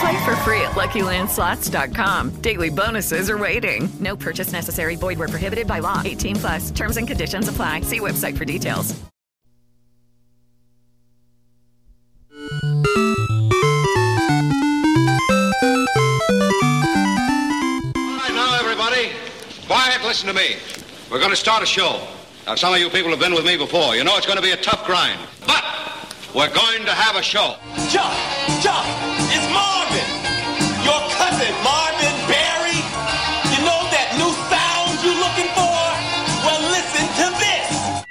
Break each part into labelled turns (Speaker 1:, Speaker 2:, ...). Speaker 1: Play for free at LuckyLandSlots.com. Daily bonuses are waiting. No purchase necessary. Void where prohibited by law. 18 plus. Terms and conditions apply. See website for details.
Speaker 2: All right, now, everybody, quiet, listen to me. We're going to start a show. Now, some of you people have been with me before. You know it's going to be a tough grind. But we're going to have a show.
Speaker 3: Chuck, Chuck, it's Marvin, your cousin Marvin Barry. You know that new sound you looking for? Well, listen to this.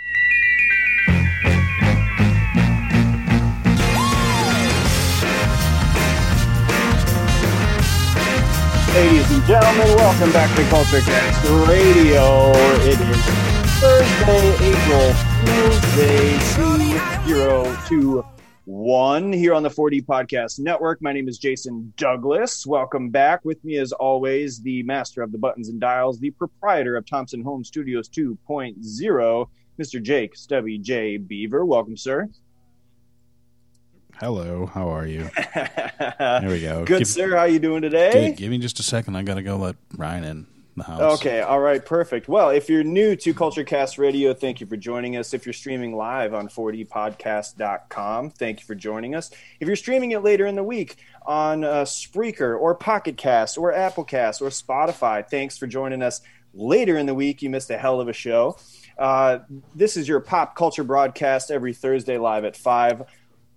Speaker 4: Ladies and gentlemen, welcome back to Culture Cast Radio. It is Thursday, April Fool's Day, 2021 here on the 4D Podcast Network. My name is Jason Douglas. Welcome back. With me, as always, the master of the buttons and dials, the proprietor of Thompson Home Studios 2.0, Mr. Jake Stubby J. Beaver. Welcome, sir.
Speaker 5: Hello, how are you? There
Speaker 4: Good,
Speaker 5: we go. give,
Speaker 4: sir. How you doing
Speaker 5: Good.
Speaker 4: today?
Speaker 5: Give me just a second. I gotta go let Ryan in the house.
Speaker 4: Okay, all right, perfect. Well, if you're new to Culture Cast Radio, thank you for joining us. If you're streaming live on 4dpodcast.com, thank you for joining us. If you're streaming it later in the week on uh, Spreaker or Pocket Cast or Apple Cast or Spotify, thanks for joining us later in the week. You missed a hell of a show. Uh, this is your pop culture broadcast every Thursday live at 5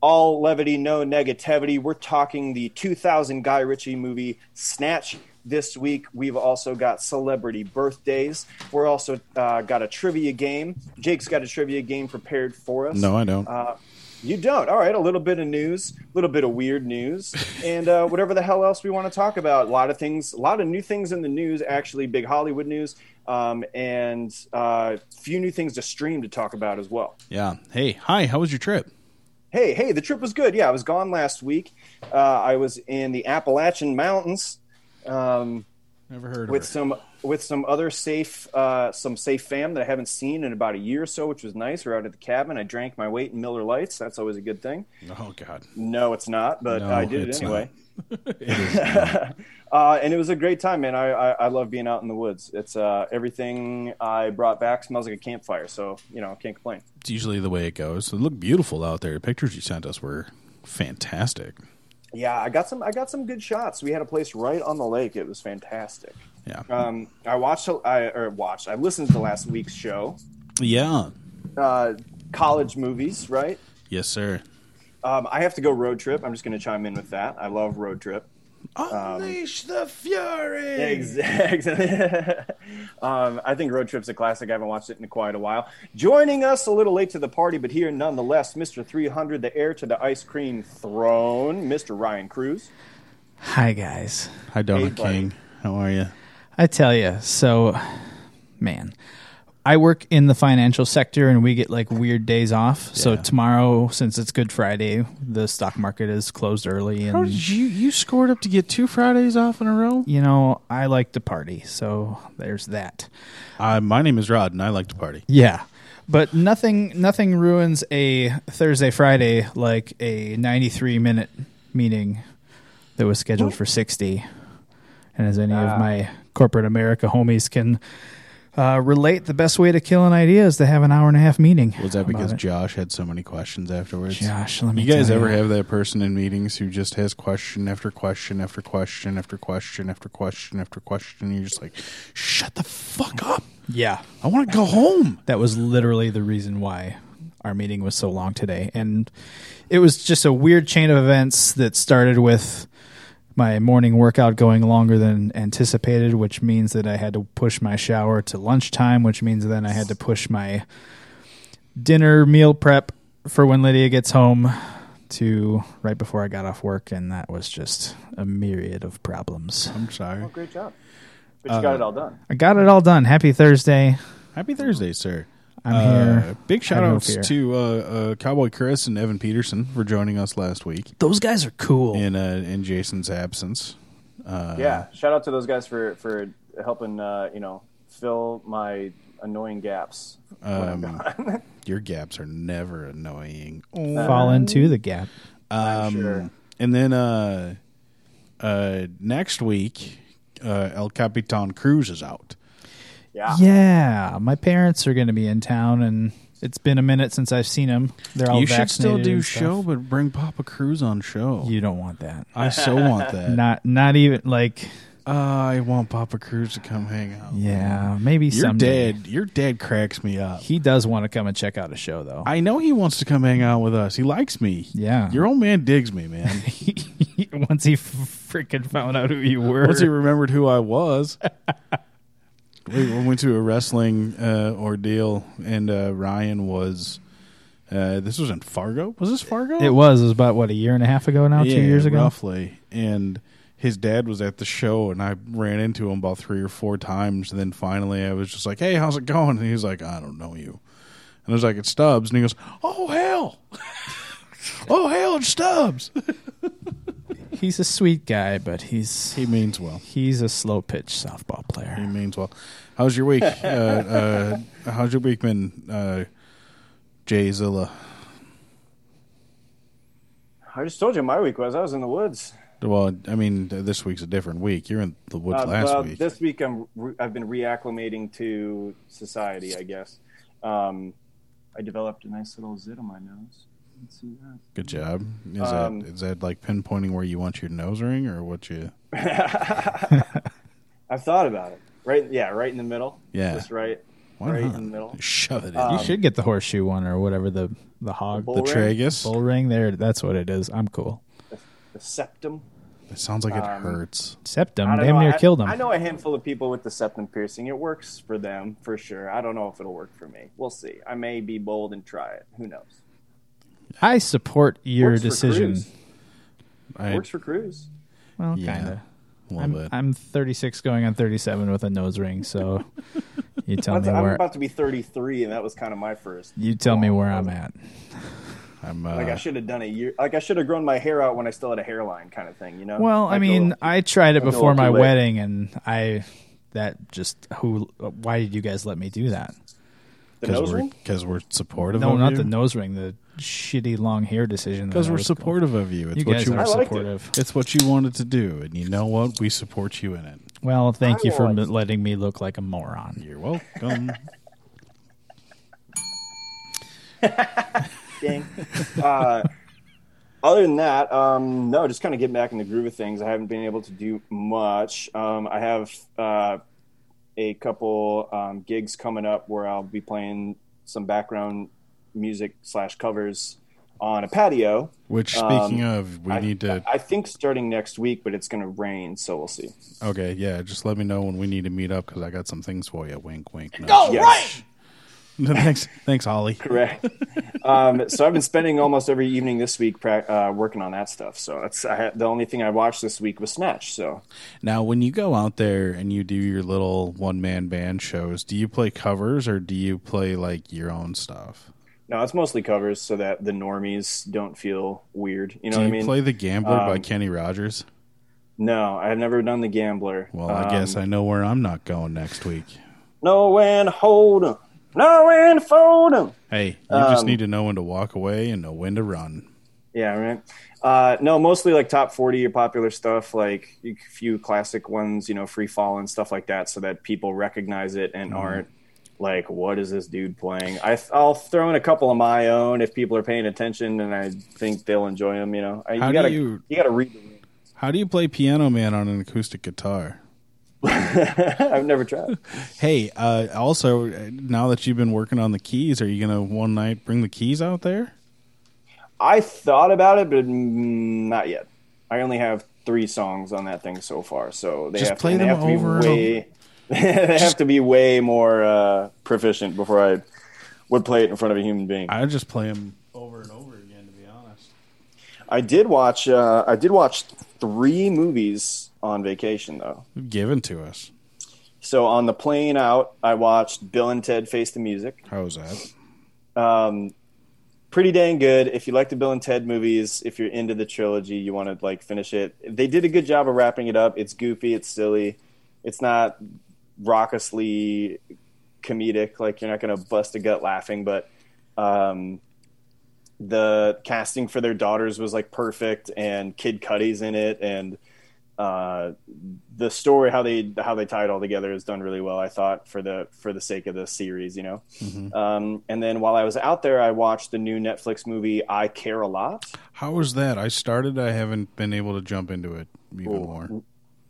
Speaker 4: all levity, no negativity. We're talking the 2000 Guy Ritchie movie Snatch. This week, we've also got celebrity birthdays. We're also uh, got a trivia game. Jake's got a trivia game prepared for us.
Speaker 5: No, I don't.
Speaker 4: Uh, You don't. All right, a little bit of news, a little bit of weird news, and uh, whatever the hell else we want to talk about. A lot of things, a lot of new things in the news. Actually, big Hollywood news, um, and a uh, few new things to stream to talk about as well.
Speaker 5: yeah. Hey, hi. How was your trip?
Speaker 4: Hey, hey, the trip was good. Yeah, I was gone last week. Uh, I was in the Appalachian Mountains um,
Speaker 5: Never heard
Speaker 4: with
Speaker 5: of
Speaker 4: some with some other safe uh, some safe fam that I haven't seen in about a year or so, which was nice. We're out at the cabin. I drank my weight in Miller Lights. That's always a good thing.
Speaker 5: it. Oh God.
Speaker 4: No, it's not, but
Speaker 5: No,
Speaker 4: I did it
Speaker 5: it's
Speaker 4: anyway.
Speaker 5: It is- no.
Speaker 4: Uh, and it was a great time, man. I, I, I love being out in the woods. It's uh, everything I brought back smells like a campfire, so you know can't complain.
Speaker 5: it's usually the way it goes. It looked beautiful out there. The pictures you sent us were fantastic.
Speaker 4: Yeah, I got some. I got some good shots. We had a place right on the lake. It was fantastic.
Speaker 5: Yeah.
Speaker 4: Um, I watched. I or watched. I listened to last week's show.
Speaker 5: yeah.
Speaker 4: Uh, college movies, right?
Speaker 5: Yes, sir.
Speaker 4: Um, I have to go road trip. I'm just going to chime in with that. I love road trip.
Speaker 5: Unleash the fury.
Speaker 4: Exactly. um, I think Road Trip's a classic. I haven't watched it in quite a while. Joining us a little late to the party, but here nonetheless, Mr. 300, the heir to the ice cream throne, Mr. Ryan Cruz.
Speaker 6: Hi guys.
Speaker 5: Hi, Donna
Speaker 4: Hey, buddy.
Speaker 5: King. How are you?
Speaker 6: I tell you, so man, I work in the financial sector and we oh, get like weird days off. So
Speaker 5: Yeah.
Speaker 6: tomorrow, since it's Good Friday, the stock market is closed early and
Speaker 5: you you scored up to get two Fridays off in a row?
Speaker 6: you know, I like to party. So there's that.
Speaker 5: Uh, my name is Rod, and I like to party.
Speaker 6: Yeah. But nothing nothing ruins a Thursday Friday like a 93 minute meeting that was scheduled for 60. And as any of my corporate America homies can Uh, relate the best way to kill an idea is to have an hour and a half meeting.
Speaker 5: Was that
Speaker 6: about
Speaker 5: because
Speaker 6: it.
Speaker 5: Josh had so many questions afterwards?
Speaker 6: Josh, let me
Speaker 5: You guys
Speaker 6: tell
Speaker 5: ever
Speaker 6: ya.
Speaker 5: have that person in meetings who just has question after question after question after question after question after question? And you're just like, shut the fuck up.
Speaker 6: Yeah.
Speaker 5: I want to go home.
Speaker 6: That was literally the reason why our meeting was so long today. And it was just a weird chain of events that started with my morning workout going longer than anticipated, which means that I had to push my shower to lunchtime, which means then I had to push my dinner meal prep for when Lydia gets home to right before I got off work. And that was just a myriad of problems.
Speaker 5: I'm sorry.
Speaker 4: Great job. But you got it all done.
Speaker 6: Uh, I got it all done. Happy Thursday.
Speaker 5: Happy Thursday, sir.
Speaker 6: I'm
Speaker 5: Uh,
Speaker 6: here.
Speaker 5: Big
Speaker 6: Have
Speaker 5: shout
Speaker 6: no
Speaker 5: outs
Speaker 6: fear.
Speaker 5: to uh, uh, Cowboy Chris and Evan Peterson for joining us last week
Speaker 6: Those guys are cool.
Speaker 5: in uh, in Jason's absence.
Speaker 4: yeah. Shout out to those guys for for helping uh, you know fill my annoying gaps.
Speaker 5: Um, your gaps are never annoying.
Speaker 6: Fall into the gap. Um,
Speaker 4: I'm sure.
Speaker 5: And then uh, uh, next week, uh, El Capitan Cruz is out.
Speaker 4: Yeah.
Speaker 6: Yeah, my parents are going to be in town, and it's been a minute since I've seen them. They're all
Speaker 5: you should
Speaker 6: vaccinated
Speaker 5: still do
Speaker 6: and stuff.
Speaker 5: show, but bring Papa Cruz on show.
Speaker 6: You don't want that.
Speaker 5: I so want that.
Speaker 6: Not, not even like.
Speaker 5: I want Papa Cruz to come hang out.
Speaker 6: Yeah, maybe
Speaker 5: Your
Speaker 6: someday.
Speaker 5: dad, your dad cracks me up.
Speaker 6: He does want to come and check out a show, though.
Speaker 5: I know he wants to come hang out with us. He likes me.
Speaker 6: Yeah.
Speaker 5: Your old man digs me, man.
Speaker 6: Once he freaking found out who you were,
Speaker 5: Once he remembered who I was. we went to a wrestling uh, ordeal, and uh, Ryan was. Uh, this was in Fargo. Was this Fargo?
Speaker 6: it was. It was about what a year and a half ago now, two years ago.
Speaker 5: roughly. And his dad was at the show, and I ran into him about three or four times. And then finally, I was just like, "Hey, how's it going?" And he was like, "I don't know you." And I was like, "It's Stubbs," and he goes, "Oh hell, oh hell, it's Stubbs."
Speaker 6: He's a sweet guy, but he's
Speaker 5: he means well.
Speaker 6: he's a slow pitch softball player.
Speaker 5: He means well. How's your week? uh, uh, how's your week been, uh, Jay Zilla?
Speaker 4: I just told you my week was. I was in the woods.
Speaker 5: Well, I mean, this week's a different week. You're in the woods
Speaker 4: Uh,
Speaker 5: last
Speaker 4: well,
Speaker 5: week.
Speaker 4: This week I'm re- I've been reacclimating to society, I guess. Um, I developed a nice little zit on my nose. Let's see that.
Speaker 5: Good job. Is
Speaker 4: Um,
Speaker 5: that is that like pinpointing where you want your nose ring or what you?
Speaker 4: I've thought about it. Right? Yeah, right in the middle.
Speaker 5: Yeah.
Speaker 4: just right,
Speaker 5: Why
Speaker 4: right
Speaker 5: not?
Speaker 4: in the middle. Um,
Speaker 5: Shove it in.
Speaker 6: You should get the horseshoe one or whatever the the hog
Speaker 4: bull
Speaker 5: the
Speaker 4: ring.
Speaker 5: tragus.
Speaker 6: bull ring there. That's what it is. I'm cool.
Speaker 4: The septum.
Speaker 5: It sounds like it
Speaker 4: Um,
Speaker 5: hurts.
Speaker 6: Septum
Speaker 4: I don't
Speaker 6: damn
Speaker 4: know.
Speaker 6: near
Speaker 4: I,
Speaker 6: killed him.
Speaker 4: I know a handful of people with the septum piercing. It works for them for sure. I don't know if it'll work for me. We'll see. I may be bold and try it. Who knows?
Speaker 6: I support your
Speaker 4: Works for
Speaker 6: decision.
Speaker 4: Cruz.
Speaker 5: I,
Speaker 4: Works for Cruz.
Speaker 6: Well,
Speaker 5: Yeah,
Speaker 6: kind of.
Speaker 5: a little
Speaker 6: I'm,
Speaker 5: bit.
Speaker 6: I'm 36 going on 37 with a nose ring, so you tell me
Speaker 4: I'm
Speaker 6: where
Speaker 4: about to be 33, and that was kind of my first.
Speaker 6: you tell me where I'm at.
Speaker 5: I'm, uh,
Speaker 4: Like I should have done a year. Like I should have grown my hair out when I still had a hairline, kind of thing. You know.
Speaker 6: Well, I
Speaker 4: Like
Speaker 6: mean,
Speaker 4: a-
Speaker 6: I tried it
Speaker 4: a
Speaker 6: before
Speaker 4: little
Speaker 6: my
Speaker 4: too late.
Speaker 6: wedding and I that just who why did you guys let me do that?
Speaker 4: the
Speaker 5: because
Speaker 4: nose
Speaker 5: we're
Speaker 4: ring.
Speaker 5: because we're supportive.
Speaker 6: No,
Speaker 5: of
Speaker 6: not
Speaker 5: you.
Speaker 6: the nose ring, the shitty long hair decision. that
Speaker 5: Because
Speaker 6: I
Speaker 5: we're
Speaker 6: was-
Speaker 5: supportive of you. It's
Speaker 6: You
Speaker 5: what
Speaker 6: guys
Speaker 5: you
Speaker 6: are
Speaker 4: I liked it.
Speaker 6: supportive.
Speaker 5: It's what you wanted to do, and you know what? We support you in it.
Speaker 6: Well, thank you for
Speaker 4: liked
Speaker 6: m- letting me look like a moron.
Speaker 5: You're welcome.
Speaker 4: Dang. uh, other than that, um, no, just kind of getting back in the groove of things. I haven't been able to do much. Um, I have uh, a couple um, gigs coming up where I'll be playing some background music slash covers on a patio.
Speaker 5: Which, speaking of, we
Speaker 4: Um, I,
Speaker 5: need to.
Speaker 4: I think starting next week, but it's going to rain, so we'll see.
Speaker 5: okay, yeah. Just let me know when we need to meet up because I got some things for you. Wink, wink. No.
Speaker 3: Go
Speaker 4: Yes.
Speaker 3: right!
Speaker 5: thanks, thanks, Holly.
Speaker 4: Correct. um, so I've been spending almost every evening this week pra- uh, working on that stuff. So that's I had, the only thing I watched this week was Snatch. So
Speaker 5: Now, when you go out there and you do your little one man band shows, do you play covers or do you play like your own stuff?
Speaker 4: no, it's mostly covers so that the normies don't feel weird. You know
Speaker 5: Do
Speaker 4: what
Speaker 5: you
Speaker 4: I mean?
Speaker 5: play The Gambler by
Speaker 4: Um,
Speaker 5: Kenny Rogers?
Speaker 4: no, I have never done the Gambler. Um,
Speaker 5: Well, I guess I know where I'm not going next week.
Speaker 4: No when to hold 'em, no when to fold 'em. Um,
Speaker 5: Hey, you just need to know when to walk away and know when to run.
Speaker 4: Yeah, right. Uh, no, mostly like top 40 or popular stuff, like a few classic ones, you know, Free Fall and stuff like that, so that people recognize it and
Speaker 5: Mm-hmm.
Speaker 4: aren't like, what is this dude playing? I, I'll throw in a couple of my own if people are paying attention and I think they'll enjoy them, you know. I,
Speaker 5: How do
Speaker 4: you, gotta,
Speaker 5: you-
Speaker 4: you... gotta read the room.
Speaker 5: How do you play Piano Man on an acoustic guitar?
Speaker 4: I've never tried.
Speaker 5: Hey, uh, also, uh, now that you've been working on the keys, are you going to one night bring the keys out there?
Speaker 4: I thought about it, but mm, not yet. I only have three songs on that thing so far, so they
Speaker 5: Just
Speaker 4: have
Speaker 5: play
Speaker 4: to, and they
Speaker 5: them
Speaker 4: have to be
Speaker 5: over and
Speaker 4: way. they have to be way more uh, proficient before I would play it in front of a human being. I,
Speaker 5: I just play them over and over again, to be honest.
Speaker 4: did watch. Uh, I did watch three movies on vacation though.
Speaker 5: Given to us.
Speaker 4: So on the plane out, I watched Bill and Ted Face the Music.
Speaker 5: How was that?
Speaker 4: pretty dang good. If you like the Bill and Ted movies, if you're into the trilogy, you want to like finish it. They did a good job of wrapping it up. It's goofy, it's silly, it's not raucously comedic. Like you're not gonna bust a gut laughing, but um, the casting for their daughters was like perfect, and Kid Cudi's in it, and uh, the story how they how they tie it all together is done really well. I thought for the for the sake of the series, you know.
Speaker 5: Mm-hmm.
Speaker 4: Um, and then while I was out there, I watched the new Netflix movie I Care a Lot.
Speaker 5: How was that? I started, I haven't been able to jump into it even more.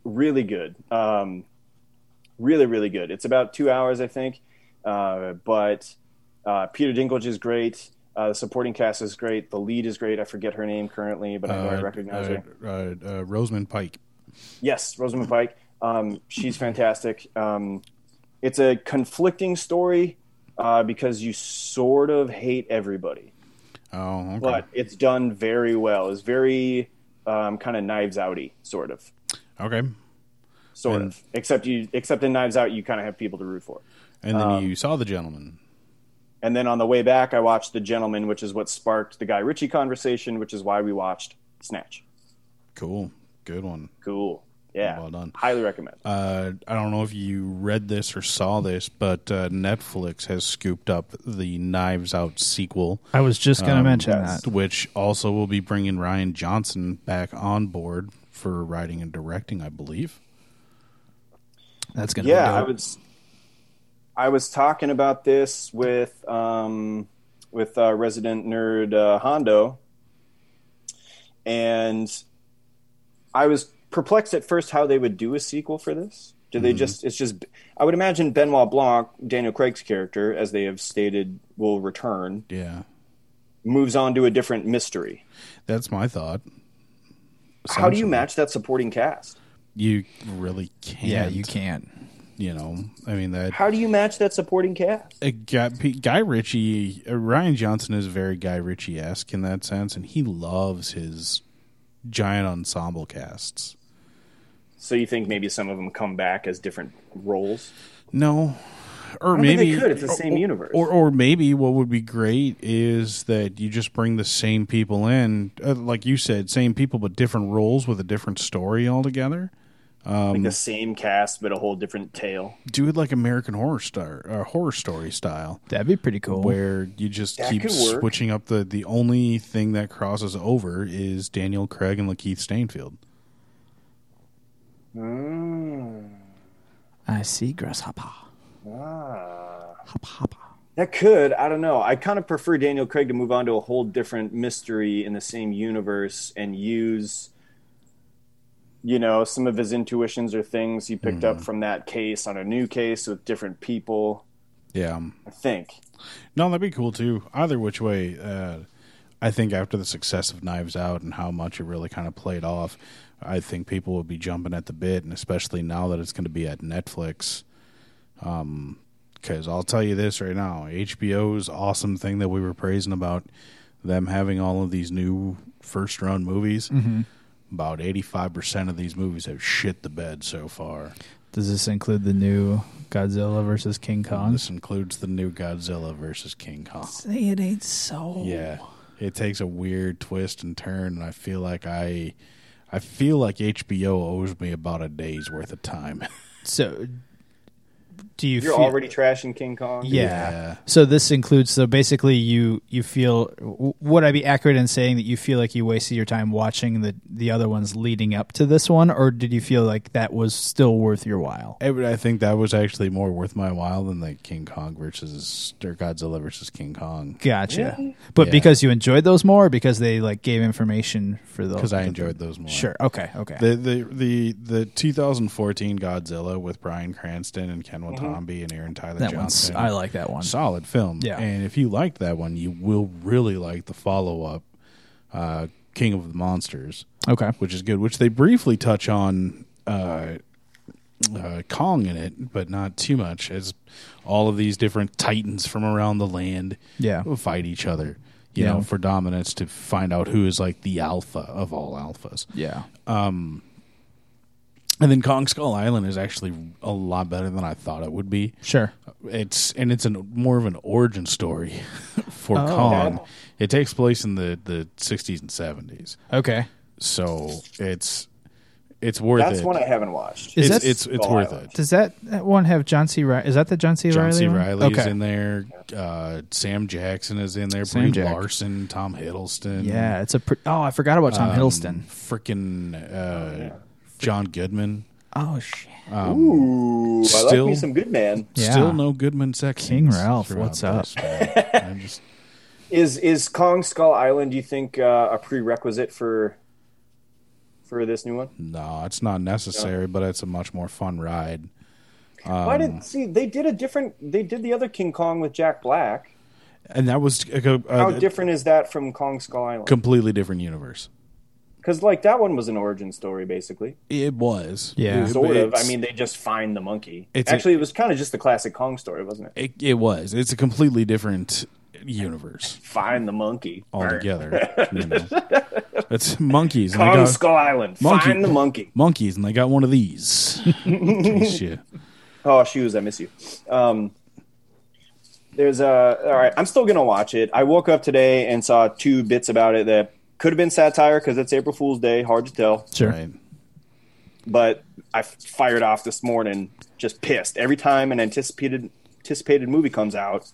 Speaker 4: Really good. Um, really, really good. It's about two hours, I think. Uh, but uh, Peter Dinklage is great. Uh, the supporting cast is great. The lead is great. I forget her name currently, but I know I recognize
Speaker 5: uh,
Speaker 4: her.
Speaker 5: uh, uh, Roseman Pike.
Speaker 4: Yes, Rosamund Pike. Um, she's fantastic. Um, it's a conflicting story uh, because you sort of hate everybody.
Speaker 5: Oh, okay.
Speaker 4: but it's done very well. It's very um, kind of knives outy sort of,
Speaker 5: Okay.
Speaker 4: sort of. Except you, except in Knives Out, you kind of have people to root for.
Speaker 5: And then
Speaker 4: Um,
Speaker 5: you saw the gentleman.
Speaker 4: And then on the way back, I watched The Gentleman, which is what sparked the Guy Ritchie conversation, which is why we watched Snatch.
Speaker 5: Cool. Good one.
Speaker 4: Cool, yeah,
Speaker 5: Well done.
Speaker 4: Highly recommend.
Speaker 5: Uh, I don't know if you read this or saw this, but uh, Netflix has scooped up the Knives Out sequel, Um,
Speaker 6: I was just going to mention that.
Speaker 5: which also will be bringing Ryan Johnson back on board for writing and directing, I believe.
Speaker 6: That's going to
Speaker 4: yeah,
Speaker 6: be
Speaker 4: I
Speaker 6: dope.
Speaker 4: was, I was talking about this with um, with uh, resident nerd uh, Hondo, and I was perplexed at first how they would do a sequel for this. Do
Speaker 6: Mm-hmm.
Speaker 4: they just? It's just. I would imagine Benoit Blanc, Daniel Craig's character, as they have stated, will return,
Speaker 5: Yeah,
Speaker 4: moves on to a different mystery.
Speaker 5: that's my thought.
Speaker 4: How do you
Speaker 5: Essentially.
Speaker 4: match that supporting cast?
Speaker 5: You really can't.
Speaker 6: Yeah, you can't.
Speaker 5: You know, I mean that
Speaker 4: How do you match that supporting cast?
Speaker 5: uh, Guy, P- Guy Ritchie, uh, Ryan Johnson is very Guy Ritchie esque in that sense, and he loves his giant ensemble casts.
Speaker 4: So you think maybe some of them come back as different roles?
Speaker 5: No, or
Speaker 4: don't think
Speaker 5: maybe
Speaker 4: they could. It's the
Speaker 5: or-
Speaker 4: same
Speaker 5: or-
Speaker 4: universe.
Speaker 5: Or, or maybe what would be great is that you just bring the same people in, uh, like you said, same people but different roles with a different story altogether.
Speaker 4: like
Speaker 6: Mm-hmm.
Speaker 4: the same cast but a whole different tale.
Speaker 5: Do it like American Horror Star or Horror Story style.
Speaker 6: That'd be pretty cool.
Speaker 5: where you just
Speaker 4: That
Speaker 5: keep
Speaker 4: could work.
Speaker 5: switching up the the only thing that crosses over is Daniel Craig and Lakeith Stainfield.
Speaker 6: I see grasshopper. Hop, hop.
Speaker 4: That could, I don't know. I kind of prefer Daniel Craig to move on to a whole different mystery in the same universe and use you know, some of his intuitions or things he picked
Speaker 6: Mm-hmm.
Speaker 4: up from that case on a new case with different people.
Speaker 5: Yeah, um,
Speaker 4: I think.
Speaker 5: no, that'd be cool too. Either which way, uh, I think after the success of Knives Out and how much it really kind of played off, I think people will be jumping at the bit, and especially now that it's going to be at Netflix. Um, because I'll tell you this right now, HBO's awesome thing that we were praising about them having all of these new first run movies. About eighty five percent of these movies have shit the bed so far.
Speaker 6: Does this include the new Godzilla versus King Kong?
Speaker 5: This includes the new Godzilla versus King Kong.
Speaker 6: Say it ain't so.
Speaker 5: Yeah, it takes a weird twist and turn, and I feel like I, I feel like HBO owes me about a day's worth of time.
Speaker 6: So, do you
Speaker 4: You're
Speaker 6: feel
Speaker 4: already trashing King Kong.
Speaker 6: yeah. So this includes so basically you you feel w- would I be accurate in saying that you feel like you wasted your time watching the the other ones leading up to this one or did you feel like that was still worth your while?
Speaker 5: I would- I think that was actually more worth my while than like King Kong versus or Godzilla versus King Kong
Speaker 6: Gotcha. But because you enjoyed those more or because they like gave information for those
Speaker 5: because I enjoyed those more.
Speaker 6: Sure. Okay. Okay.
Speaker 5: The the the the 2014 Godzilla with Brian Cranston and Ken Watanabe and Aaron Tyler
Speaker 6: that one's
Speaker 5: Johnson.
Speaker 6: I like that one.
Speaker 5: Solid film.
Speaker 6: Yeah.
Speaker 5: And if you liked that one, you will really like the follow up, uh, King of the Monsters,
Speaker 6: Okay.
Speaker 5: which is good. Which they briefly touch on uh, uh, Kong in it, but not too much, as all of these different titans from around the land
Speaker 6: Yeah.
Speaker 5: fight each other. You
Speaker 6: Yeah.
Speaker 5: know, for dominance to find out who is like the alpha of all alphas.
Speaker 6: Yeah.
Speaker 5: Uh, And then Kong Skull Island is actually a lot better than I thought it would be.
Speaker 6: Sure.
Speaker 5: It's and it's an more of an origin story for
Speaker 6: Oh,
Speaker 5: Kong. It takes place in the the 60s and 70s.
Speaker 6: Okay.
Speaker 5: So it's it's worth
Speaker 4: That's
Speaker 5: it.
Speaker 4: one I haven't watched.
Speaker 6: Is
Speaker 5: it's
Speaker 6: that-
Speaker 5: it's, it's
Speaker 4: Skull
Speaker 5: worth
Speaker 4: Island.
Speaker 5: it.
Speaker 6: Does that, that one have John C. Riley? Is that the John C.
Speaker 5: John
Speaker 6: Riley?
Speaker 5: C.
Speaker 6: one?
Speaker 5: Riley is
Speaker 6: Okay.
Speaker 5: in there. Uh, Sam Jackson is in there.
Speaker 6: Sam
Speaker 5: Brie
Speaker 6: Jack.
Speaker 5: Larson, Tom Hiddleston.
Speaker 6: Yeah, it's a. Pre- oh, I forgot about
Speaker 5: Um,
Speaker 6: Tom Hiddleston.
Speaker 5: Freaking uh, John Goodman.
Speaker 6: Oh shit.
Speaker 4: Ooh, I like
Speaker 5: Still-
Speaker 4: me some good man.
Speaker 6: Yeah.
Speaker 5: Still no Goodman sex.
Speaker 6: King
Speaker 5: scenes
Speaker 6: Ralph,
Speaker 5: throughout
Speaker 6: what's up?
Speaker 5: this, man. I'm just
Speaker 4: Is is Kong Skull Island? Do you think uh, a prerequisite for for this new one?
Speaker 5: No, it's not necessary, but it's a much more fun ride.
Speaker 4: Why
Speaker 5: Um,
Speaker 4: did see they did a different? They did the other King Kong with Jack Black.
Speaker 5: And that was a, co-
Speaker 4: How
Speaker 5: a
Speaker 4: different is that from Kong Skull Island?
Speaker 5: completely different universe.
Speaker 4: Because like that one was an origin story, basically.
Speaker 5: It was.
Speaker 6: Yeah.
Speaker 5: It-
Speaker 4: Sort of. I
Speaker 5: it's-
Speaker 4: mean, they just find the monkey.
Speaker 5: It's a-
Speaker 4: Actually, it was kind of just the classic Kong story, wasn't it?
Speaker 5: it, it was. It's a completely different universe
Speaker 4: Find the monkey.
Speaker 5: altogether. you know. It's monkeys. and they
Speaker 4: Kong
Speaker 5: got-
Speaker 4: Skull Island.
Speaker 5: Oh Monkey.
Speaker 4: Find the monkey.
Speaker 5: monkeys, and they got one of these. In case you-
Speaker 4: Oh, shoes, I miss you. Um, there's a all right. I'm still gonna watch it. I woke up today and saw two bits about it that could have been satire because it's April Fool's Day. Hard to tell,
Speaker 6: Sure.
Speaker 5: Right.
Speaker 4: but I f- fired off this morning, just pissed. Every time an anticipated anticipated movie comes out,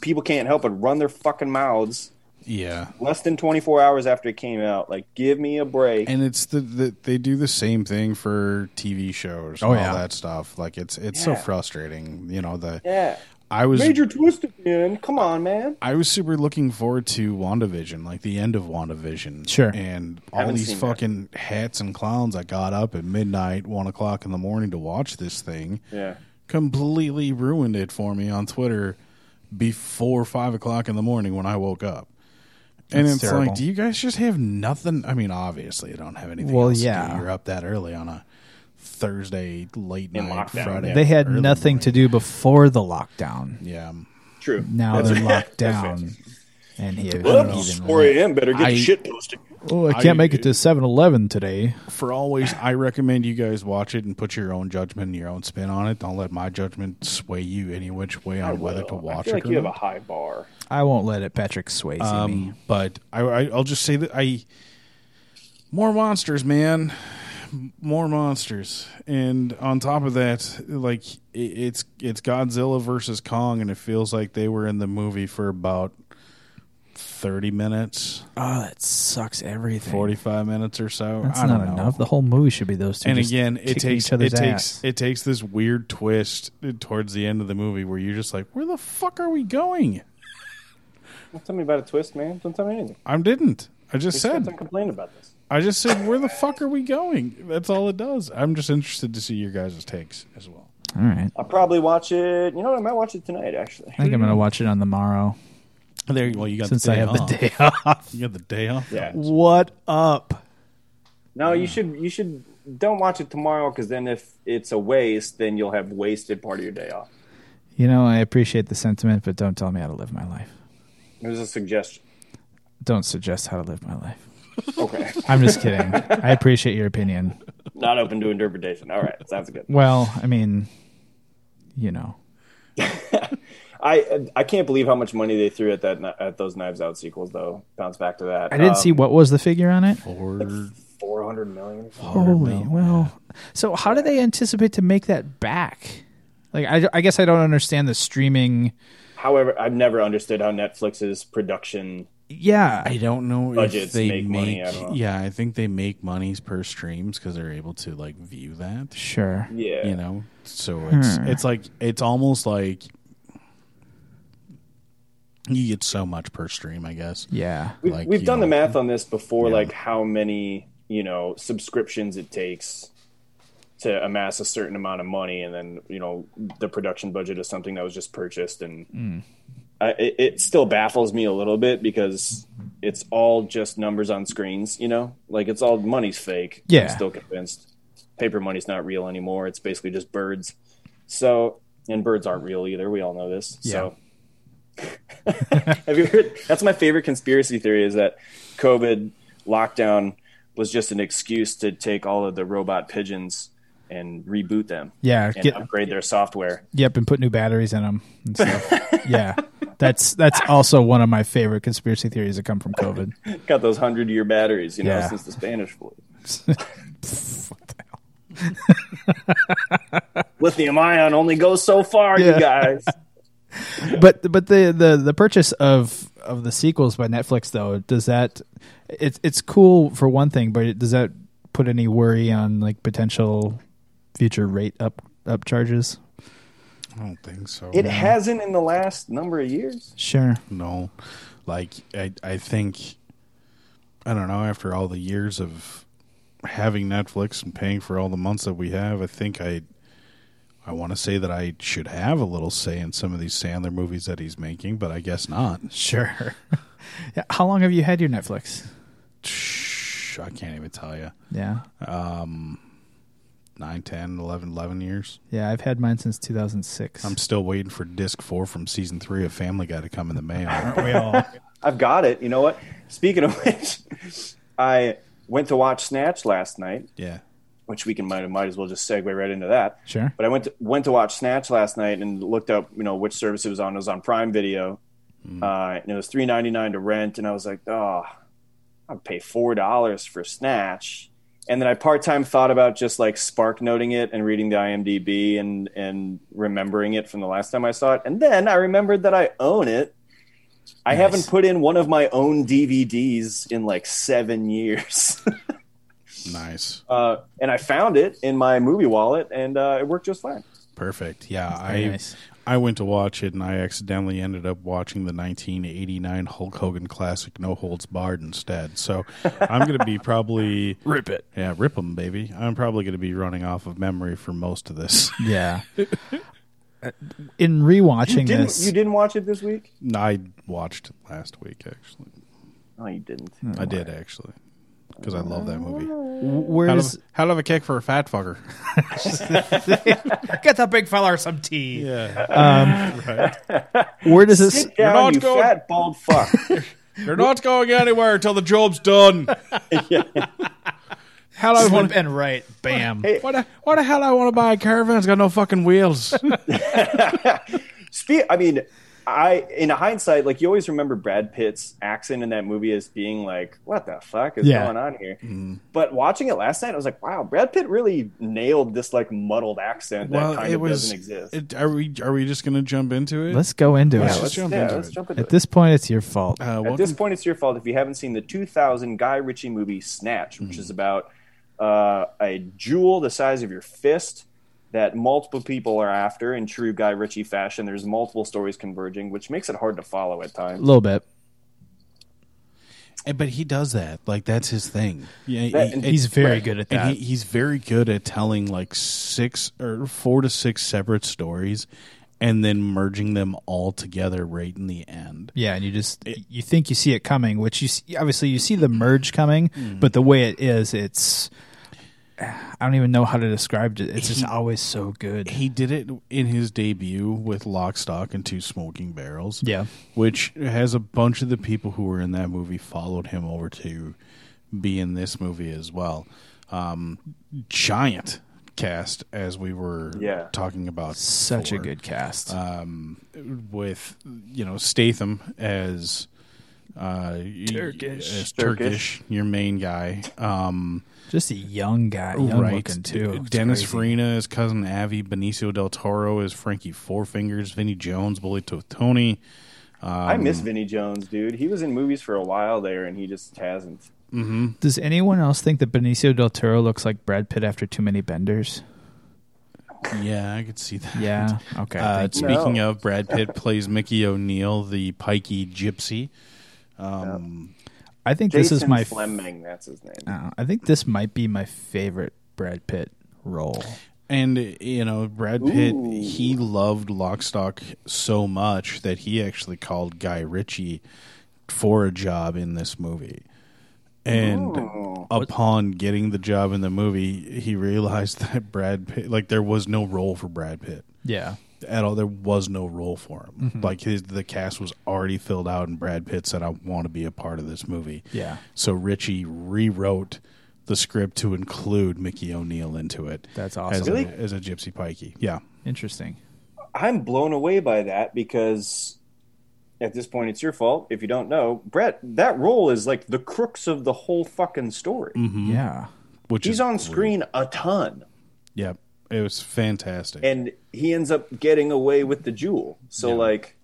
Speaker 4: people can't help but run their fucking mouths.
Speaker 5: Yeah.
Speaker 4: Less than 24 hours after it came out, like give me a break.
Speaker 5: and it's the, the they do the same thing for TV shows.
Speaker 6: Oh,
Speaker 5: all
Speaker 6: yeah.
Speaker 5: that stuff. Like it's it's so
Speaker 4: Yeah.
Speaker 5: frustrating. You know the
Speaker 4: yeah,
Speaker 5: I was
Speaker 4: major twist at the end. Come on, man.
Speaker 5: I was super looking forward to WandaVision, like the end of WandaVision.
Speaker 6: Sure.
Speaker 5: And all
Speaker 4: Haven't
Speaker 5: these
Speaker 4: seen that.
Speaker 5: fucking hats and clowns I got up at midnight, one o'clock in the morning to watch this thing
Speaker 4: Yeah.
Speaker 5: completely ruined it for me on Twitter before five o'clock in the morning when I woke up. And
Speaker 6: That's
Speaker 5: it's
Speaker 6: terrible.
Speaker 5: like, do you guys just have nothing? I mean, obviously, you don't have anything.
Speaker 6: Well,
Speaker 5: else to do.
Speaker 6: yeah.
Speaker 5: you're up that early on a Thursday, late
Speaker 4: In
Speaker 5: night,
Speaker 4: lockdown,
Speaker 5: Friday.
Speaker 4: yeah.
Speaker 6: They had
Speaker 5: early
Speaker 6: nothing
Speaker 5: morning.
Speaker 6: to do before the lockdown.
Speaker 5: Yeah,
Speaker 4: True.
Speaker 6: Now
Speaker 4: That's
Speaker 6: they're
Speaker 4: fair.
Speaker 6: locked down, and he even
Speaker 4: Oops, 4 a.m. Better get
Speaker 5: I-
Speaker 4: your shit posted.
Speaker 6: Oh, I
Speaker 5: can't
Speaker 6: can't
Speaker 5: make
Speaker 6: make
Speaker 5: it
Speaker 6: it to 7-Eleven today.
Speaker 5: for always, I recommend you guys watch it and put your own judgment and your own spin on it. Don't let my judgment sway you any which way on whether to
Speaker 4: Well,
Speaker 5: watch
Speaker 4: I feel
Speaker 5: it
Speaker 4: like
Speaker 5: or
Speaker 4: you have a
Speaker 5: not.
Speaker 4: high bar.
Speaker 6: I won't let it Patrick Swayze me.
Speaker 5: um, but I, I, I'll just say that I more monsters, man, more monsters, and on top of that, like it, it's it's Godzilla versus Kong, and it feels like they were in the movie for about thirty minutes,
Speaker 6: Oh, that sucks everything.
Speaker 5: forty five minutes or so.
Speaker 6: That's
Speaker 5: I don't
Speaker 6: not
Speaker 5: know.
Speaker 6: enough. The whole movie should be those two.
Speaker 5: and
Speaker 6: just
Speaker 5: again it
Speaker 6: kicking
Speaker 5: takes
Speaker 6: each other's
Speaker 5: it takes
Speaker 6: ass.
Speaker 5: it takes this weird twist towards the end of the movie where you're just like where the fuck are we going
Speaker 4: Don't tell me about a twist, man. Don't tell me anything.
Speaker 5: i didn't i just
Speaker 4: Don't
Speaker 5: said
Speaker 4: complain about this.
Speaker 5: i just said where the fuck are we going that's all it does i'm just interested to see your guys' takes as well
Speaker 6: All right.
Speaker 4: I'll probably watch it. You know what? I might watch it tonight, actually.
Speaker 6: I think I'm gonna watch it on the morrow
Speaker 5: there well you got
Speaker 6: since
Speaker 5: the
Speaker 6: I
Speaker 5: day
Speaker 6: have
Speaker 5: off.
Speaker 6: the day off.
Speaker 5: you got the day off
Speaker 4: Yeah.
Speaker 6: What up?
Speaker 4: No, you should. You should. Don't watch it tomorrow because then if it's a waste, then you'll have wasted part of your day off.
Speaker 6: You know, I appreciate the sentiment, but don't tell me how to live my life.
Speaker 4: It was a suggestion.
Speaker 6: Don't suggest how to live my life.
Speaker 4: Okay,
Speaker 6: I'm just kidding. I appreciate your opinion.
Speaker 4: not open to interpretation. All right, sounds good.
Speaker 6: Well, I mean, you know.
Speaker 4: I I can't believe how much money they threw at that at those Knives Out sequels, though. Bounce back to that. Um,
Speaker 6: I didn't
Speaker 5: Um,
Speaker 6: see what was the figure on it.
Speaker 5: or
Speaker 4: four hundred million.
Speaker 6: Holy well. So how do they anticipate to make that back? Like I, I guess I don't understand the streaming.
Speaker 4: However, I've never understood how Netflix's production.
Speaker 5: Yeah, I don't know if
Speaker 4: Budgets
Speaker 5: they
Speaker 4: make money, I don't know.
Speaker 5: yeah, I think they make monies per streams because they're able to like view that.
Speaker 6: Sure.
Speaker 4: Yeah.
Speaker 5: you know so it's it's like it's almost like you get so much per stream i guess
Speaker 6: Yeah.
Speaker 4: We've,
Speaker 5: like,
Speaker 4: we've
Speaker 5: you
Speaker 4: done the
Speaker 5: know,
Speaker 4: math on this before, like how many you know subscriptions it takes to amass a certain amount of money, and then you know the production budget of something that was just purchased, and
Speaker 5: Mm.
Speaker 4: I, it, it still baffles me a little bit because it's all just numbers on screens. You know, like it's all money's fake.
Speaker 6: Yeah.
Speaker 4: I'm still convinced paper money's not real anymore. It's basically just birds. So, and birds aren't real either. We all know this. So, have you heard? That's my favorite conspiracy theory is that COVID lockdown was just an excuse to take all of the robot pigeons and reboot them.
Speaker 6: Yeah,
Speaker 4: And
Speaker 6: get-
Speaker 4: upgrade their software.
Speaker 6: Yep, and put new batteries in them and stuff. yeah. That's that's also one of my favorite conspiracy theories that come from COVID.
Speaker 4: Got those hundred year batteries, you know,
Speaker 6: Yeah.
Speaker 4: since the Spanish flu. Lithium ion only goes so far,
Speaker 6: Yeah.
Speaker 4: you guys.
Speaker 6: but but the, the the purchase of of the sequels by Netflix though does that it's it's cool for one thing, but it, does that put any worry on like potential future rate up up charges?
Speaker 5: i don't think so
Speaker 4: It hasn't in the last number of years.
Speaker 6: Sure.
Speaker 5: no like i i think i don't know after all the years of having netflix and paying for all the months that we have i think i I want to say that I should have a little say in some of these Sandler movies that he's making, but I guess not.
Speaker 6: Sure. yeah, how long have you had your Netflix?
Speaker 5: Shh, I can't even tell you.
Speaker 6: Yeah.
Speaker 5: Nine, ten, eleven, eleven years.
Speaker 6: Yeah, I've had mine since 2006.
Speaker 5: I'm still waiting for disc four from season three of Family Guy to come in the mail.
Speaker 6: we all
Speaker 4: I've got it. You know what? Speaking of which, I went to watch Snatch last night,
Speaker 5: yeah.
Speaker 4: which we can might might as well just segue right into that.
Speaker 6: Sure.
Speaker 4: But I went to, went to watch Snatch last night and looked up, you know, which service it was on. It was on Prime Video, uh, and it was three ninety nine to rent. And I was like, oh, I'd pay four dollars for Snatch. And then I part time thought about just like spark noting it and reading the IMDb and and remembering it from the last time I saw it. And then I remembered that I own it. I haven't put in one of my own DVDs in like seven years.
Speaker 5: Nice.
Speaker 4: uh, and I found it in my movie wallet, and uh, it worked just fine.
Speaker 5: Perfect. Yeah. I
Speaker 6: very nice.
Speaker 5: I went to watch it and I accidentally ended up watching the 1989 Hulk Hogan classic No Holds Barred instead. So I'm going to be probably
Speaker 6: rip it.
Speaker 5: yeah rip 'em, baby. I'm probably going to be running off of memory for most of this.
Speaker 6: Yeah. Uh, In rewatching
Speaker 4: Didn't
Speaker 6: this,
Speaker 4: you didn't watch it this week?
Speaker 5: I watched it last week actually.
Speaker 4: No, you didn't.
Speaker 5: I did actually because I love that movie. How
Speaker 6: where's
Speaker 5: to, how to have a cake for a fat fucker.
Speaker 6: get that big fella some tea?
Speaker 5: Yeah.
Speaker 6: Where does this?
Speaker 4: Sit down,
Speaker 5: not
Speaker 4: you
Speaker 5: going-
Speaker 4: fat bald fuck.
Speaker 5: You're not going anywhere until the job's done. Hell, I want
Speaker 6: and right, bam.
Speaker 5: why the, why the hell I want to buy a caravan? It's got no fucking wheels.
Speaker 4: Spe- I mean, I in hindsight, like you always remember Brad Pitt's accent in that movie as being like, "What the fuck is
Speaker 6: Yeah.
Speaker 4: going on here?" But watching it last night, I was like, "Wow, Brad Pitt really nailed this like muddled accent that kind of doesn't exist."
Speaker 5: it- are we are we just gonna jump into it?
Speaker 6: Let's go into
Speaker 5: Yeah,
Speaker 6: it.
Speaker 5: let's jump
Speaker 4: yeah,
Speaker 5: into
Speaker 4: let's
Speaker 5: it.
Speaker 4: jump into
Speaker 6: At
Speaker 4: it.
Speaker 6: this point, it's your fault.
Speaker 5: Uh,
Speaker 4: At
Speaker 5: welcome-
Speaker 4: this point, it's your fault if you haven't seen the 2000 Guy Ritchie movie Snatch,
Speaker 6: Mm-hmm.
Speaker 4: which is about uh, a jewel the size of your fist that multiple people are after in true Guy Ritchie fashion. There's multiple stories converging, which makes it hard to follow at
Speaker 6: a
Speaker 4: times.
Speaker 6: little bit.
Speaker 5: Eh, but he does that. Like that's his thing. Yeah,
Speaker 4: That-
Speaker 5: he-
Speaker 4: and
Speaker 5: it-
Speaker 6: He's very good at
Speaker 5: and
Speaker 6: that.
Speaker 5: he, he's very good at telling like six or four to six separate stories, and then merging them all together right in the end.
Speaker 6: yeah, and you just you think you see it coming, which you s obviously you see the merge coming,
Speaker 5: Mm.
Speaker 6: but the way it is, it's I don't even know how to describe it. It's just always so good.
Speaker 5: he did it in his debut with Lock, Stock, and Two Smoking Barrels.
Speaker 6: Yeah.
Speaker 5: Which has a bunch of the people who were in that movie followed him over to be in this movie as well. Um, giant cast, as we were
Speaker 4: Yeah.
Speaker 5: talking about.
Speaker 6: Such a
Speaker 5: before
Speaker 6: good cast.
Speaker 5: with you know Statham as Uh, y-
Speaker 6: Turkish.
Speaker 5: is
Speaker 4: Turkish.
Speaker 5: Turkish, your main guy. Um,
Speaker 6: Just a young guy, young looking too. It's
Speaker 5: Dennis
Speaker 6: crazy.
Speaker 5: Farina is cousin Avi. Benicio del Toro is Frankie Four Fingers. Vinny Jones, Bully to Tony.
Speaker 6: Um,
Speaker 4: I miss Vinny Jones, dude. He was in movies for a while there, and he just hasn't.
Speaker 6: Does anyone else think that Benicio del Toro looks like Brad Pitt after too many benders?
Speaker 5: Yeah, I could see that.
Speaker 6: Yeah. Okay.
Speaker 5: Uh,
Speaker 6: thank you.
Speaker 5: speaking
Speaker 4: No.
Speaker 5: of, Brad Pitt plays Mickey O'Neill, the pikey gypsy.
Speaker 6: I think
Speaker 4: Jason
Speaker 6: this is my.
Speaker 4: Fleming. That's his name.
Speaker 6: uh, I think this might be my favorite Brad Pitt role.
Speaker 5: And you know, Brad Pitt, he loved Lock, Stock so much that he actually called Guy Ritchie for a job in this movie. And upon getting the job in the movie, he realized that Brad Pitt, like, there was no role for Brad Pitt
Speaker 6: Yeah.
Speaker 5: at all. There was no role for him.
Speaker 6: Mm-hmm.
Speaker 5: Like his, the cast was already filled out, and Brad Pitt said, "I want to be a part of this movie."
Speaker 6: Yeah.
Speaker 5: So Richie rewrote the script to include Mickey O'Neill into it. As
Speaker 6: That's awesome.
Speaker 4: Really?
Speaker 5: a, as a gypsy pikey. Yeah.
Speaker 6: Interesting.
Speaker 4: I'm blown away by that because at this point, it's your fault if you don't know. Brett, that role is like the crux of the whole fucking story.
Speaker 5: Mm-hmm.
Speaker 6: Yeah.
Speaker 5: Which
Speaker 4: He's
Speaker 5: is
Speaker 4: on
Speaker 5: great.
Speaker 4: screen a ton,
Speaker 5: Yeah. It was fantastic.
Speaker 4: and he ends up getting away with the jewel. So, like,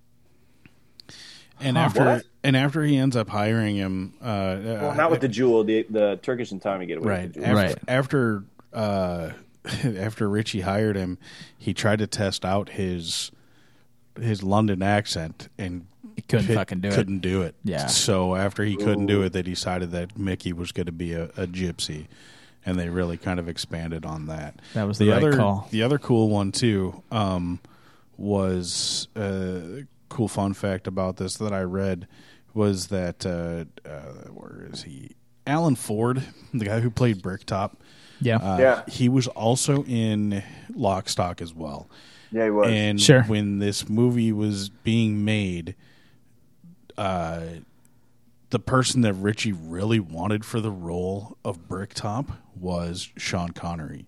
Speaker 5: And after
Speaker 4: What?
Speaker 5: and after he ends up hiring him, uh,
Speaker 4: well, not with the jewel, the, the Turkish and Tommy get away
Speaker 5: right
Speaker 4: with the
Speaker 5: after,
Speaker 4: jewel.
Speaker 6: Right.
Speaker 5: after uh after richie hired him he tried to test out his his london accent and
Speaker 6: He couldn't
Speaker 5: Pitt
Speaker 6: fucking do it.
Speaker 5: couldn't do it
Speaker 6: Yeah.
Speaker 5: so after he couldn't do it they decided that mickey was going to be a, a gypsy and they really kind of expanded on that
Speaker 6: That was the right
Speaker 5: other
Speaker 6: call.
Speaker 5: the other cool one too um was uh cool fun fact about this that i read was that uh, uh where is he alan ford the guy who played bricktop
Speaker 6: Yeah.
Speaker 5: uh,
Speaker 4: Yeah.
Speaker 5: He was also in Lock, Stock as well.
Speaker 4: Yeah, he was.
Speaker 5: And
Speaker 6: Sure.
Speaker 5: when this movie was being made, uh, the person that Richie really wanted for the role of Bricktop was Sean Connery.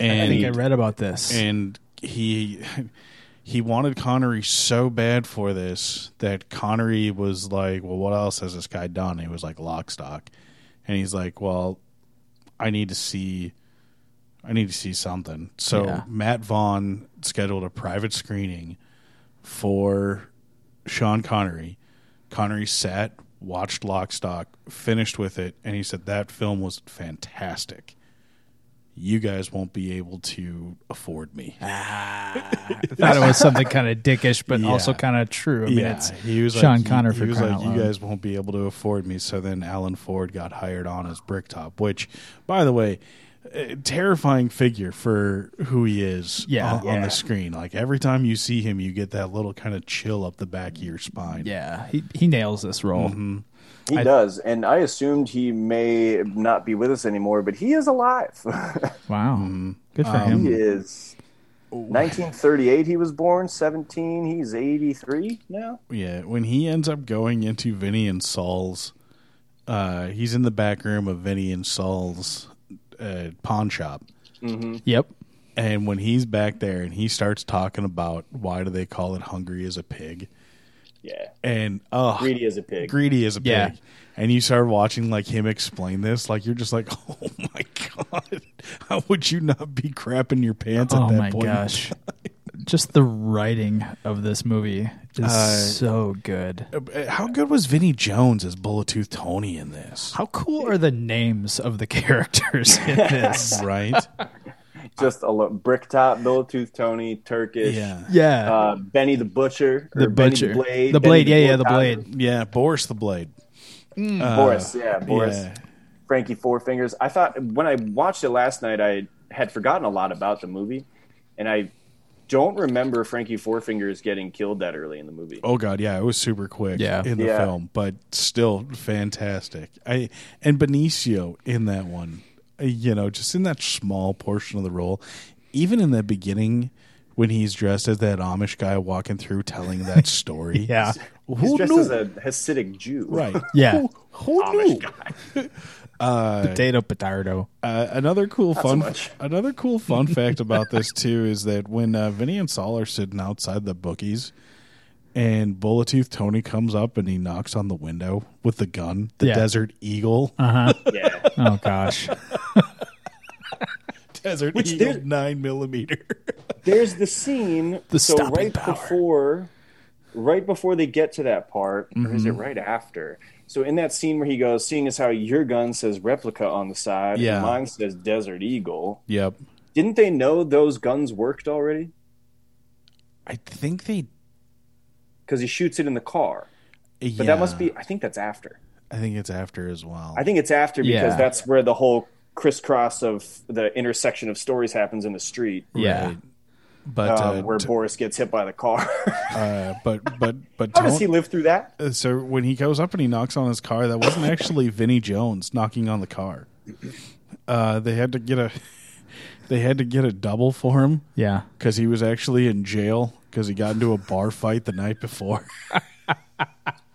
Speaker 5: And
Speaker 6: I think I read about this.
Speaker 5: and he he wanted Connery so bad for this that Connery was like, "Well, what else has this guy done?" He was like, "Lock, stock," and he's like, "Well, I need to see, I need to see something." So
Speaker 6: Yeah.
Speaker 5: Matt Vaughn scheduled a private screening for Sean Connery. Connery sat, watched Lock, Stock, finished with it, and he said that film was fantastic. You guys won't be able to afford me.
Speaker 6: I thought it was something kind of dickish, but
Speaker 5: Yeah.
Speaker 6: also kind of true. I mean, it's
Speaker 5: he was
Speaker 6: Sean
Speaker 5: like,
Speaker 6: Connor
Speaker 5: he,
Speaker 6: for
Speaker 5: he was
Speaker 6: crying
Speaker 5: like,
Speaker 6: out
Speaker 5: you
Speaker 6: loud."
Speaker 5: guys won't be able to afford me. So then Alan Ford got hired on as Bricktop, which, by the way, a terrifying figure for who he is
Speaker 6: Yeah.
Speaker 5: on, on the screen. Like every time you see him, you get that little kind of chill up the back of your spine.
Speaker 6: Yeah. He he nails this role.
Speaker 5: Mm-hmm.
Speaker 4: He does. And I assumed he may not be with us anymore, but he is alive.
Speaker 6: Wow.
Speaker 5: Mm-hmm.
Speaker 6: Good
Speaker 5: Um,
Speaker 6: for
Speaker 4: he
Speaker 6: him.
Speaker 4: is. 1938 he was born 17 he's 83 now
Speaker 5: Yeah, when he ends up going into Vinny and Saul's, uh, he's in the back room of Vinny and Saul's uh, pawn shop.
Speaker 6: Yep.
Speaker 5: And when he's back there and he starts talking about why do they call it hungry as a pig?
Speaker 4: yeah
Speaker 5: And oh,
Speaker 4: greedy as a pig
Speaker 5: greedy as a
Speaker 6: Yeah.
Speaker 5: pig. And you start watching like him explain this, like you're just like, oh my god, how would you not be crapping your pants at
Speaker 6: Oh
Speaker 5: that
Speaker 6: my
Speaker 5: point?
Speaker 6: gosh. Just the writing of this movie is so good.
Speaker 5: Uh, How good was Vinny Jones as Bullet Tooth Tony in this?
Speaker 6: How cool are the names of the characters in this?
Speaker 5: Right?
Speaker 4: just a lo- brick top Bill Tooth Tony Turkish
Speaker 5: yeah,
Speaker 6: yeah.
Speaker 4: uh, Benny the Butcher or
Speaker 6: the
Speaker 4: Benny
Speaker 6: butcher.
Speaker 4: the Blade
Speaker 6: the
Speaker 4: Benny
Speaker 6: blade. Yeah, yeah, the
Speaker 4: Bulldozer.
Speaker 6: blade. Uh,
Speaker 5: yeah. Boris the Blade.
Speaker 4: Boris yeah Boris
Speaker 5: Yeah.
Speaker 4: Frankie Four Fingers I thought when I watched it last night I had forgotten a lot about the movie and I don't remember Frankie Four Fingers getting killed that early in the movie
Speaker 5: Oh god, yeah, it was super quick
Speaker 6: Yeah.
Speaker 5: in the
Speaker 4: Yeah.
Speaker 5: film, but still fantastic. I and Benicio in that one, uh, you know, just in that small portion of the role, even in the beginning when he's dressed as that Amish guy walking through telling that story.
Speaker 6: Yeah.
Speaker 4: he's
Speaker 5: Who
Speaker 4: dressed
Speaker 5: knew?
Speaker 4: as a Hasidic Jew
Speaker 5: right.
Speaker 6: Yeah.
Speaker 5: Who, who knew?
Speaker 6: Potato, potato.
Speaker 5: Uh, another cool fun
Speaker 4: much.
Speaker 5: another cool fun fact about this too is that when uh, Vinny and Saul are sitting outside the bookies and Bulletooth Tony comes up and he knocks on the window with the gun, the
Speaker 6: Yeah. Uh-huh.
Speaker 5: Desert Eagle.
Speaker 4: Yeah.
Speaker 6: Oh gosh.
Speaker 5: Desert
Speaker 4: Which
Speaker 5: Eagle
Speaker 4: there-
Speaker 5: nine millimeter.
Speaker 4: There's the scene.
Speaker 6: The
Speaker 4: so
Speaker 6: stopping
Speaker 4: right
Speaker 6: power.
Speaker 4: before, right before they get to that part, or
Speaker 5: Mm-hmm.
Speaker 4: is it right after? So in that scene where he goes, seeing as how your gun says replica on the side,
Speaker 5: Yeah.
Speaker 4: and mine says Desert Eagle.
Speaker 5: yep.
Speaker 4: Didn't they know those guns worked already?
Speaker 5: I think they.
Speaker 4: Because he shoots it in the car.
Speaker 5: Yeah,
Speaker 4: But that must be. I think that's after.
Speaker 5: I think it's after as well.
Speaker 4: I think it's after because
Speaker 6: Yeah.
Speaker 4: that's where the whole crisscross of the intersection of stories happens in the street.
Speaker 6: Yeah.
Speaker 5: but
Speaker 4: Um,
Speaker 5: uh,
Speaker 4: where
Speaker 5: t-
Speaker 4: Boris gets hit by the car.
Speaker 5: uh, but but but
Speaker 4: How does he
Speaker 5: Tony-
Speaker 4: live through that?
Speaker 5: uh, so when he goes up and he knocks on his car, that wasn't actually Vinnie Jones knocking on the car. Uh, they had to get a they had to get a double for him
Speaker 6: Yeah.
Speaker 5: because he was actually in jail because he got into a bar fight the night before.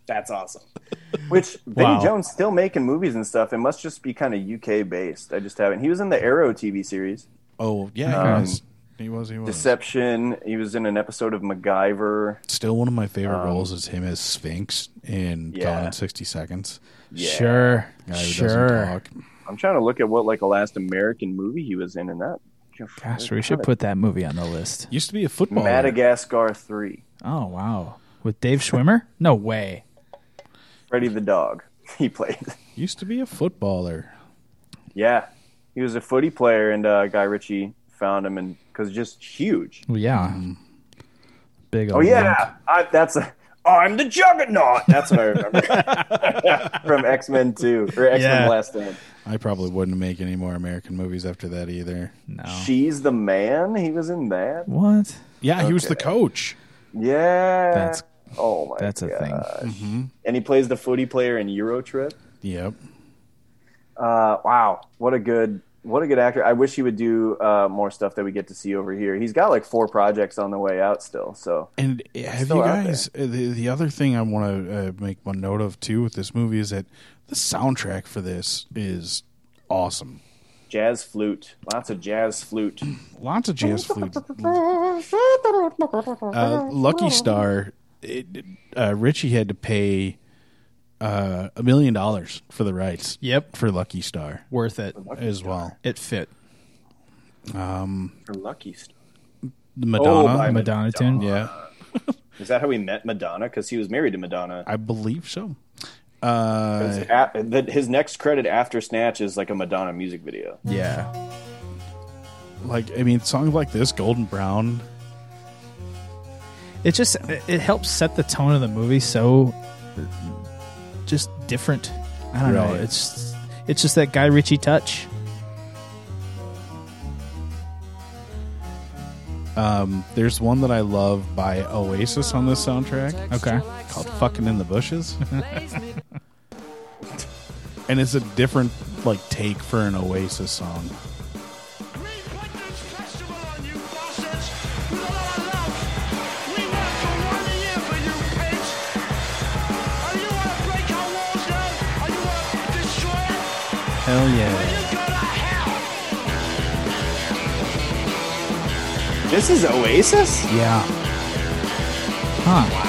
Speaker 4: That's awesome. Which
Speaker 6: Wow.
Speaker 4: Vinny Jones still making movies and stuff. It must just be kind of UK based. I just haven't. He was in the Arrow TV series,
Speaker 5: Oh yeah, he
Speaker 4: Um,
Speaker 5: was. He was.
Speaker 6: Hmm.
Speaker 5: He was.
Speaker 4: Deception. He was in an episode of MacGyver.
Speaker 5: Still, one of my favorite roles is him as Sphinx in
Speaker 4: Yeah.
Speaker 5: Gone in sixty seconds.
Speaker 6: Sure.
Speaker 5: Guy who doesn't
Speaker 6: sure.
Speaker 5: talk.
Speaker 4: I'm trying to look at what like a last American movie he was in, and that.
Speaker 6: Gosh, we should put that movie on the list.
Speaker 5: Used to be a footballer.
Speaker 4: Madagascar Three.
Speaker 6: Oh wow. With Dave Schwimmer? No way.
Speaker 4: Freddy the dog. He played.
Speaker 5: Used to be a footballer.
Speaker 4: Yeah, he was a footy player, and uh, Guy Ritchie found him, and because just huge.
Speaker 6: Well, yeah. Big
Speaker 4: Oh yeah, I, that's a. oh, I'm the juggernaut. That's what I remember from X Men Two or X Men
Speaker 6: Yeah.
Speaker 4: Last Stand.
Speaker 5: I probably wouldn't make any more American movies after that either.
Speaker 6: No.
Speaker 4: She's the man. He was in that.
Speaker 6: What?
Speaker 5: Yeah, he was the coach.
Speaker 4: Yeah.
Speaker 6: That's-
Speaker 4: oh my.
Speaker 6: That's a
Speaker 4: God.
Speaker 6: thing.
Speaker 4: And he plays the footy player in Euro Trip.
Speaker 5: Yep.
Speaker 4: Uh, wow, what a good what a good actor. I wish he would do uh, more stuff that we get to see over here. He's got like four projects on the way out still. So
Speaker 5: And have
Speaker 4: still
Speaker 5: you
Speaker 4: out
Speaker 5: guys? uh, The, the other thing I want to uh, make one note of too with this movie is that the soundtrack for this is awesome.
Speaker 4: jazz flute, lots of jazz flute.
Speaker 5: Lots of jazz flute. Uh, Lucky Star, it, uh, Richie had to pay uh, a million dollars for the rights.
Speaker 6: Yep.
Speaker 5: for Lucky Star
Speaker 6: Worth it.
Speaker 5: as well.
Speaker 6: It fit.
Speaker 4: For Lucky Star.
Speaker 5: The Oh, Madonna,
Speaker 4: Oh my-
Speaker 6: Madonna tune.
Speaker 5: yeah,
Speaker 4: Is that how we met Madonna? Because he was married to Madonna.
Speaker 5: I believe so.
Speaker 6: Uh,
Speaker 4: His, a- the- his next credit after Snatch is like a Madonna music video.
Speaker 6: Yeah.
Speaker 5: Like I mean, songs like this, Golden Brown,
Speaker 6: It just it it helps set the tone of the movie so just different. I don't know.
Speaker 5: Right.
Speaker 6: It's it's just that Guy Ritchie touch.
Speaker 5: There's one that I love by Oasis on this soundtrack
Speaker 6: Okay.
Speaker 5: called Fucking in the Bushes. and it's a different like take for an Oasis song.
Speaker 6: Hell yeah.
Speaker 4: This is Oasis.
Speaker 6: Yeah. Huh.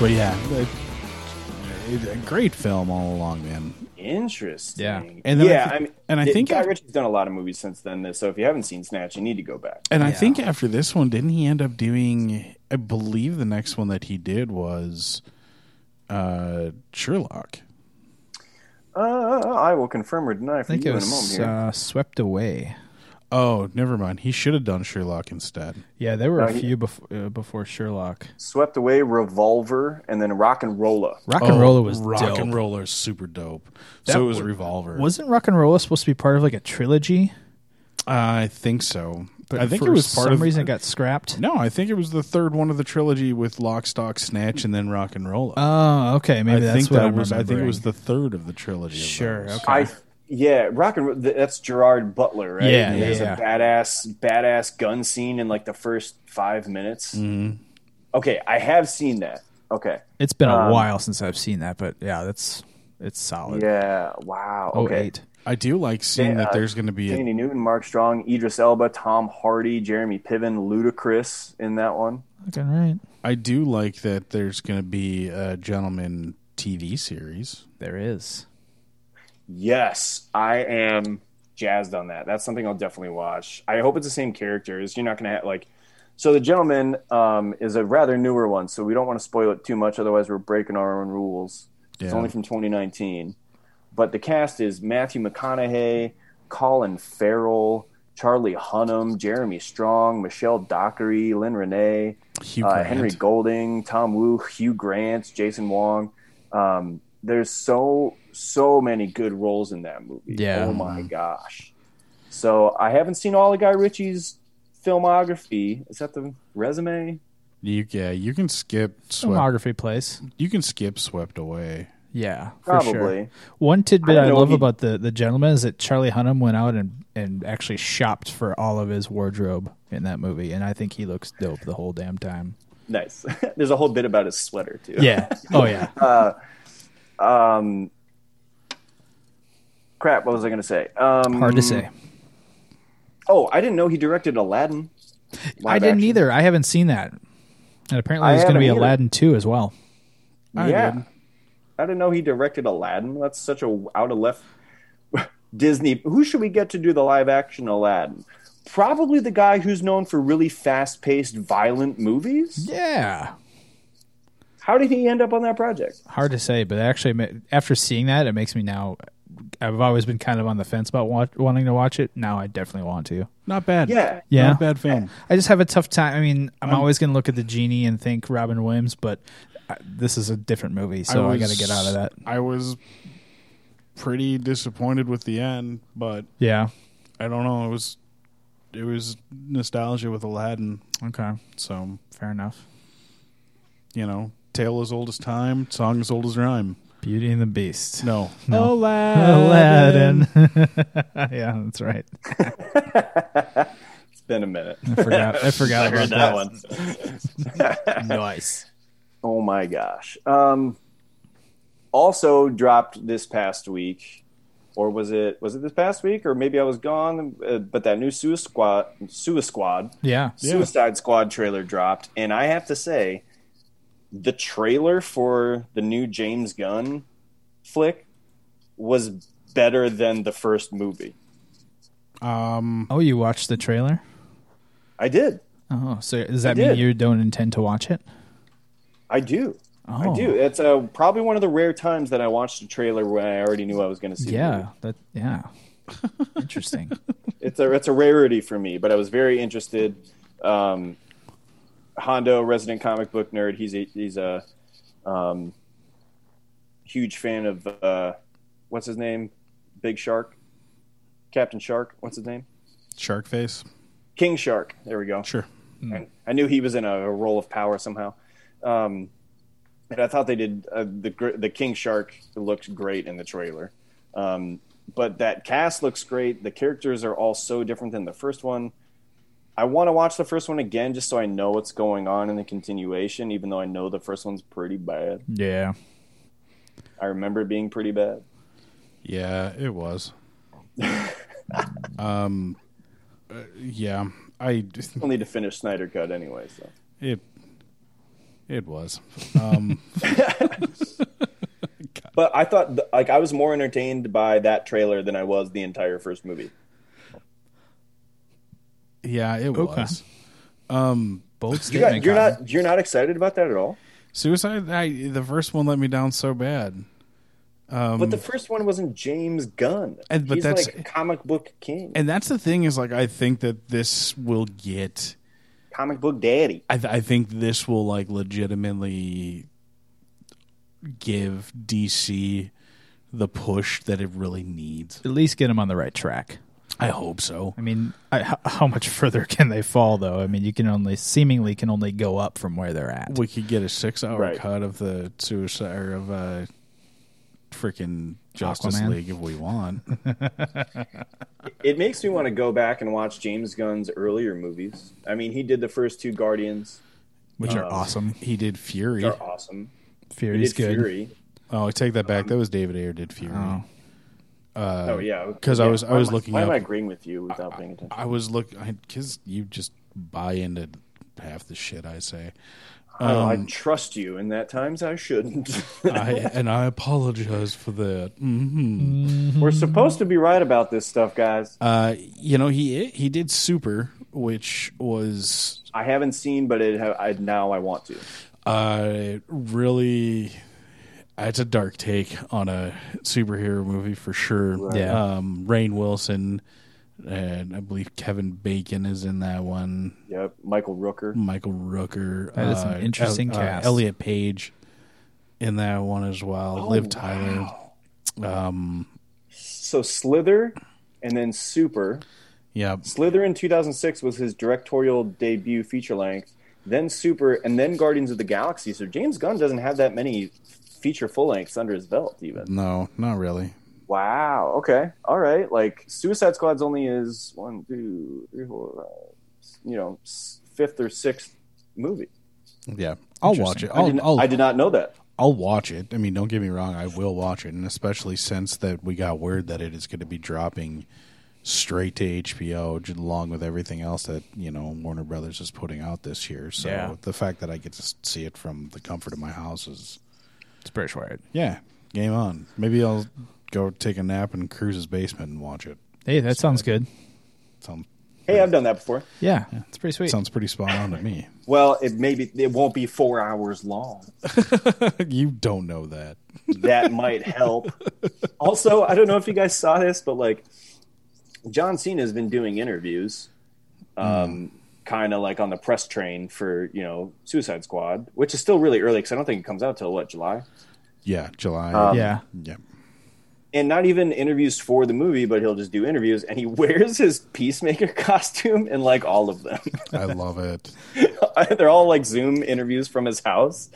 Speaker 5: But yeah, it, it- a great film all along, man.
Speaker 4: Interesting.
Speaker 6: Yeah.
Speaker 5: And then I
Speaker 4: yeah,
Speaker 5: thi-
Speaker 4: I, mean,
Speaker 5: and I
Speaker 4: yeah,
Speaker 5: think
Speaker 4: Guy
Speaker 5: I-
Speaker 4: Ritchie's done a lot of movies since then. So if you haven't seen Snatch, you need to go back.
Speaker 5: And I think after this one, didn't he end up doing? I believe the next one that he did was uh, Sherlock.
Speaker 4: Uh, I will confirm or deny
Speaker 6: I
Speaker 4: for
Speaker 6: think
Speaker 4: you
Speaker 6: it
Speaker 4: in a moment
Speaker 6: was
Speaker 4: here.
Speaker 6: uh, swept away.
Speaker 5: Oh, never mind. He should have done Sherlock instead.
Speaker 6: Yeah, there were a
Speaker 4: he-
Speaker 6: few before, uh, before Sherlock.
Speaker 4: Swept Away, Revolver, and then Rock and Rolla.
Speaker 6: Rock and
Speaker 5: Oh,
Speaker 6: Roller was
Speaker 5: rock
Speaker 6: dope.
Speaker 5: and roller, is super dope. so it was Revolver.
Speaker 6: Wasn't Rock and Roller supposed to be part of like a trilogy?
Speaker 5: I think so.
Speaker 6: But
Speaker 5: I think
Speaker 6: for
Speaker 5: it was part
Speaker 6: some
Speaker 5: of
Speaker 6: reason it got scrapped.
Speaker 5: No, I think it was the third one of the trilogy with Lock, Stock, Snatch, and then Rock and Roll.
Speaker 6: Oh, okay. Maybe
Speaker 5: I
Speaker 6: that's
Speaker 5: think
Speaker 6: what
Speaker 5: that
Speaker 6: I'm
Speaker 5: was. I think it
Speaker 6: remembering.
Speaker 5: was the third of the trilogy. of
Speaker 6: Sure,
Speaker 5: those.
Speaker 6: okay.
Speaker 4: I yeah, rock and Ro- th- that's Gerard Butler, right?
Speaker 6: Yeah,
Speaker 4: And there's
Speaker 6: yeah,
Speaker 4: a badass badass gun scene in like the first five minutes.
Speaker 6: Mm-hmm.
Speaker 4: Okay, I have seen that. Okay,
Speaker 6: It's
Speaker 5: um,
Speaker 6: been a while since I've seen that, but yeah, that's it's solid.
Speaker 4: yeah, wow.
Speaker 6: Oh
Speaker 4: Okay,
Speaker 6: eight.
Speaker 5: I do like seeing
Speaker 4: Yeah.
Speaker 5: that there's going to be a,
Speaker 4: Danny Newton, Mark Strong, Idris Elba, Tom Hardy, Jeremy Piven, Ludacris in that one.
Speaker 6: Fucking right.
Speaker 5: I do like that there's going to be a gentleman TV series.
Speaker 6: There is.
Speaker 4: Yes, I am jazzed on that. That's something I'll definitely watch. I hope it's the same characters. You're not gonna have, like. So the gentleman um, is a rather newer one, so we don't want to spoil it too much. Otherwise, we're breaking our own rules. It's
Speaker 5: Yeah.
Speaker 4: only from 2019, but the cast is Matthew McConaughey, Colin Farrell, Charlie Hunnam, Jeremy Strong, Michelle Dockery, Lynn Renee,
Speaker 5: Hugh
Speaker 4: uh,
Speaker 5: Grant.
Speaker 4: Henry Golding, Tom Wu, Hugh Grant, Jason Wong. Um, there's so so many good roles in that movie.
Speaker 6: Yeah.
Speaker 4: Oh my gosh. So I haven't seen all of Guy Ritchie's filmography. Is that the resume?
Speaker 5: You, yeah, you can skip swept.
Speaker 6: Filmography place.
Speaker 5: You can skip swept away.
Speaker 6: Yeah, for
Speaker 4: Probably.
Speaker 6: sure. One tidbit
Speaker 4: I
Speaker 6: I,
Speaker 4: know
Speaker 6: love
Speaker 4: he-
Speaker 6: about the the gentleman is that Charlie Hunnam went out and and actually shopped for all of his wardrobe in that movie, and I think he looks dope the whole damn time.
Speaker 4: Nice. there's a whole bit about his sweater too.
Speaker 6: Yeah. Oh yeah.
Speaker 4: Crap. What was I going to say? Um,
Speaker 6: Hard to say.
Speaker 4: Oh, I didn't know he directed Aladdin.
Speaker 6: I
Speaker 4: Live
Speaker 6: didn't
Speaker 4: action.
Speaker 6: either. I haven't seen that. And apparently
Speaker 4: I
Speaker 6: there's going to be
Speaker 4: haven't either.
Speaker 6: Aladdin 2 as well.
Speaker 4: yeah. I didn't know he directed Aladdin. That's such a out of left Disney. Who should we get to do the live action Aladdin? Probably the guy who's known for really fast paced, violent movies.
Speaker 6: Yeah.
Speaker 4: How did he end up on that project?
Speaker 6: Hard to say, but actually ma- after seeing that it makes me now I've always been kind of on the fence about wa- wanting to watch it. Now I definitely want to.
Speaker 5: Not bad.
Speaker 4: Yeah.
Speaker 6: Yeah.
Speaker 5: Not a bad film.
Speaker 6: I just have a tough time. I mean, I'm, always going to look at the genie and think Robin Williams, but I, this is a different movie, so I, got to
Speaker 5: was-
Speaker 6: get out of that.
Speaker 5: I was pretty disappointed with the end, but
Speaker 6: Yeah.
Speaker 5: I don't know. It was it was nostalgia with Aladdin.
Speaker 6: Okay.
Speaker 5: So
Speaker 6: Fair enough.
Speaker 5: you know, tale as old as time, song as old as rhyme.
Speaker 6: Beauty and the Beast.
Speaker 5: No,
Speaker 6: Aladdin. yeah, that's right.
Speaker 4: It's been a minute.
Speaker 6: I forgot. I forgot about that.
Speaker 4: one.
Speaker 6: Nice.
Speaker 4: Oh my gosh. Um, also dropped this past week, or was it was it this past week, or maybe I was gone? Uh, but that new Suicide Squad, Suicide Squad,
Speaker 6: Yeah.
Speaker 4: Suicide Squad trailer dropped, and I have to say, the trailer for the new James Gunn flick was better than the first movie.
Speaker 6: Oh, you watched the trailer?
Speaker 4: I did.
Speaker 6: Oh, so does that
Speaker 4: I
Speaker 6: mean
Speaker 4: did.
Speaker 6: you don't intend to watch it?
Speaker 4: I do.
Speaker 6: Oh.
Speaker 4: I do. It's uh, probably one of the rare times that I watched a trailer when I already knew I was going to see. the movie.
Speaker 6: Yeah. That. Yeah. Interesting.
Speaker 4: it's a it's a rarity for me, but I was very interested. Um, Hondo, resident comic book nerd, he's a, he's a um, huge fan of uh, what's his name, Big Shark, Captain Shark. What's his name?
Speaker 5: Shark Face.
Speaker 4: King Shark. There we go.
Speaker 5: Sure.
Speaker 4: I, I knew he was in a, a role of power somehow. Um, and I thought they did uh, the gr- the King Shark looked great in the trailer. Um, but that cast looks great. The characters are all so different than the first one. I want to watch the first one again just so I know what's going on in the continuation, even though I know the first one's pretty bad.
Speaker 6: yeah.
Speaker 4: I remember it being pretty bad.
Speaker 5: Yeah, it was. um, uh, yeah, I
Speaker 4: We'll need to finish Snyder Cut anyway. So
Speaker 5: it it was.
Speaker 4: But I thought th- like I was more entertained by that trailer than I was the entire first movie.
Speaker 5: Yeah, it was.
Speaker 6: Bold
Speaker 4: You got,
Speaker 6: statement.
Speaker 4: you're
Speaker 6: Cotton.
Speaker 4: not you're not excited about that at all.
Speaker 5: Suicide. I, the first one let me down so bad.
Speaker 4: but the first one wasn't James Gunn.
Speaker 5: Mm. And- but
Speaker 4: He's
Speaker 5: that's-
Speaker 4: like a comic book king,
Speaker 5: And that's the thing is like I think that this will get.
Speaker 4: comic book daddy.
Speaker 5: I, th- I think this will like legitimately give DC the push that it really needs.
Speaker 6: At least get him on the right track.
Speaker 5: I hope so.
Speaker 6: I mean, I, how, how much further can they fall, though? I mean, you can only seemingly can only go up from where they're at.
Speaker 5: We could get a six-hour
Speaker 4: Right.
Speaker 5: cut of the Suicide or of uh, freaking Justice
Speaker 6: Aquaman.
Speaker 5: League if we want.
Speaker 4: It makes me want to go back and watch James Gunn's earlier movies. I mean, he did the first two Guardians,
Speaker 6: which are awesome.
Speaker 5: he did Fury.
Speaker 4: which are awesome. He
Speaker 6: Fury's
Speaker 4: did
Speaker 6: good.
Speaker 4: Fury.
Speaker 5: Oh, I take that back. That was David Ayer did Fury.
Speaker 4: oh yeah,
Speaker 5: because I
Speaker 4: Yeah.
Speaker 5: was I
Speaker 4: Why
Speaker 5: was
Speaker 4: am
Speaker 5: looking.
Speaker 4: Why
Speaker 5: up,
Speaker 4: am I agreeing with you without paying attention?
Speaker 5: I was look because you just buy into half the shit I say.
Speaker 4: Oh,
Speaker 5: um,
Speaker 4: I trust you, and at times I shouldn't.
Speaker 5: I, and I apologize for that. Mm.
Speaker 4: We're supposed to be right about this stuff, guys.
Speaker 5: Uh, you know he he did super, which was
Speaker 4: I haven't seen, but it ha- I, now I want to.
Speaker 5: uh really. It's a dark take on a superhero movie for sure.
Speaker 6: Yeah.
Speaker 5: Um, Rain Wilson and I believe Kevin Bacon is in that one.
Speaker 4: Yep, Michael Rooker.
Speaker 5: Michael Rooker.
Speaker 6: That is an interesting
Speaker 5: El-
Speaker 6: cast.
Speaker 5: Elliot Page in that one as well.
Speaker 6: Oh,
Speaker 5: Liv Tyler. Um,
Speaker 4: So Slither, and then Super.
Speaker 5: yeah.
Speaker 4: Slither in 2006 was his directorial debut feature length. Then Super, and then Guardians of the Galaxy. So James Gunn doesn't have that many feature full lengths under his belt, even.
Speaker 5: No, not really.
Speaker 4: Wow. Okay. All right. Like Suicide Squad's only is one, two, three, four, five, s- you know, s- fifth or sixth movie.
Speaker 5: Yeah. I'll watch it.
Speaker 4: I
Speaker 5: I'll,
Speaker 4: did,
Speaker 5: I'll,
Speaker 4: I did not know that.
Speaker 5: I'll watch it. I mean, don't get me wrong. I will watch it. And especially since that we got word that it is going to be dropping straight to HBO j- along with everything else that, you know, Warner Brothers is putting out this year. So
Speaker 6: Yeah.
Speaker 5: the fact that I get to s- see it from the comfort of my house is
Speaker 6: It's pretty short.
Speaker 5: Yeah, game on. Maybe I'll go take a nap in Cruz's basement and watch it.
Speaker 6: Hey, that sounds good.
Speaker 5: Sounds
Speaker 4: Hey, I've done that before.
Speaker 6: Yeah, it's pretty sweet.
Speaker 5: sounds pretty spot on to me.
Speaker 4: Well, it maybe it won't be four hours long.
Speaker 5: you don't know that.
Speaker 4: That might help. Also, I don't know if you guys saw this, but like John Cena has been doing interviews, um, kind of like on the press train for you know Suicide Squad, which is still really early because I don't think it comes out till what July.
Speaker 5: Yeah, July.
Speaker 4: Um,
Speaker 6: yeah.
Speaker 5: yeah.
Speaker 4: and not even interviews for the movie, but he'll just do interviews. And he wears his peacemaker costume in like all of them.
Speaker 5: I love it.
Speaker 4: They're all like Zoom interviews from his house,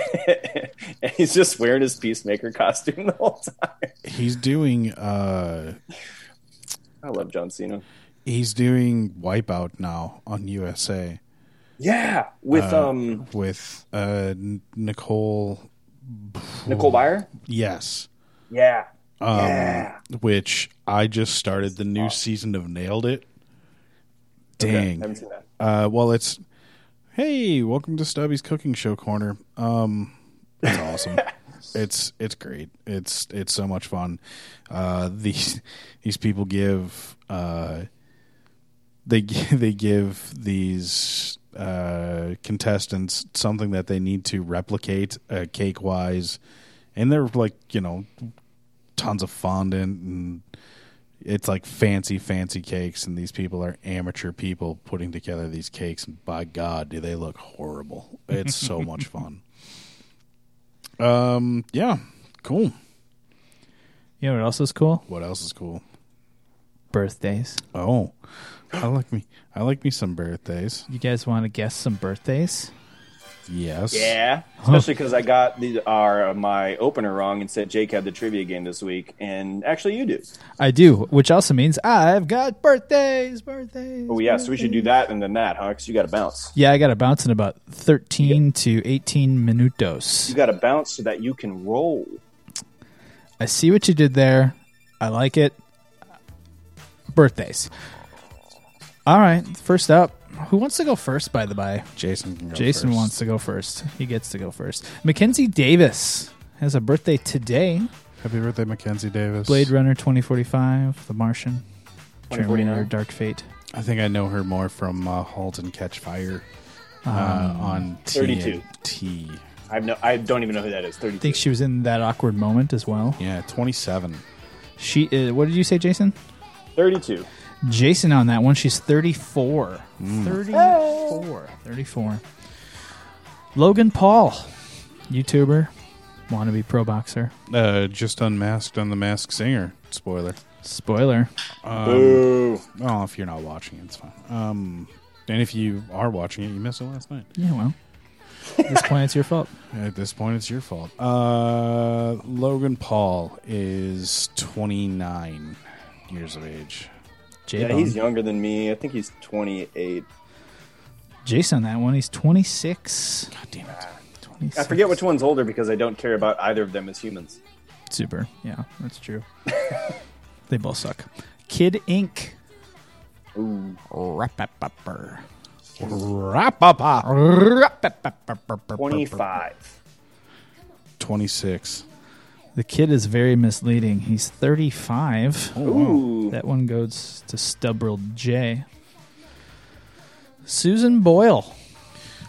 Speaker 4: and he's just wearing his peacemaker costume the whole time.
Speaker 5: He's doing uh
Speaker 4: I love John Cena.
Speaker 5: he's doing Wipeout now on USA
Speaker 4: Yeah, with
Speaker 6: Uh,
Speaker 4: um
Speaker 5: with uh N- Nicole
Speaker 4: Nicole Byer.
Speaker 5: Yes.
Speaker 4: Yeah,
Speaker 6: Oh,
Speaker 5: Um which I just started the new season of Nailed It. Dang.
Speaker 4: haven't seen that.
Speaker 5: Uh, well, it's hey, welcome to Stubby's Cooking Show Corner. Um, it's awesome. it's it's great. It's it's so much fun. Uh, these these people give uh, they gi- they give these uh, contestants something that they need to replicate uh, cake wise, and they're like you know tons of fondant and it's like fancy, fancy cakes, and these people are amateur people putting together these cakes, and by God, do they look horrible! It's so much fun. Um, yeah, cool.
Speaker 6: You know what else is cool?
Speaker 5: What else is cool?
Speaker 6: Birthdays.
Speaker 5: Oh, I like me, I like me some birthdays.
Speaker 6: You guys want to guess some birthdays?
Speaker 5: Yes,
Speaker 4: Yeah, especially because I got the our uh, my opener wrong and said Jake had the trivia game this week, and actually you do.
Speaker 6: I do, which also means I've got birthdays, birthdays.
Speaker 4: Oh yeah, so we should do that and then that, huh? Because you got to bounce.
Speaker 6: Yeah, I got a bounce in about 13 to 18 minutos.
Speaker 4: You got to bounce so that you can roll.
Speaker 6: I see what you did there. I like it. Birthdays. All right, first up. Who wants to go first, by the by?
Speaker 5: Jason. Can go
Speaker 6: Jason
Speaker 5: first.
Speaker 6: wants to go first. He gets to go first. Mackenzie Davis has a birthday today.
Speaker 5: Happy birthday, Mackenzie Davis.
Speaker 6: Blade Runner 2045, The Martian,
Speaker 4: 2049.
Speaker 6: Terminator, Dark Fate.
Speaker 5: I think I know her more from uh, *Halt and Catch Fire* uh,
Speaker 6: Um,
Speaker 5: on
Speaker 4: 32.
Speaker 5: T.
Speaker 4: I've no, I don't even know who that is.
Speaker 6: I think
Speaker 4: Thirty.
Speaker 6: she was in that awkward moment as well.
Speaker 5: Yeah, twenty-seven.
Speaker 6: She is, what did you say, Jason?
Speaker 4: 32.
Speaker 6: Jason on that one. She's 34. 34. 34. Logan Paul, YouTuber, wannabe pro boxer.
Speaker 5: Uh, just unmasked on the Masked Singer. Spoiler.
Speaker 6: Spoiler.
Speaker 4: Boo.
Speaker 5: Oh, if you're not watching, it, it's fine. Um, and if you are watching it, you missed it last night.
Speaker 6: Yeah, well, at this point, it's your fault.
Speaker 5: At this point, it's your fault. Uh, Logan Paul is 29 years of age.
Speaker 6: J
Speaker 4: Yeah, he's younger than me. I think he's 28.
Speaker 6: Jason on that one. He's 26.
Speaker 5: God damn it!
Speaker 6: 26.
Speaker 4: I forget which one's older because I don't care about either of them as humans.
Speaker 6: Super. Yeah, that's true. They both suck. Kid Inc. Rapapapper.
Speaker 5: Rapapa.
Speaker 6: Rapapapper.
Speaker 4: 25.
Speaker 5: 26.
Speaker 6: The kid is very misleading. He's 35.
Speaker 4: Ooh.
Speaker 6: That one goes to Stubberl J. Susan Boyle.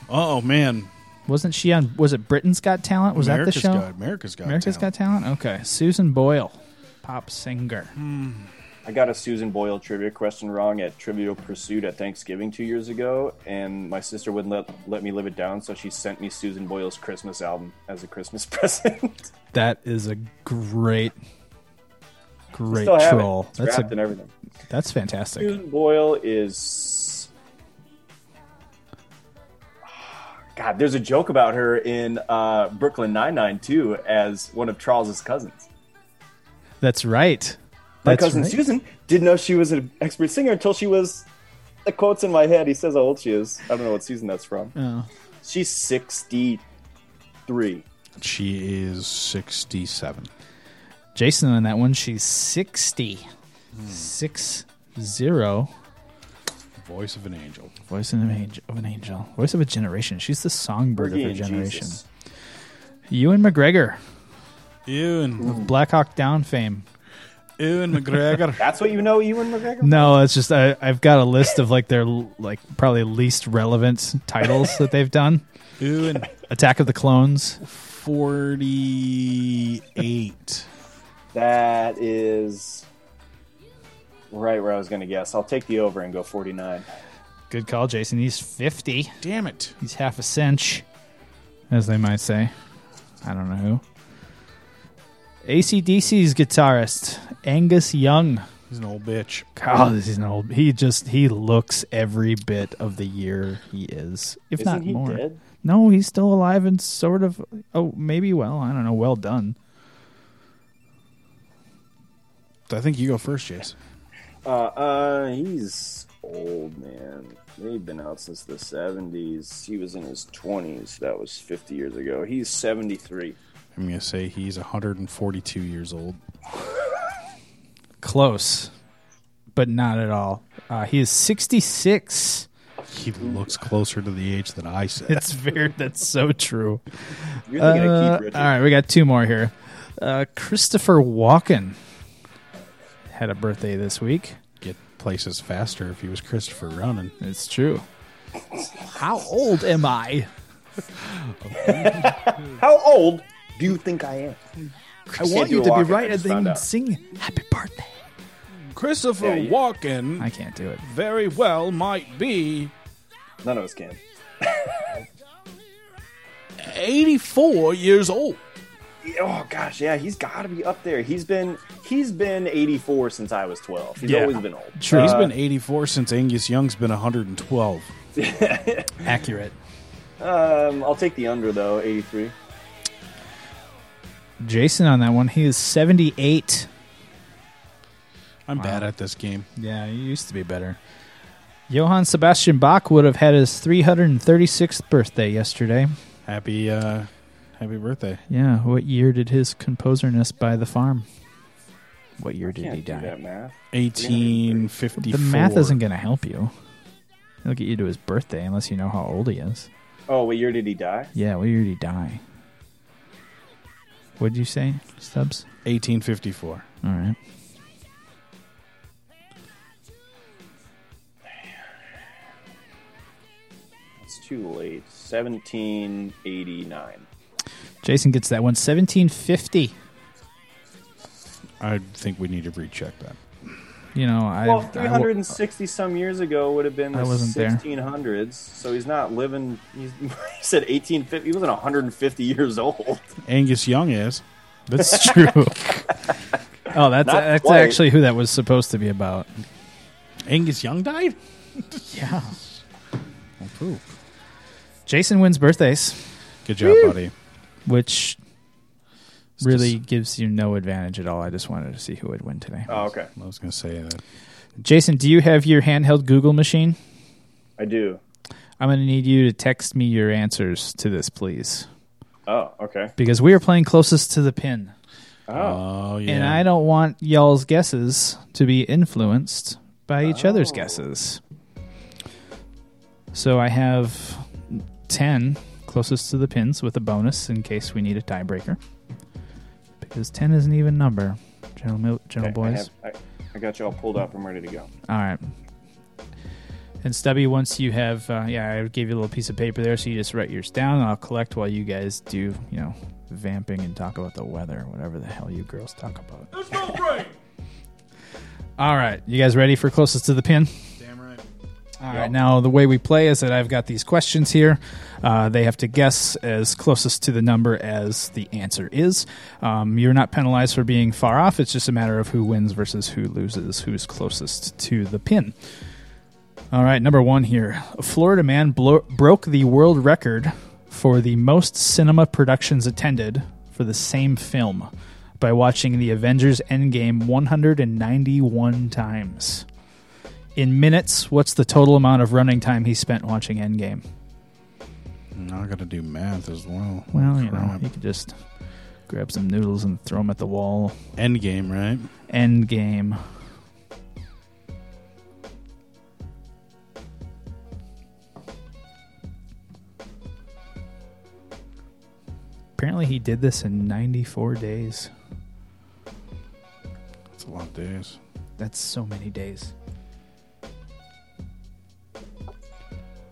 Speaker 5: Oh, man.
Speaker 6: Wasn't she on? Was it Britain's Got Talent? Was
Speaker 5: America's
Speaker 6: that the show?
Speaker 5: Got, America's Got
Speaker 6: America's
Speaker 5: Talent.
Speaker 6: Got Talent? Okay. Susan Boyle, pop singer.
Speaker 4: Hmm. I got a Susan Boyle trivia question wrong at Trivial Pursuit at Thanksgiving two years ago, and my sister wouldn't let, let me live it down, so she sent me Susan Boyle's Christmas album as a Christmas present.
Speaker 6: That is a great, great
Speaker 4: Still have
Speaker 6: troll.
Speaker 4: it. It's
Speaker 6: That's
Speaker 4: wrapped and
Speaker 6: a,
Speaker 4: everything.
Speaker 6: that's fantastic.
Speaker 4: Susan Boyle is. God, there's a joke about her in uh, Brooklyn Nine Nine too, as one of Charles's cousins.
Speaker 6: That's right.
Speaker 4: My
Speaker 6: That's
Speaker 4: cousin
Speaker 6: right.
Speaker 4: Susan didn't know she was an expert singer until she was. The quote's in my head. He says how old she is. I don't know what season that's from.
Speaker 6: Oh.
Speaker 4: She's 63.
Speaker 5: She is 67.
Speaker 6: Jason on that one. She's 60.
Speaker 4: Hmm.
Speaker 6: Six zero.
Speaker 5: Voice of an angel.
Speaker 6: Voice of an, angel, of an angel. Voice of a generation. She's the songbird
Speaker 4: Fergie
Speaker 6: of her
Speaker 4: and
Speaker 6: generation.
Speaker 4: Jesus.
Speaker 6: Ewan McGregor,
Speaker 5: Ewan.
Speaker 6: Black Hawk Down fame.
Speaker 5: Ewan McGregor.
Speaker 4: That's what you know, Ewan McGregor?
Speaker 6: No, it's just I, I've got a list of like their like probably least relevant titles that they've done.
Speaker 5: Ewan.
Speaker 6: Attack of the Clones.
Speaker 5: 48.
Speaker 4: That is right where I was going to guess. I'll take the over and go 49.
Speaker 6: Good call, Jason. He's fifty.
Speaker 5: Damn it.
Speaker 6: He's half a cinch, as they might say. I don't know who. ACDC's guitarist Angus Young.
Speaker 5: He's an old bitch.
Speaker 6: God, this is an old. He just he looks every bit of the year he is, if
Speaker 4: Isn't
Speaker 6: not
Speaker 4: he
Speaker 6: more.
Speaker 4: dead?
Speaker 6: No, he's still alive and sort of. Oh, maybe. Well, I don't know. Well done.
Speaker 5: I think you go first, Jace.
Speaker 4: Uh, uh, he's old, man. They've been out since the 70s. He was in his 20s. That was 50 years ago. He's 73.
Speaker 5: I'm going to say he's 142 years old.
Speaker 6: Close, but not at all. Uh, he is sixty six.
Speaker 5: He looks closer to the age that I said.
Speaker 6: It's very. That's so true.
Speaker 4: You're thinking
Speaker 6: Uh,
Speaker 4: of Keith Richards.
Speaker 6: all right, we got two more here. Uh, Christopher Walken had a birthday this week.
Speaker 5: get places faster if he was Christopher Ronan.
Speaker 6: It's true. How old am I?
Speaker 4: How old do you think I am?
Speaker 6: I
Speaker 4: Can't
Speaker 6: want
Speaker 4: do
Speaker 6: you
Speaker 4: a
Speaker 6: to be
Speaker 4: walk-in,
Speaker 6: right and
Speaker 4: I just found
Speaker 6: then
Speaker 4: out.
Speaker 6: sing happy birthday.
Speaker 5: Christopher
Speaker 4: Yeah, you-
Speaker 5: Walken
Speaker 6: I can't do it.
Speaker 5: very well might be
Speaker 4: None of us can.
Speaker 5: 84 years old.
Speaker 4: Oh gosh, yeah, he's got to be up there. He's been he's been 84 since I was 12. He's
Speaker 5: Yeah.
Speaker 4: always been old.
Speaker 5: Sure, he's been 84 since Angus Young's been 112.
Speaker 6: Accurate.
Speaker 4: Um, I'll take the under though, 83.
Speaker 6: Jason on that one. He is 78.
Speaker 5: I'm bad at this game.
Speaker 6: Yeah, he used to be better. Johann Sebastian Bach would have had his 336th birthday yesterday.
Speaker 5: Happy uh happy birthday.
Speaker 6: Yeah, what year did his composerness by the farm? What year did
Speaker 4: Can't do that math.
Speaker 5: 1854.
Speaker 6: The math isn't going to help you. It'll get you to his birthday unless you know how old he is.
Speaker 4: Oh, what year did he die?
Speaker 6: Yeah, what year did he die? What'd you say, Stubbs?
Speaker 5: 1854.
Speaker 6: All right.
Speaker 4: It's too late. 1789.
Speaker 6: Jason gets that one. 1750.
Speaker 5: I think we need to recheck that.
Speaker 6: You know, I.
Speaker 4: Well,
Speaker 6: I-
Speaker 4: 360 some years ago would have been the
Speaker 6: I wasn't there.
Speaker 4: 1600s. So he's not living. He's, he said 1850. He wasn't 150 years old.
Speaker 5: Angus Young is.
Speaker 6: That's true. oh, that's
Speaker 4: Not
Speaker 6: that's
Speaker 4: quite.
Speaker 6: actually who that was supposed to be about.
Speaker 5: Angus Young died?
Speaker 6: Yeah. Jason wins birthdays,
Speaker 5: Good job, buddy.
Speaker 6: which really gives you no advantage at all. I just wanted to see who would win today.
Speaker 4: Oh, okay.
Speaker 5: I was going to say that.
Speaker 6: Jason, do you have your handheld Google machine?
Speaker 4: I do.
Speaker 6: I'm going to need you to text me your answers to this, please,
Speaker 4: Oh, okay.
Speaker 6: because we are playing closest to the pin.
Speaker 5: Oh yeah.
Speaker 6: And I don't want y'all's guesses to be influenced by each other's guesses. So I have 10 closest to the pins with a bonus in case we need a tiebreaker. Because 10 is an even number, General, Mil- General
Speaker 4: I,
Speaker 6: Boys.
Speaker 4: have, I, I got you all pulled up. I'm ready to go.
Speaker 6: All right. And Stubby, once you have, uh, yeah, I gave you a little piece of paper there, so you just write yours down, and I'll collect while you guys do, you know, vamping and talk about the weather, whatever the hell you girls talk about. There's no rain. All right, you guys ready for closest to the pin? All right. Now the way we play is that I've got these questions here. Uh, they have to guess as closest to the number as the answer is. Um, you're not penalized for being far off. It's just a matter of who wins versus who loses, who's closest to the pin. All right, number one here. A Florida man blo- broke the world record for the most cinema productions attended for the same film by watching the Avengers Endgame 191 times in minutes, what's the total amount of running time he spent watching Endgame?
Speaker 5: Now I got to do math as well.
Speaker 6: Well, you know,
Speaker 5: Crap.
Speaker 6: you could just grab some noodles and throw them at the wall.
Speaker 5: end game, right?
Speaker 6: Endgame. Apparently, he did this in 94 days.
Speaker 5: That's a lot of days.
Speaker 6: That's so many days.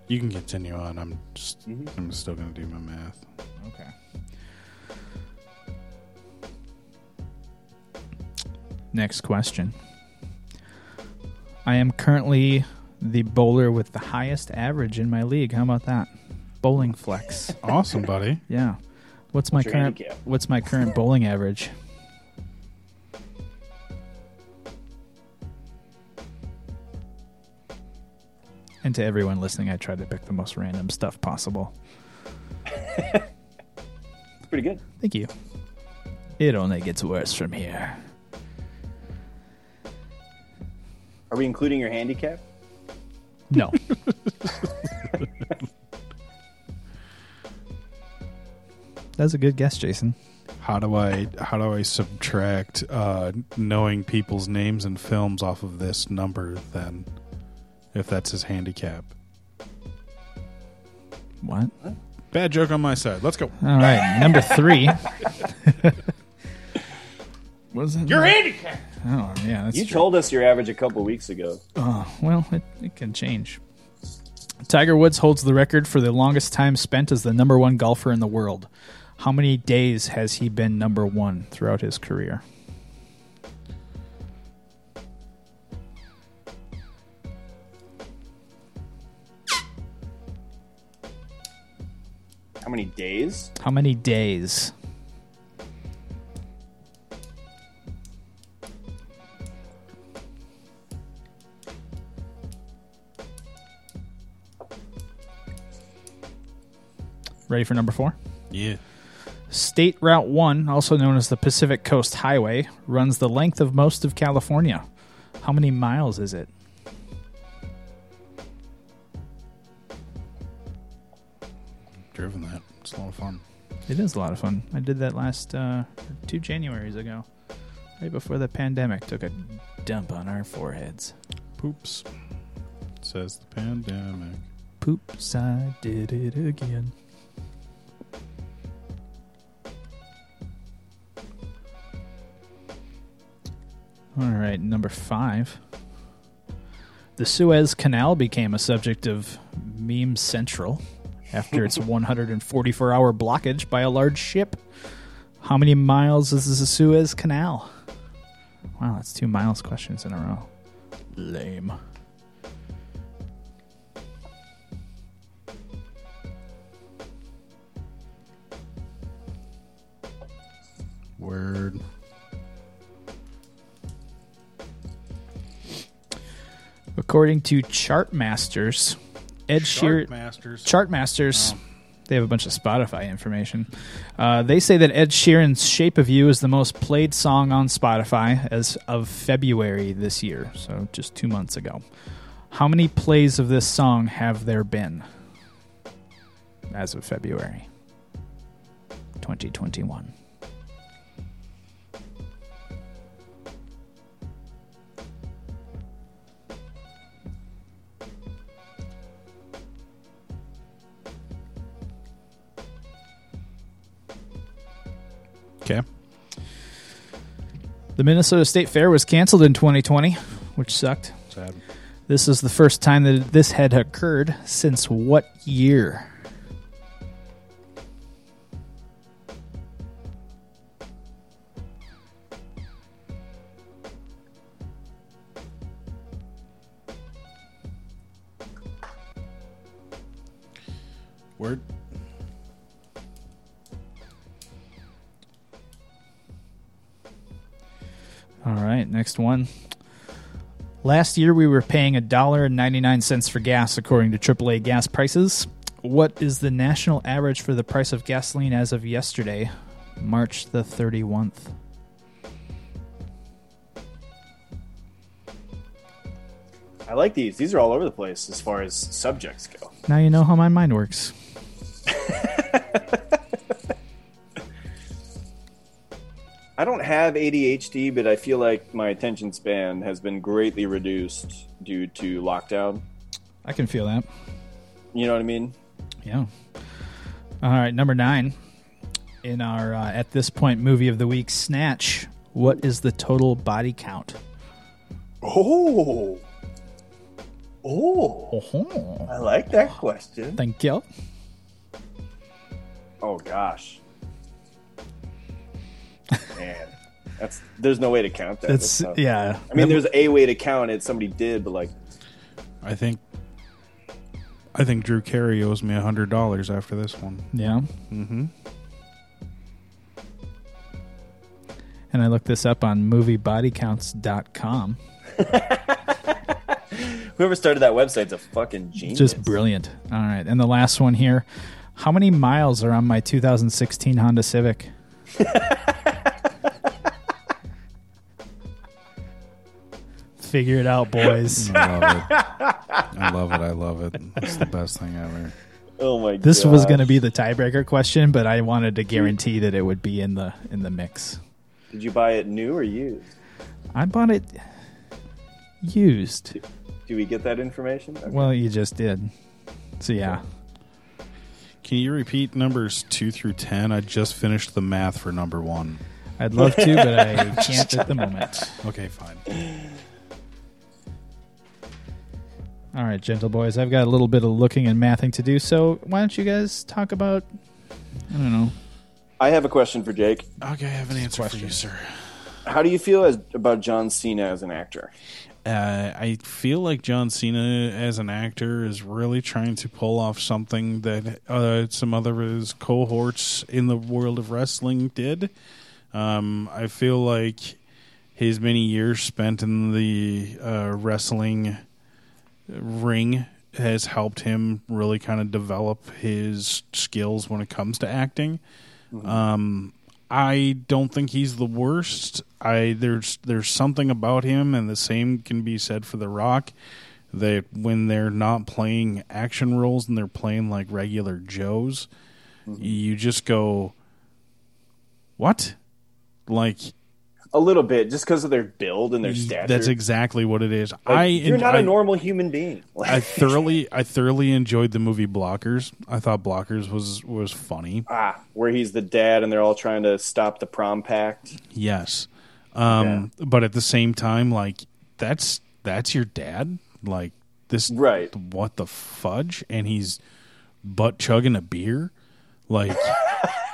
Speaker 5: You can continue on. I'm just, I'm still gonna do my math.
Speaker 6: Okay. Next question. I am currently the bowler with the highest average in my league. How about that? Bowling flex.
Speaker 5: Awesome, buddy.
Speaker 6: yeah. What's my
Speaker 4: your
Speaker 6: current
Speaker 4: handicap?
Speaker 6: What's my current bowling average? And to everyone listening, I tried to pick the most random stuff possible.
Speaker 4: It's pretty good.
Speaker 6: Thank you. It only gets worse from here.
Speaker 4: Are we including your handicap?
Speaker 6: No. That's a good guess, Jason.
Speaker 5: How do I how do I subtract uh, knowing people's names and films off of this number then? If that's his handicap.
Speaker 6: What?
Speaker 5: Bad joke on my side. Let's go.
Speaker 6: All right, number three. what is that? Your handicap. Oh yeah, that's
Speaker 4: You
Speaker 6: true.
Speaker 4: told us your average a couple weeks ago.
Speaker 6: Well, it, it can change. Tiger Woods holds the record for the longest time spent as the number one golfer in the world. How many days has he been number one throughout his career?
Speaker 4: How many days?
Speaker 6: How many days? Ready for number four?
Speaker 5: Yeah.
Speaker 6: State Route 1, also known as the Pacific Coast Highway, runs the length of most of California. How many miles is it?
Speaker 5: Driven that. It's a lot of fun.
Speaker 6: It is a lot of fun. I did that last uh, two Januaries ago, right before the pandemic took a dump on our foreheads.
Speaker 5: Poops. Says the pandemic.
Speaker 6: Poops, I did it again. All right, number five. The Suez Canal became a subject of meme central after its 144 hour blockage by a large ship. How many miles is the Suez Canal? Wow, that's two miles questions in a row. Lame.
Speaker 5: Word.
Speaker 6: According to Chartmasters, Ed Sheeran.
Speaker 5: Masters.
Speaker 6: Chartmasters. They have a bunch of Spotify information. Uh, they say that Ed Sheeran's "Shape of You" is the most played song on Spotify as of February this year, so just two months ago. How many plays of this song have there been as of February 2021?
Speaker 5: Okay.
Speaker 6: The Minnesota State Fair was canceled in 2020, which sucked.
Speaker 5: Sad.
Speaker 6: This is the first time that this had occurred since what year?
Speaker 5: Word.
Speaker 6: All right, next one. Last year we were paying $1.99 for gas according to AAA gas prices. What is the national average for the price of gasoline as of yesterday, March the 31st?
Speaker 4: I like these. These are all over the place as far as subjects go.
Speaker 6: Now you know how my mind works.
Speaker 4: I don't have ADHD, but I feel like my attention span has been greatly reduced due to lockdown.
Speaker 6: I can feel that.
Speaker 4: You know what I mean?
Speaker 6: Yeah. All right, number nine in our uh, at this point movie of the week, Snatch. What is the total body count?
Speaker 4: Oh. Oh.
Speaker 6: Oh,
Speaker 4: I like that question.
Speaker 6: thank you.
Speaker 4: Oh gosh. Man. That's there's no way to count that.
Speaker 6: That's
Speaker 4: tough.
Speaker 6: yeah.
Speaker 4: I mean there's a way to count it somebody did, but like
Speaker 5: I think. I think Drew Carey owes me a hundred dollars after this one.
Speaker 6: Yeah. Mm-hmm. And I looked this up on moviebodycounts.com.
Speaker 4: whoever started that website's a fucking genius.
Speaker 6: Just brilliant. All right. And the last one here. How many miles are on my 2016 Honda Civic? Figure it out, boys.
Speaker 5: I love it. I love it. I love it. It's the best thing ever.
Speaker 4: oh my god.
Speaker 6: This was going to be the tiebreaker question, but I wanted to guarantee that it would be in the in the mix.
Speaker 4: Did you buy it new or used?
Speaker 6: I bought it used.
Speaker 4: Do we get that information? Okay.
Speaker 6: Well, you just did. So yeah.
Speaker 5: Can you repeat numbers two through ten? I just finished the math for number one.
Speaker 6: I'd love to, but I can't at the moment.
Speaker 5: Okay, fine.
Speaker 6: All right, gentle boys, I've got a little bit of looking and mathing to do, so why don't you guys talk about I don't know.
Speaker 4: I have a question for Jake.
Speaker 5: Okay, I have an answer for you, sir.
Speaker 4: How do you feel as, about John Cena as an actor?
Speaker 5: uh, I feel like John Cena as an actor is really trying to pull off something that uh, some other of his cohorts in the world of wrestling did. Um, I feel like his many years spent in the uh, wrestling ring has helped him really kind of develop his skills when it comes to acting. I don't think he's the worst. I there's there's something about him, and the same can be said for The Rock. That when they're not playing action roles and they're playing like regular Joes,
Speaker 4: Mm-hmm.
Speaker 5: you just go, "What?" Like
Speaker 4: A little bit, just because of their build and their stature.
Speaker 5: that's exactly what it is.
Speaker 4: Like,
Speaker 5: I
Speaker 4: you're not
Speaker 5: a
Speaker 4: a normal human being. Like,
Speaker 5: I thoroughly, I thoroughly enjoyed the movie Blockers. I thought Blockers was was funny.
Speaker 4: ah, where he's the dad and they're all trying to stop the prom pact.
Speaker 5: Yes. Um but at the same time like that's that's your dad? Like this
Speaker 4: Right.
Speaker 5: what the fudge and he's butt chugging a beer? Like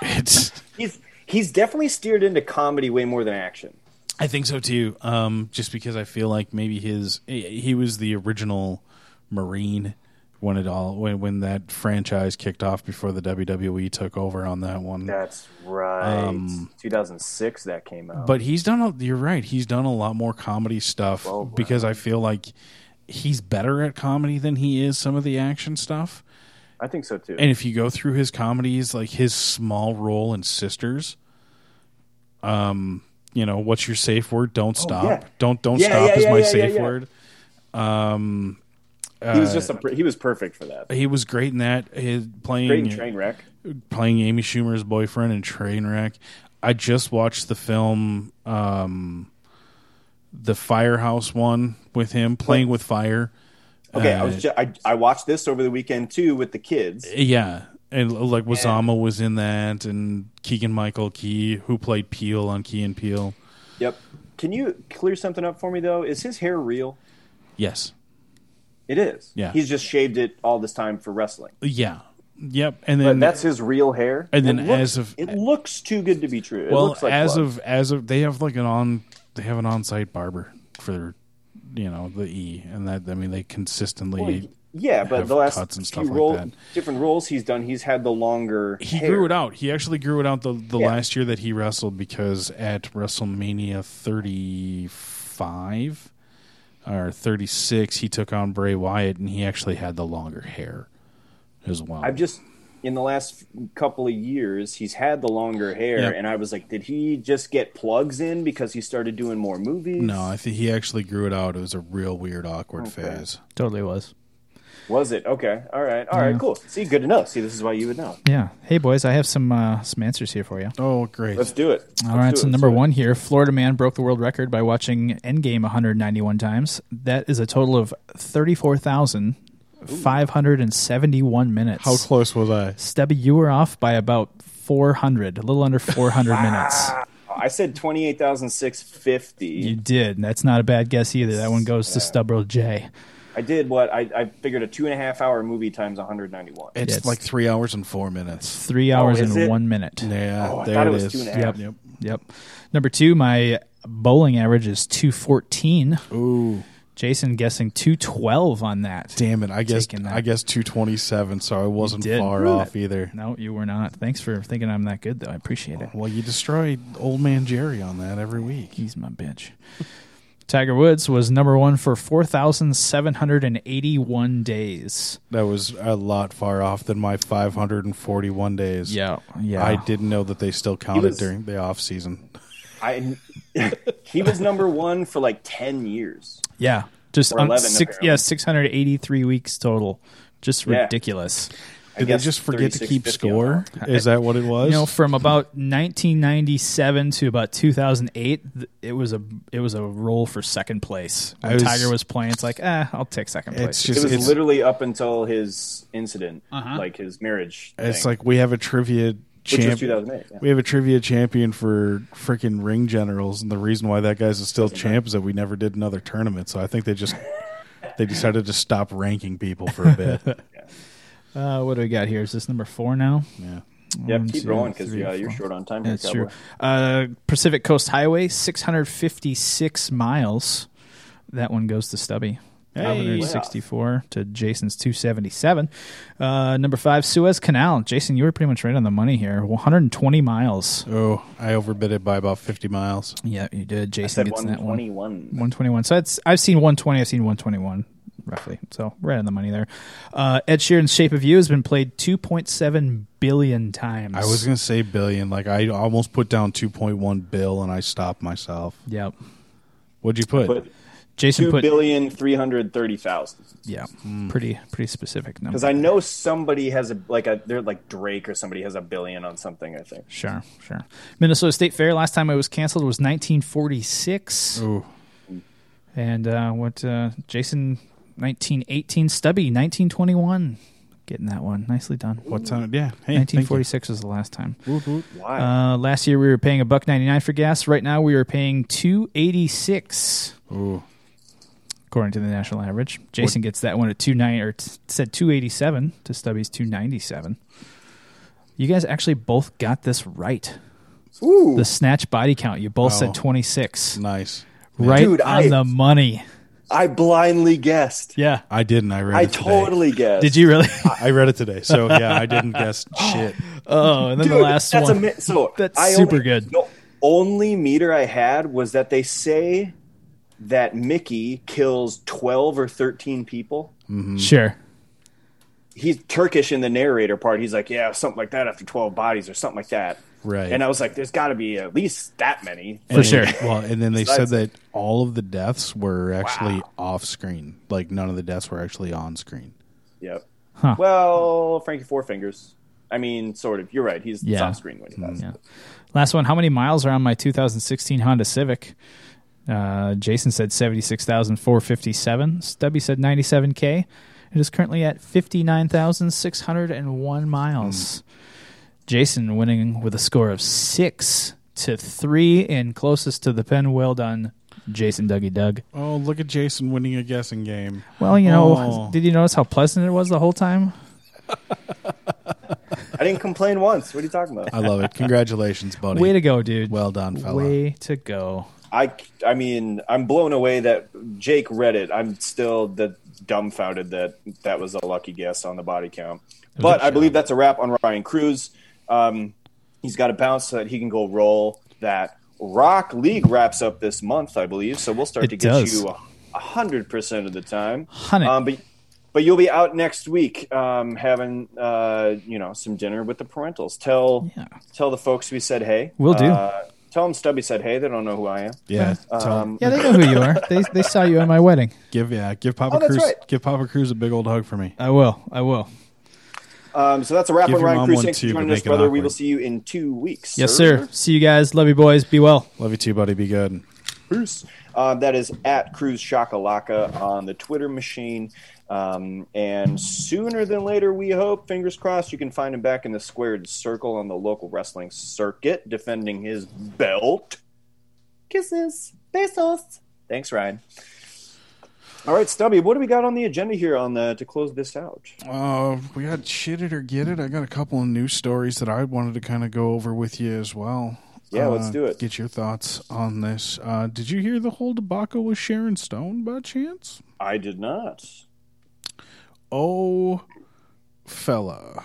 Speaker 5: it's
Speaker 4: He's he's definitely steered into comedy way more than action.
Speaker 5: I think so too. Um, just because I feel like maybe his he was the original Marine when it all when when that franchise kicked off before the WWE took over on that one.
Speaker 4: That's right. 2006 that came out.
Speaker 5: Um, But he's done. A, you're right. He's done a lot more comedy stuff
Speaker 4: Oh,
Speaker 5: because I feel like he's better at comedy than he is some of the action stuff.
Speaker 4: I think so too.
Speaker 5: And if you go through his comedies, like his small role in Sisters, um, you know, what's your safe word? Don't stop.
Speaker 4: Oh, yeah.
Speaker 5: Don't don't
Speaker 4: Yeah,
Speaker 5: stop
Speaker 4: yeah,
Speaker 5: is
Speaker 4: yeah,
Speaker 5: my
Speaker 4: yeah, yeah,
Speaker 5: safe
Speaker 4: yeah.
Speaker 5: word.
Speaker 4: he
Speaker 5: uh,
Speaker 4: was just a per- he was perfect for that.
Speaker 5: He was great in that. His playing
Speaker 4: Great in train wreck.
Speaker 5: playing Amy Schumer's boyfriend in Trainwreck. I just watched the film, um, the Firehouse one with him playing with fire. uh,
Speaker 4: Okay, I was ju- I, I watched this over the weekend too with the kids.
Speaker 5: Yeah, and uh, like Wazama was in that, and Keegan Michael Key, who played Peel on Key and Peel.
Speaker 4: Yep. Can you clear something up for me though? Is his hair real?
Speaker 5: Yes.
Speaker 4: It is.
Speaker 5: Yeah.
Speaker 4: He's just shaved it all this time for wrestling.
Speaker 5: Yeah. Yep. And
Speaker 4: But
Speaker 5: then
Speaker 4: that's his real hair.
Speaker 5: and then
Speaker 4: it looks,
Speaker 5: as of-
Speaker 4: it looks too good to be true. It
Speaker 5: well,
Speaker 4: looks like
Speaker 5: as
Speaker 4: blood.
Speaker 5: of as of they have like an on they have an on site barber for you know the E, and that I mean they consistently.
Speaker 4: yeah, but
Speaker 5: have
Speaker 4: the last
Speaker 5: cuts and
Speaker 4: few
Speaker 5: stuff like
Speaker 4: role,
Speaker 5: that.
Speaker 4: different roles he's done, he's had the longer.
Speaker 5: he
Speaker 4: hair.
Speaker 5: grew it out. He actually grew it out the, the
Speaker 4: Yeah.
Speaker 5: last year that he wrestled because at WrestleMania 35 or 36, he took on Bray Wyatt and he actually had the longer hair as well.
Speaker 4: I've just in the last couple of years he's had the longer hair,
Speaker 5: Yeah.
Speaker 4: and I was like, did he just get plugs in because he started doing more movies?
Speaker 5: no, I think he actually grew it out. It was a real weird, awkward phase.
Speaker 6: Totally was.
Speaker 4: was it okay? All right, all right, cool. See, good enough. See, this is why you would know.
Speaker 6: Yeah. Hey, boys, I have some uh, some answers here for you.
Speaker 5: Oh, great.
Speaker 4: Let's do it.
Speaker 6: All right, so number one here, Florida man broke the world record by watching Endgame 191 times. That is a total of 34,571 minutes.
Speaker 5: How close was I?
Speaker 6: Stubby, you were off by about 400, a little under 400 minutes.
Speaker 4: I said twenty eight thousand six
Speaker 6: You
Speaker 4: fifty.
Speaker 6: did. and That's not a bad guess either. That one goes to Stubro J.
Speaker 4: I did what I, I figured a two and a half hour movie times one hundred ninety one.
Speaker 5: It's,
Speaker 6: it's-
Speaker 5: like three hours and four minutes.
Speaker 6: Three hours
Speaker 4: is
Speaker 6: and
Speaker 4: it?
Speaker 6: one minute.
Speaker 5: Oh, Yeah,
Speaker 4: Oh, I
Speaker 5: there
Speaker 4: thought it
Speaker 5: it
Speaker 4: was
Speaker 5: is.
Speaker 4: two and a half.
Speaker 5: Yep.
Speaker 6: Yep. Number two, my bowling average is 214.
Speaker 5: Ooh,
Speaker 6: Jason guessing 212 on that.
Speaker 5: damn it! I guess
Speaker 6: Taking that.
Speaker 5: I guess two twenty seven. So I wasn't
Speaker 6: did.
Speaker 5: far
Speaker 6: Really?
Speaker 5: off either. Oh.
Speaker 6: No, you were not. Thanks for thinking I'm that good, though. I appreciate it.
Speaker 5: Well, you destroyed old man Jerry on that every week.
Speaker 6: He's my bitch. Tiger Woods was number one for 4,781 days.
Speaker 5: That was a lot far off than my 541 days.
Speaker 6: Yeah.
Speaker 5: I didn't know that they still counted
Speaker 4: was-
Speaker 5: during the off season.
Speaker 4: I he was number one for like ten years.
Speaker 6: Yeah. Just
Speaker 4: Or
Speaker 6: on
Speaker 4: 11
Speaker 6: six,
Speaker 4: apparently.
Speaker 6: yeah, 683 weeks total. Just
Speaker 4: Yeah.
Speaker 6: ridiculous.
Speaker 5: Did they
Speaker 4: guess
Speaker 5: just forget to keep
Speaker 4: 36.50
Speaker 5: score? Is that what it was?
Speaker 6: You know, from about 1997 to about 2008, th- it was a it was a roll for second place. When
Speaker 5: I was-
Speaker 6: Tiger was playing, it's like, eh, I'll take second place.
Speaker 5: it's
Speaker 4: It
Speaker 5: just
Speaker 4: was
Speaker 5: it's,
Speaker 4: literally up until his incident, like his marriage.
Speaker 5: it's
Speaker 4: thing.
Speaker 5: like we have a trivia
Speaker 4: was
Speaker 5: champion.
Speaker 4: 2008, yeah.
Speaker 5: We have a trivia champion for freaking ring generals, and the reason why that guy's is still champ is that we never did another tournament. So I think they just they decided to stop ranking people for a bit.
Speaker 6: uh, what do we got here? Is this number four now?
Speaker 5: yeah.
Speaker 4: Yep,
Speaker 6: One,
Speaker 4: keep
Speaker 6: two,
Speaker 4: rolling because
Speaker 6: three,
Speaker 4: yeah, you're
Speaker 6: four.
Speaker 4: short on time here,
Speaker 6: That's
Speaker 4: Cowboy.
Speaker 6: true. Uh, Pacific Coast Highway, 656 miles. That one goes to Stubby. 564 to Jason's 277. Uh, number five, Suez Canal. Jason, you were pretty much right on the money here. 120 miles.
Speaker 5: Oh, I overbid it by about 50 miles.
Speaker 6: Yeah, you did.
Speaker 4: I
Speaker 6: Jason
Speaker 4: said
Speaker 6: gets that one.
Speaker 4: 121.
Speaker 6: 121. So it's, I've seen 120. I've seen 121 roughly. So right on the money there. Uh, Ed Sheeran's Shape of You has been played 2.7 billion times.
Speaker 5: I was gonna say billion. Like I almost put down two point one bill, and I stopped myself.
Speaker 6: Yep.
Speaker 5: What'd you put?
Speaker 4: But
Speaker 6: Jason
Speaker 4: two
Speaker 6: put
Speaker 4: billion three hundred thirty thousand.
Speaker 6: Yeah, pretty pretty specific number.
Speaker 4: Because I know somebody has a like a they're like Drake or somebody has a billion on something. I think.
Speaker 6: sure, sure. Minnesota State Fair last time it was canceled was 1946,
Speaker 5: Ooh,
Speaker 6: and uh, what uh, Jason 1918 Stubby 1921 getting that one nicely done.
Speaker 5: what time? Yeah, hey, thank you.
Speaker 6: 1946 was the last time.
Speaker 4: Why?
Speaker 6: Uh, last year we were paying a buck 99 for gas. Right now we are paying 286
Speaker 5: Ooh,
Speaker 6: according to the national average. Jason gets that one at 29 or t- said 287 to Stubby's 297. You guys actually both got this right.
Speaker 4: Ooh.
Speaker 6: Uh, The snatch body count. You both
Speaker 5: Wow.
Speaker 6: said 26.
Speaker 5: nice.
Speaker 6: Right
Speaker 4: Dude,
Speaker 6: on
Speaker 4: I-
Speaker 6: the money.
Speaker 4: I blindly guessed.
Speaker 6: Yeah.
Speaker 5: I didn't. I read.
Speaker 4: I
Speaker 5: it today.
Speaker 4: totally guessed.
Speaker 6: Did you really?
Speaker 5: I read it today. So yeah, I didn't guess shit.
Speaker 6: oh, and then
Speaker 4: Dude,
Speaker 6: the last
Speaker 4: that's
Speaker 6: one.
Speaker 4: ama- so
Speaker 6: That's
Speaker 4: I
Speaker 6: super
Speaker 4: only-
Speaker 6: good.
Speaker 4: The only meter I had was that they say that Mickey kills twelve or thirteen people.
Speaker 6: Sure.
Speaker 4: He's Turkish in the narrator part. He's like, yeah, something like that after twelve bodies or something like that.
Speaker 5: Right.
Speaker 4: And I was like, there's got to be at least that many.
Speaker 6: For sure.
Speaker 5: Well, and then they said
Speaker 4: Besides-
Speaker 5: that all of the deaths were actually off screen. Like none of the deaths were actually on screen.
Speaker 4: Yep. Well, Frankie Four Fingers. I mean, sort of. You're right. He's
Speaker 6: Yeah. Mm,
Speaker 4: on screen when he does.
Speaker 6: Yeah. Last one. How many miles are on my 2016 Honda Civic? Uh, Jason said 76,457. Stubby said 97K. It is currently at 59,601 miles. Jason winning with a score of 6 to 3 and closest to the pen. Well done, Jason Dougie Doug.
Speaker 5: Oh, look at Jason winning a guessing game.
Speaker 6: Well, you know,
Speaker 5: Oh.
Speaker 6: did you notice how pleasant it was the whole time?
Speaker 4: I didn't complain once. What are you talking about?
Speaker 5: I love it. Congratulations, buddy.
Speaker 6: Way to go, dude.
Speaker 5: Well done, fella.
Speaker 6: Way to go.
Speaker 4: I, I mean, I'm blown away that Jake read it. I'm still the dumbfounded that that was a lucky guess on the body count. But I believe that's a wrap on Ryan Cruz. Um, he's got a bounce so that he can go roll that. Rock League wraps up this month, I believe. So we'll start
Speaker 6: It
Speaker 4: to get
Speaker 6: does.
Speaker 4: you a hundred percent of the time.
Speaker 6: Hundred.
Speaker 4: Um, but but you'll be out next week, um, having uh, you know some dinner with the parentals. Tell
Speaker 6: Yeah.
Speaker 4: tell the folks we said hey.
Speaker 6: Will do.
Speaker 4: Uh, tell them Stubby said hey. They don't know who I am.
Speaker 5: Yeah. tell-
Speaker 4: Um,
Speaker 6: Yeah, they know who you are. They, they saw you at my wedding.
Speaker 5: give yeah, give Papa
Speaker 4: Oh, that's
Speaker 5: Cruz
Speaker 4: right.
Speaker 5: give Papa Cruz a big old hug for me.
Speaker 6: I will. I will.
Speaker 4: Um, so that's a wrap
Speaker 5: Give
Speaker 4: on
Speaker 5: your
Speaker 4: Ryan
Speaker 5: mom
Speaker 4: Cruz.
Speaker 5: one
Speaker 4: Thanks for
Speaker 5: too, but
Speaker 4: joining us,
Speaker 5: make it
Speaker 4: brother. We will
Speaker 5: awkward.
Speaker 4: see you in two weeks.
Speaker 6: Yes, sir. See you guys. Love you, boys. Be well.
Speaker 5: Love you too, buddy. Be good.
Speaker 4: Cruz. Um, that is at Cruz Shakalaka on the Twitter machine. Um, and sooner than later, we hope, fingers crossed, you can find him back in the squared circle on the local wrestling circuit defending his belt. Kisses. Besos. Thanks, Ryan. All right, Stubby, what do we got on the agenda here on the to close this out?
Speaker 5: Uh, we got shit it or get it. I got a couple of news stories that I wanted to kind of go over with you as well.
Speaker 4: Yeah,
Speaker 5: Uh,
Speaker 4: let's do it.
Speaker 5: Get your thoughts on this. Uh, did you hear the whole debacle with Sharon Stone by chance?
Speaker 4: I did not.
Speaker 5: Oh, fella,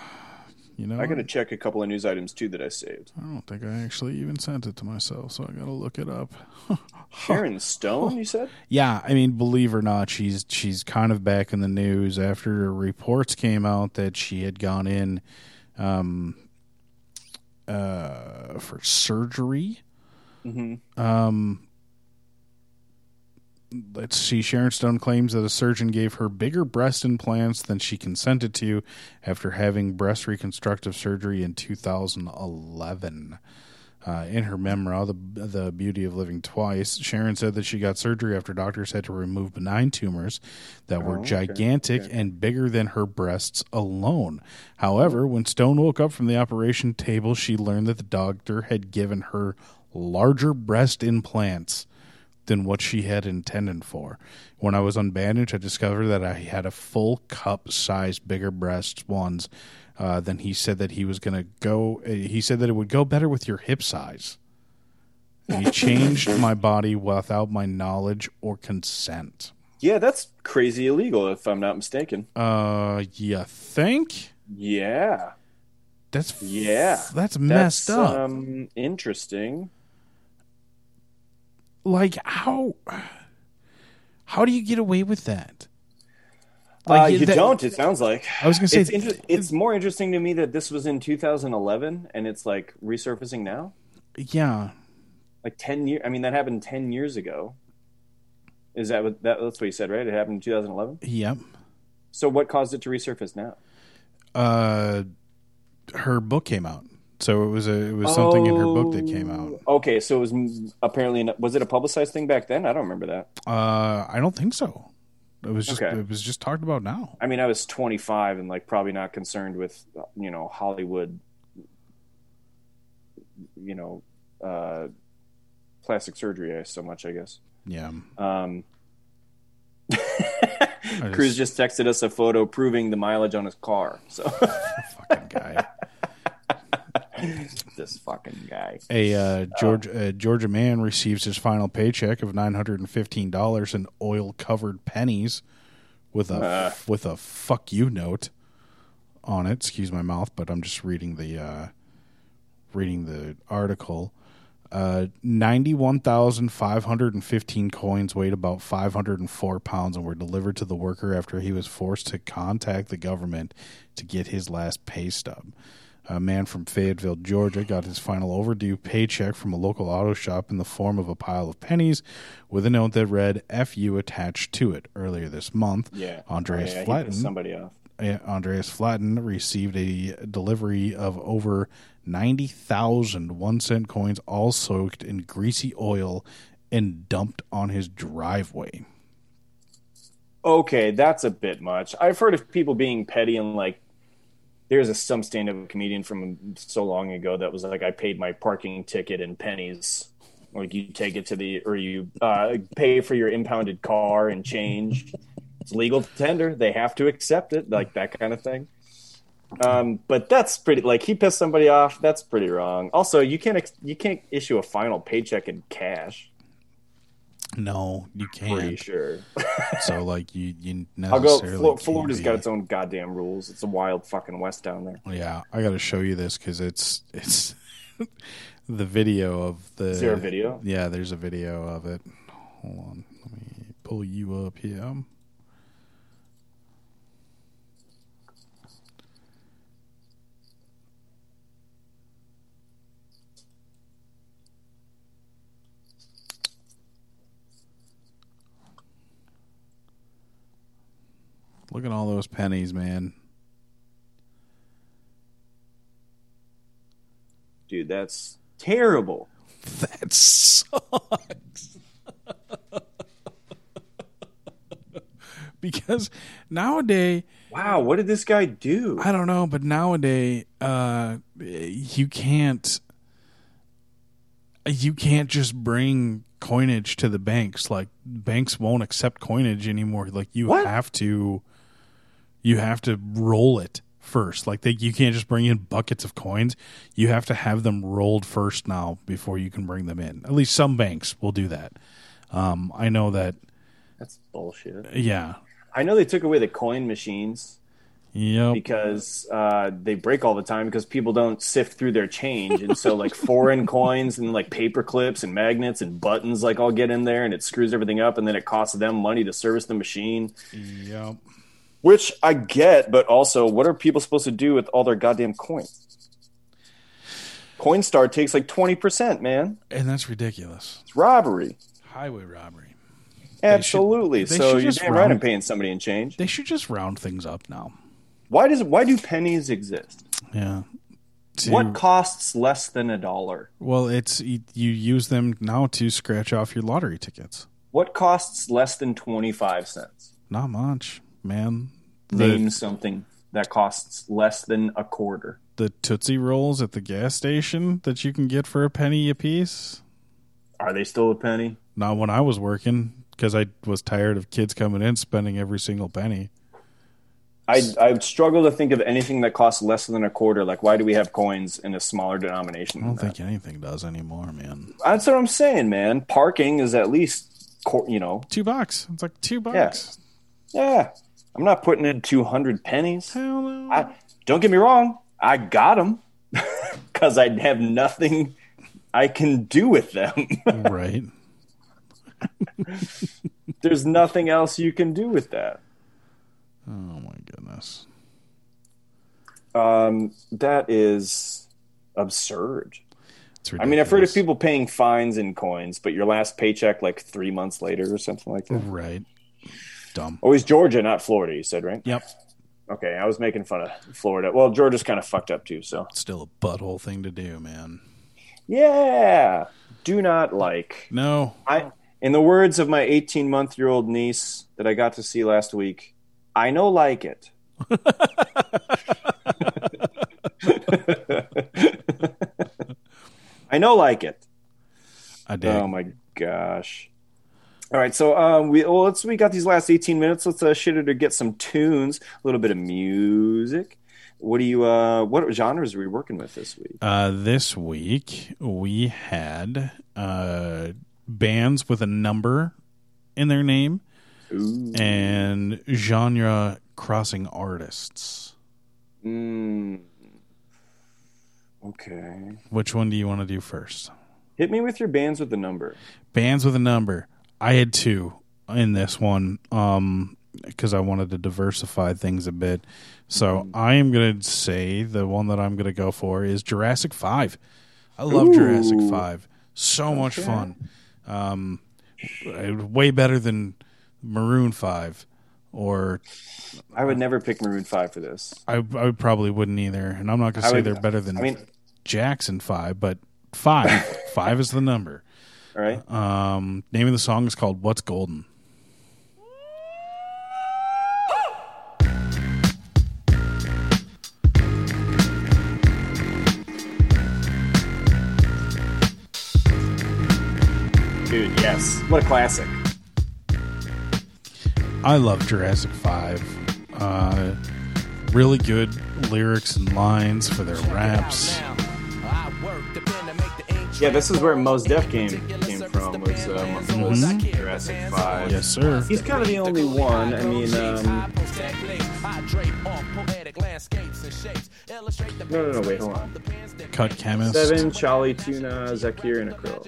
Speaker 5: you know
Speaker 4: I got to check a couple of news items too that I saved.
Speaker 5: I don't think I actually even sent it to myself, so I gotta look it up.
Speaker 4: Sharon Stone, you said?
Speaker 5: Yeah, I mean, believe or not, she's she's kind of back in the news after reports came out that she had gone in um, uh, for surgery. Um, let's see. Sharon Stone claims that a surgeon gave her bigger breast implants than she consented to after having breast reconstructive surgery in 2011. Uh, in her memoir, the, the Beauty of Living Twice, Sharon said that she got surgery after doctors had to remove benign tumors that were gigantic and bigger than her breasts alone. However, when Stone woke up from the operation table, she learned that the doctor had given her larger breast implants than what she had intended for. When I was unbandaged, I discovered that I had a full cup size bigger breast ones uh, than he said that he was going to go. uh, He said that it would go better with your hip size. And he changed my body without my knowledge or consent.
Speaker 4: Yeah, that's crazy illegal, if I'm not mistaken.
Speaker 5: Uh, you think?
Speaker 4: yeah,
Speaker 5: That's f-
Speaker 4: yeah,
Speaker 5: That's messed
Speaker 4: That's,
Speaker 5: up.
Speaker 4: Um, interesting.
Speaker 5: like how? How do you get away with that?
Speaker 4: uh, you
Speaker 5: that-
Speaker 4: don't. It sounds like
Speaker 5: I was gonna say-
Speaker 4: it's, inter- it's more interesting to me that this was in 2011 and it's like resurfacing now,
Speaker 5: Yeah,
Speaker 4: like 10 years. I mean, that happened 10 years ago. Is that what that, that's what you said, right? It happened in 2011.
Speaker 5: yep.
Speaker 4: So what caused it to resurface now?
Speaker 5: uh her book came out so it was a it was something in her book that came out
Speaker 4: Oh, Okay, so it was m- apparently an- was it a publicized thing back then? I don't remember that.
Speaker 5: uh i don't think so it was just
Speaker 4: Okay.
Speaker 5: it was just talked about now
Speaker 4: I mean, I was 25 and like probably not concerned with you know Hollywood, you know, uh, plastic surgery so much. I guess.
Speaker 5: yeah
Speaker 4: Um,
Speaker 5: I
Speaker 4: Cruz just texted us a photo proving the mileage on his car. So
Speaker 5: fucking guy
Speaker 4: this fucking guy.
Speaker 5: a uh george a georgia man receives his final paycheck of $915 in oil covered pennies with a with a fuck you note on it excuse my mouth but i'm just reading the uh reading the article uh, 91,515 coins weighed about 504 pounds and were delivered to the worker after he was forced to contact the government to get his last pay stub. A man from Fayetteville, Georgia, got his final overdue paycheck from a local auto shop in the form of a pile of pennies with a note that read FU attached to it. Earlier this month,
Speaker 4: Yeah, Oh,
Speaker 5: Andreas
Speaker 4: yeah, he
Speaker 5: Flatten,
Speaker 4: pissed somebody off.
Speaker 5: uh, Andreas Flatten received a delivery of over 90,000 one cent coins, all soaked in greasy oil and dumped on his driveway.
Speaker 4: okay, that's a bit much. I've heard of people being petty and like, there's a some stand-up comedian from so long ago that was like, I paid my parking ticket in pennies. Like you take it to the or you uh, pay for your impounded car and change. It's legal tender. They have to accept it, like that kind of thing. Um, but that's pretty. Like he pissed somebody off. That's pretty wrong. Also, you can't ex- you can't issue a final paycheck in cash.
Speaker 5: No, you
Speaker 4: Pretty
Speaker 5: can't.
Speaker 4: sure.
Speaker 5: So like you, you
Speaker 4: I'll go.
Speaker 5: necessarily.
Speaker 4: Flo-
Speaker 5: can't
Speaker 4: Florida's
Speaker 5: be-
Speaker 4: got its own goddamn rules. It's a wild fucking west down there.
Speaker 5: Yeah, I got to show you this because it's it's the video of the.
Speaker 4: Is there a video?
Speaker 5: Yeah, there's a video of it. Hold on, let me pull you up here. Look at all those pennies, man.
Speaker 4: Dude, that's terrible.
Speaker 5: That sucks. because nowadays,
Speaker 4: Wow, what did this guy do?
Speaker 5: I don't know, but nowadays, uh, you can't, you can't just bring coinage to the banks. Like banks won't accept coinage anymore. Like you
Speaker 4: What?
Speaker 5: have to, you have to roll it first. Like they, you can't just bring in buckets of coins. You have to have them rolled first now before you can bring them in. At least some banks will do that. Um, I know that.
Speaker 4: That's bullshit.
Speaker 5: Yeah.
Speaker 4: I know they took away the coin machines
Speaker 5: Yep.
Speaker 4: because uh, they break all the time because people don't sift through their change, and so like foreign coins and like paper clips and magnets and buttons like all get in there, and it screws everything up, and then it costs them money to service the machine.
Speaker 5: Yep.
Speaker 4: Which I get, but also, what are people supposed to do with all their goddamn coins? Coinstar takes like 20%, man.
Speaker 5: And that's ridiculous.
Speaker 4: It's robbery.
Speaker 5: Highway robbery.
Speaker 4: Absolutely.
Speaker 5: they
Speaker 4: so
Speaker 5: should
Speaker 4: you're
Speaker 5: just
Speaker 4: damn right
Speaker 5: round-
Speaker 4: I'm paying somebody in change.
Speaker 5: They should just round things up now.
Speaker 4: Why does why do pennies exist?
Speaker 5: Yeah. To-
Speaker 4: What costs less than a dollar?
Speaker 5: well, it's you, you use them now to scratch off your lottery tickets.
Speaker 4: What costs less than 25 cents?
Speaker 5: Not much, man.
Speaker 4: Name
Speaker 5: The,
Speaker 4: something that costs less than a quarter.
Speaker 5: the Tootsie Rolls at the gas station that you can get for a penny a piece.
Speaker 4: Are they still a penny?
Speaker 5: Not when I was working because I was tired of kids coming in spending every single penny.
Speaker 4: I I struggle to think of anything that costs less than a quarter. Like why do we have coins in a smaller denomination?
Speaker 5: I
Speaker 4: than
Speaker 5: don't
Speaker 4: that?
Speaker 5: think anything does anymore, man.
Speaker 4: That's what I'm saying, man. Parking is at least, cor- you know,
Speaker 5: Two bucks. It's like two bucks.
Speaker 4: yeah. I'm not putting in 200 pennies.
Speaker 5: Hell no.
Speaker 4: I, don't get me wrong, I got them because I have nothing I can do with them.
Speaker 5: right.
Speaker 4: There's nothing else you can do with that.
Speaker 5: Oh my goodness.
Speaker 4: Um, that is absurd.
Speaker 5: It's
Speaker 4: I mean, I've heard of
Speaker 5: ridiculous.
Speaker 4: people paying fines in coins, but your last paycheck like three months later or something like that.
Speaker 5: Right. Dumb.
Speaker 4: Always Georgia, not Florida, you said, right?
Speaker 5: Yep.
Speaker 4: Okay, I was making fun of Florida. Well, Georgia's kind of fucked up too, so.
Speaker 5: Still a butthole thing to do, man.
Speaker 4: Yeah. Do not like.
Speaker 5: No.
Speaker 4: I in the words of my 18-month-year-old niece that I got to see last week, I know like it. I know like it.
Speaker 5: I did.
Speaker 4: Oh my gosh. All right, so um, we well, let's we got these last eighteen minutes. Let's uh, shit it or get some tunes, a little bit of music. What do you? Uh, what genres are we working with this week?
Speaker 5: Uh, this week we had uh, bands with a number in their name and genre crossing artists.
Speaker 4: Mm. Okay.
Speaker 5: Which one do you want to do first?
Speaker 4: Hit me with your bands with the number.
Speaker 5: Bands with a number. I had two in this one um because I wanted to diversify things a bit. So
Speaker 4: Mm-hmm.
Speaker 5: I am going to say the one that I'm going to go for is Jurassic 5. I love Jurassic 5. So much fun. Um uh, way better than Maroon 5 or
Speaker 4: I would never pick Maroon Five for this.
Speaker 5: I I would probably wouldn't either. And I'm not going to
Speaker 4: I
Speaker 5: say
Speaker 4: would-
Speaker 5: they're better than
Speaker 4: I mean-
Speaker 5: Jackson 5, but 5 5 is the number. Uh,
Speaker 4: All right.
Speaker 5: Um name of the song is called What's Golden. uh.
Speaker 4: dude, yes. What a classic.
Speaker 5: I love Jurassic Five. Uh, really good lyrics and lines for their raps.
Speaker 4: Yeah, this is where Mos Def came came from. Was, um, was Jurassic Five?
Speaker 5: Mm-hmm. Yes, sir.
Speaker 4: He's kind of the only one. I mean, um, no, no, no, wait, hold on.
Speaker 5: Cut chemist.
Speaker 4: Seven, Charlie Tuna, Zakir, and Akro.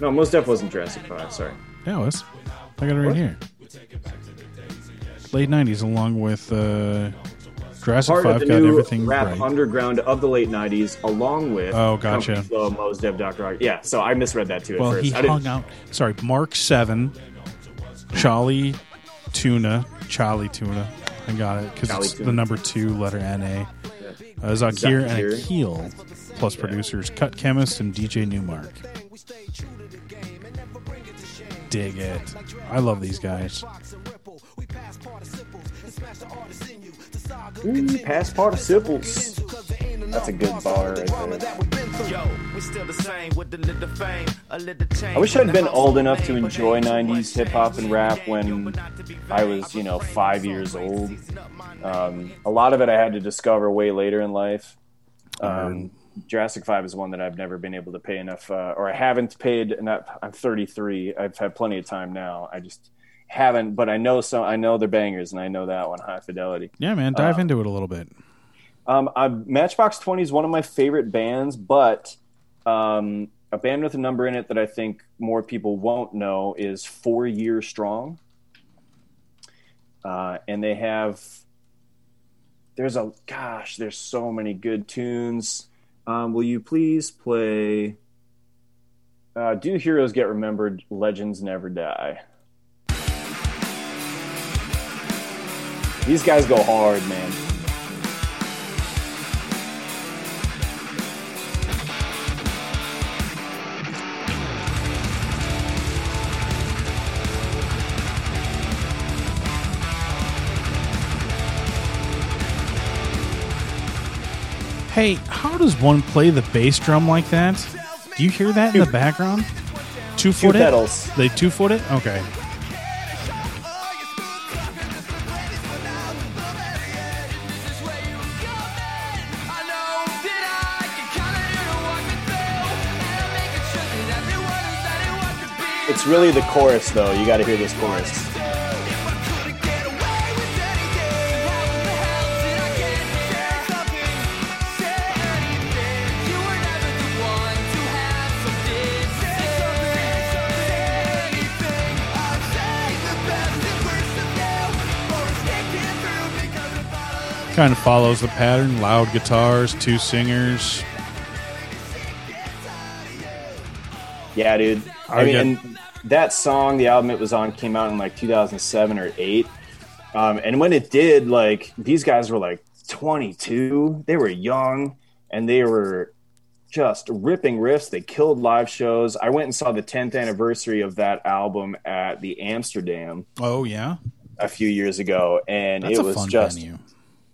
Speaker 4: No, Mos Def wasn't Jurassic Five. Sorry.
Speaker 5: Yeah, it was. I got it right here. Late nineties, along with uh, Jurassic
Speaker 4: Part of
Speaker 5: Five,
Speaker 4: the
Speaker 5: got
Speaker 4: new
Speaker 5: everything
Speaker 4: rap
Speaker 5: right.
Speaker 4: underground of the late '90s, along with
Speaker 5: Oh, gotcha.
Speaker 4: Company Flow, Mos Def, Dr. Rock. Yeah, so I misread that too at
Speaker 5: well,
Speaker 4: first.
Speaker 5: he
Speaker 4: I didn't-
Speaker 5: hung out. Sorry, Mark Seven, Charlie Tuna, Charlie Tuna. I got it because
Speaker 4: Charlie
Speaker 5: it's
Speaker 4: Tuna.
Speaker 5: the number two letter N A. Uh, Zakir, and
Speaker 4: Zakir.
Speaker 5: Akil, plus producers Cut Chemist and DJ Newmark. Dig it! I love these guys.
Speaker 4: Ooh, pass participles. That's a good bar right there.
Speaker 3: I
Speaker 4: I wish I'd been old enough to enjoy 90s hip hop and rap when I was, you know, five years old. Um, a lot of it I had to discover way later in life. Um, Jurassic 5 is one that I've never been able to pay enough, uh, or I haven't paid enough. I'm 33. I've had plenty of time now. I just haven't, but I know some, I know they're bangers and I know that one, High Fidelity.
Speaker 5: Yeah, man, dive
Speaker 4: Uh,
Speaker 5: into it a little bit.
Speaker 4: Um, I, Matchbox Twenty is one of my favorite bands, but um, a band with a number in it that I think more people won't know is Four Year Strong, uh, and they have there's a gosh, there's so many good tunes. Um, will you please play? Uh, Do heroes get remembered? Legends never die. These guys go hard, man.
Speaker 5: Hey, how does one play the bass drum like that? Do you hear that in the background? Two foot
Speaker 4: pedals.
Speaker 5: It? They two foot it? Okay.
Speaker 4: It's really the chorus, though. You got to hear this chorus.
Speaker 5: Kind of follows the pattern. Loud guitars, two singers.
Speaker 4: Yeah, dude. I
Speaker 5: I
Speaker 4: mean,
Speaker 5: get-
Speaker 4: and that song, the album it was on, came out in like 2007 or 8. Um, and when it did, like, these guys were like 22. They were young and they were just ripping riffs. They killed live shows. I went and saw the 10th anniversary of that album at the Amsterdam
Speaker 5: Oh yeah,
Speaker 4: a few years ago. And
Speaker 5: that's
Speaker 4: it
Speaker 5: a
Speaker 4: was
Speaker 5: fun
Speaker 4: just
Speaker 5: venue.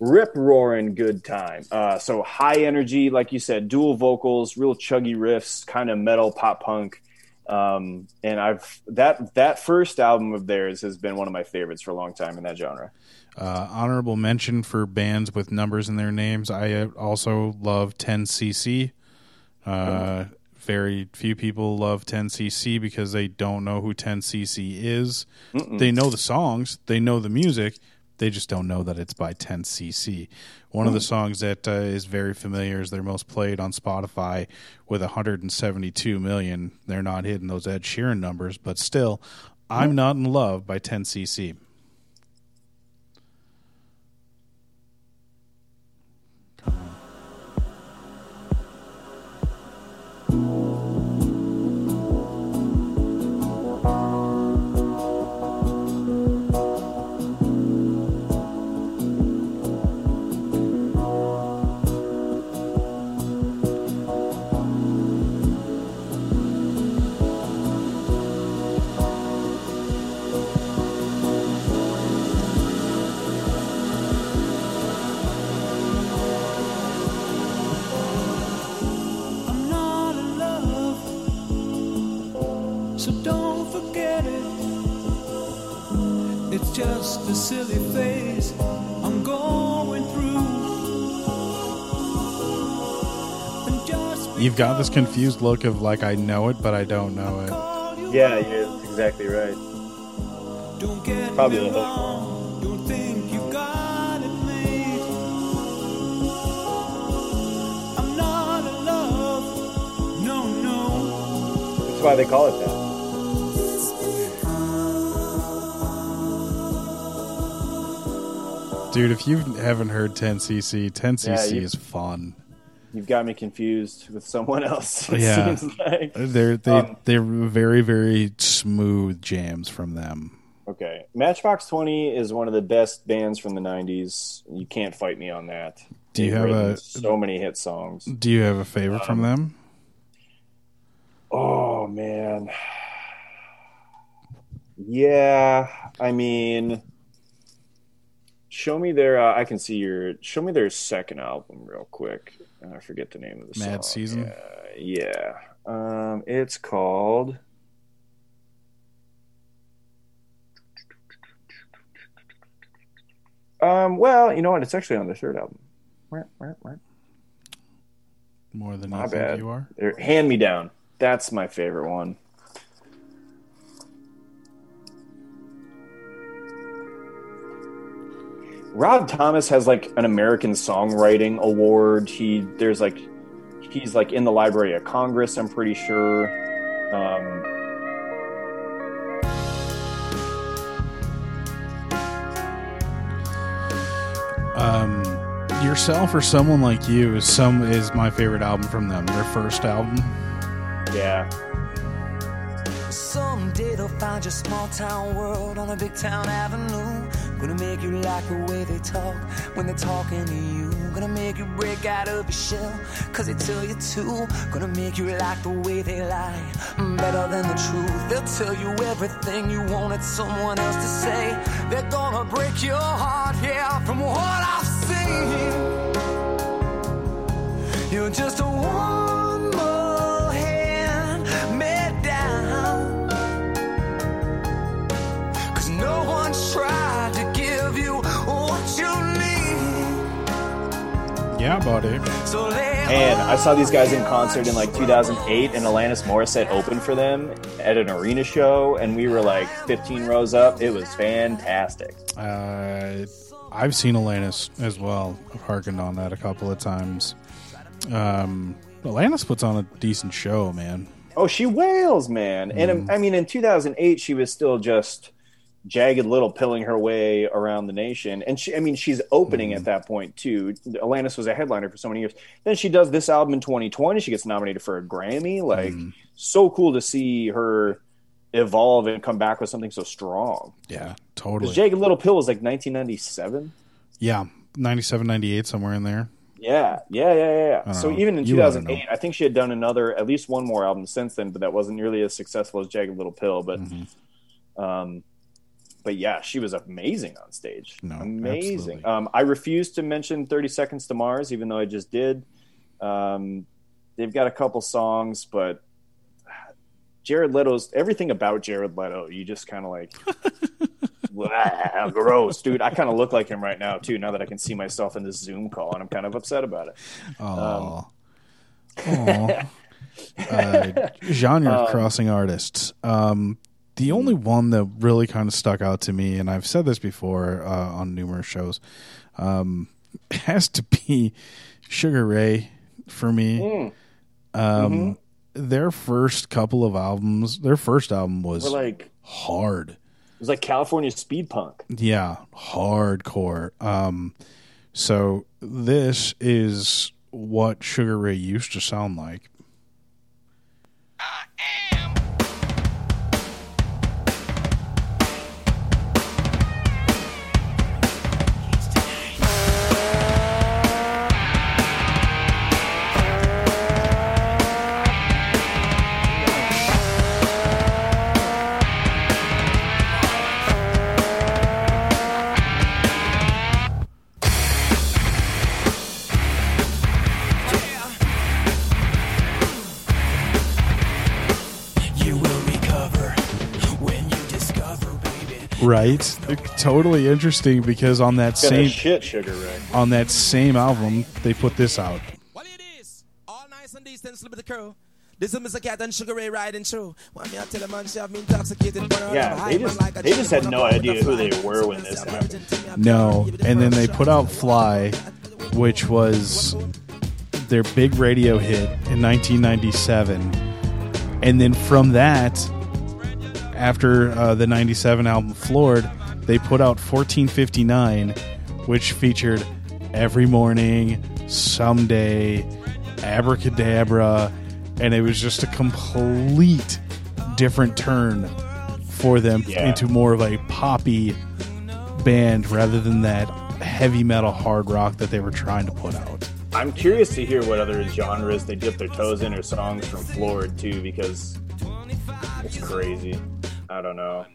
Speaker 4: rip roaring good time. Uh, so high energy, like you said, dual vocals, real chuggy riffs, kind of metal pop punk. Um, and I've that that first album of theirs has been one of my favorites for a long time in that genre.
Speaker 5: Uh, honorable mention for bands with numbers in their names. I uh, also love 10cc. Uh, very few people love 10cc because they don't know who 10cc is. They know the songs, they know the music, they just don't know that it's by 10cc. One of the songs that uh, is very familiar is their most played on Spotify with 172 million. They're not hitting those Ed Sheeran numbers, but still, I'm not in love by 10cc.
Speaker 3: I'm not alone.
Speaker 7: just a silly phase I'm going through. And just
Speaker 5: You've got this confused look of like I know it, but I don't know it.
Speaker 4: Yeah, you're exactly right.
Speaker 7: don't get
Speaker 4: Probably
Speaker 7: me
Speaker 4: the hook.
Speaker 7: wrong. Don't think you got it made. I'm not in love. No, no.
Speaker 4: That's why they call it that.
Speaker 5: Dude, if you haven't heard 10cc, 10cc
Speaker 4: Yeah, you-
Speaker 5: is fun.
Speaker 4: You've got me confused with someone else. It
Speaker 5: Yeah.
Speaker 4: seems like.
Speaker 5: They're they
Speaker 4: Um,
Speaker 5: they're very very smooth jams from them.
Speaker 4: Okay. Matchbox 20 is one of the best bands from the 90s. You can't fight me on that.
Speaker 5: Do you
Speaker 4: They've
Speaker 5: have
Speaker 4: written
Speaker 5: a-
Speaker 4: so many hit songs?
Speaker 5: Do you have a favorite from
Speaker 4: um,
Speaker 5: them?
Speaker 4: Oh man. Yeah, I mean Show me their uh, I can see your show me their second album real quick. Uh, I forget the name of the
Speaker 5: Mad
Speaker 4: song.
Speaker 5: Season?
Speaker 4: Yeah. yeah. Um it's called Um well, you know what? It's actually on their third album. Right, right, right.
Speaker 5: More than
Speaker 4: My
Speaker 5: you
Speaker 4: bad.
Speaker 5: think you are.
Speaker 4: They're- Hand me down. That's my favorite one. Rob Thomas has like an American Songwriting Award. He there's like he's like in the Library of Congress. I'm pretty sure. Um,
Speaker 5: Um, yourself or someone like you is some is my favorite album from them. Their first album.
Speaker 4: yeah,
Speaker 7: Someday they'll find your small town world on a big town avenue. Gonna make you like the way they talk when they're talking to you. Gonna make you break out of your shell, cause they tell you to. Gonna mm, make you like the way they lie better than the truth. They'll tell you everything you wanted someone else to say. They're gonna break your heart, yeah, from what I've seen. You're just a one more hand me down. Cause no one tried to give you what you need.
Speaker 5: Yeah, buddy.
Speaker 7: So lay
Speaker 4: and I saw these guys in
Speaker 7: on
Speaker 4: concert in like 2008, and Alanis Morissette opened for them at an arena show, and we were like 15 rows up. It was fantastic.
Speaker 5: Uh, I've seen Alanis as well. I've hearkened on that a couple of times. Um, Alanis puts on a decent show, man.
Speaker 4: Oh, she wails, man. And
Speaker 5: Mm.
Speaker 4: um, I mean, in 2008, she was still just jagged little pilling her way around the nation. And she, I mean, she's opening
Speaker 5: Mm.
Speaker 4: at that point too. Alanis was a headliner for so many years. Then she does this album in 2020. She gets nominated for a Grammy. Like,
Speaker 5: Mm.
Speaker 4: so cool to see her evolve and come back with something so strong.
Speaker 5: Yeah,
Speaker 4: 'Cause
Speaker 5: totally.
Speaker 4: Jagged Little Pill was like 1997.
Speaker 5: yeah, 97, 98, somewhere in there.
Speaker 4: Yeah, yeah, yeah, yeah. yeah.
Speaker 5: don't
Speaker 4: So
Speaker 5: know.
Speaker 4: even in
Speaker 5: You wouldn't
Speaker 4: 2008, I think she had done another, at least one more album since then, but that wasn't nearly as successful as Jagged Little Pill. But,
Speaker 5: Mm-hmm.
Speaker 4: um, but yeah, she was amazing on stage.
Speaker 5: No, absolutely.
Speaker 4: amazing. Um, I refuse to mention 30 Seconds to Mars, even though I just did. Um, they've got a couple songs, but Jared Leto's everything about Jared Leto, you just kind of like, wow, gross, dude. I kind of look like him right now too. Now that I can see myself in this Zoom call, and I'm kind of upset about it. Um,
Speaker 5: Oh. uh, genre
Speaker 4: Um,
Speaker 5: crossing artists. Um, the only one that really kind of stuck out to me, and I've said this before uh, on numerous shows, um, has to be Sugar Ray for me.
Speaker 4: Hmm.
Speaker 5: Um,
Speaker 4: Mm-hmm.
Speaker 5: Their first couple of albums, their first album was
Speaker 4: We're like, it
Speaker 5: hard.
Speaker 4: was like California speed punk.
Speaker 5: Yeah, hardcore. Um, so this is what Sugar Ray used to sound like. right? totally interesting because on that
Speaker 4: Got a
Speaker 5: same
Speaker 4: shit Sugar Ray.
Speaker 5: on that same album they put this out.
Speaker 8: Nice and decent, slip of the curl. This is Mr. Cat and Sugar Ray riding through. Why me I tell a man she have me intoxicated, but
Speaker 4: Yeah, they just they just had no idea who they were when this happened.
Speaker 5: No, and then they put out Fly, which was their big radio hit in 1997. And then from that, after uh, the 97 album Floored, they put out 1459, which featured Every Morning, Someday, Abracadabra, and it was just a complete different turn for them
Speaker 4: Yeah.
Speaker 5: into more of a poppy band rather than that heavy metal hard rock that they were trying to put out.
Speaker 4: I'm curious to hear what other genres they dip their toes in or songs from Floored too, because it's crazy. I don't know.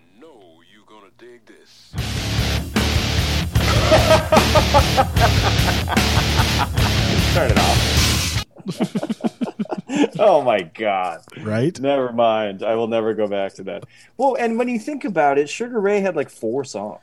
Speaker 4: Turn it off. oh my god.
Speaker 5: Right?
Speaker 4: Never mind. I will never go back to that. Well, and when you think about it, Sugar Ray had like four songs.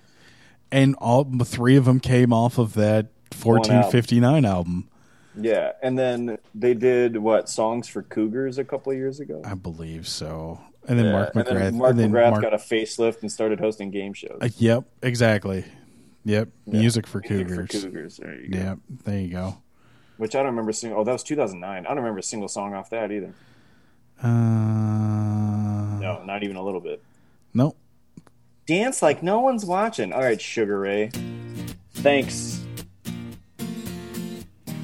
Speaker 5: And all three of them came off of that 1459 album.
Speaker 4: Yeah, and then they did what songs for Cougars a couple of years ago. I
Speaker 5: believe so. And then Mark
Speaker 4: and
Speaker 5: McGrath-
Speaker 4: then Mark
Speaker 5: and then
Speaker 4: McGrath
Speaker 5: Mark-
Speaker 4: got a facelift and started hosting game shows.
Speaker 5: Uh, yep, exactly. Yep, music for
Speaker 4: Music for
Speaker 5: Cougars.
Speaker 4: Cougars, there you go.
Speaker 5: Yep, there you go.
Speaker 4: Which I don't remember seeing. Oh, that was 2009. I don't remember a single song off that either.
Speaker 5: Uh,
Speaker 4: No, not even a little bit.
Speaker 5: Nope.
Speaker 4: Dance like no one's watching. All right, Sugar Ray. Thanks.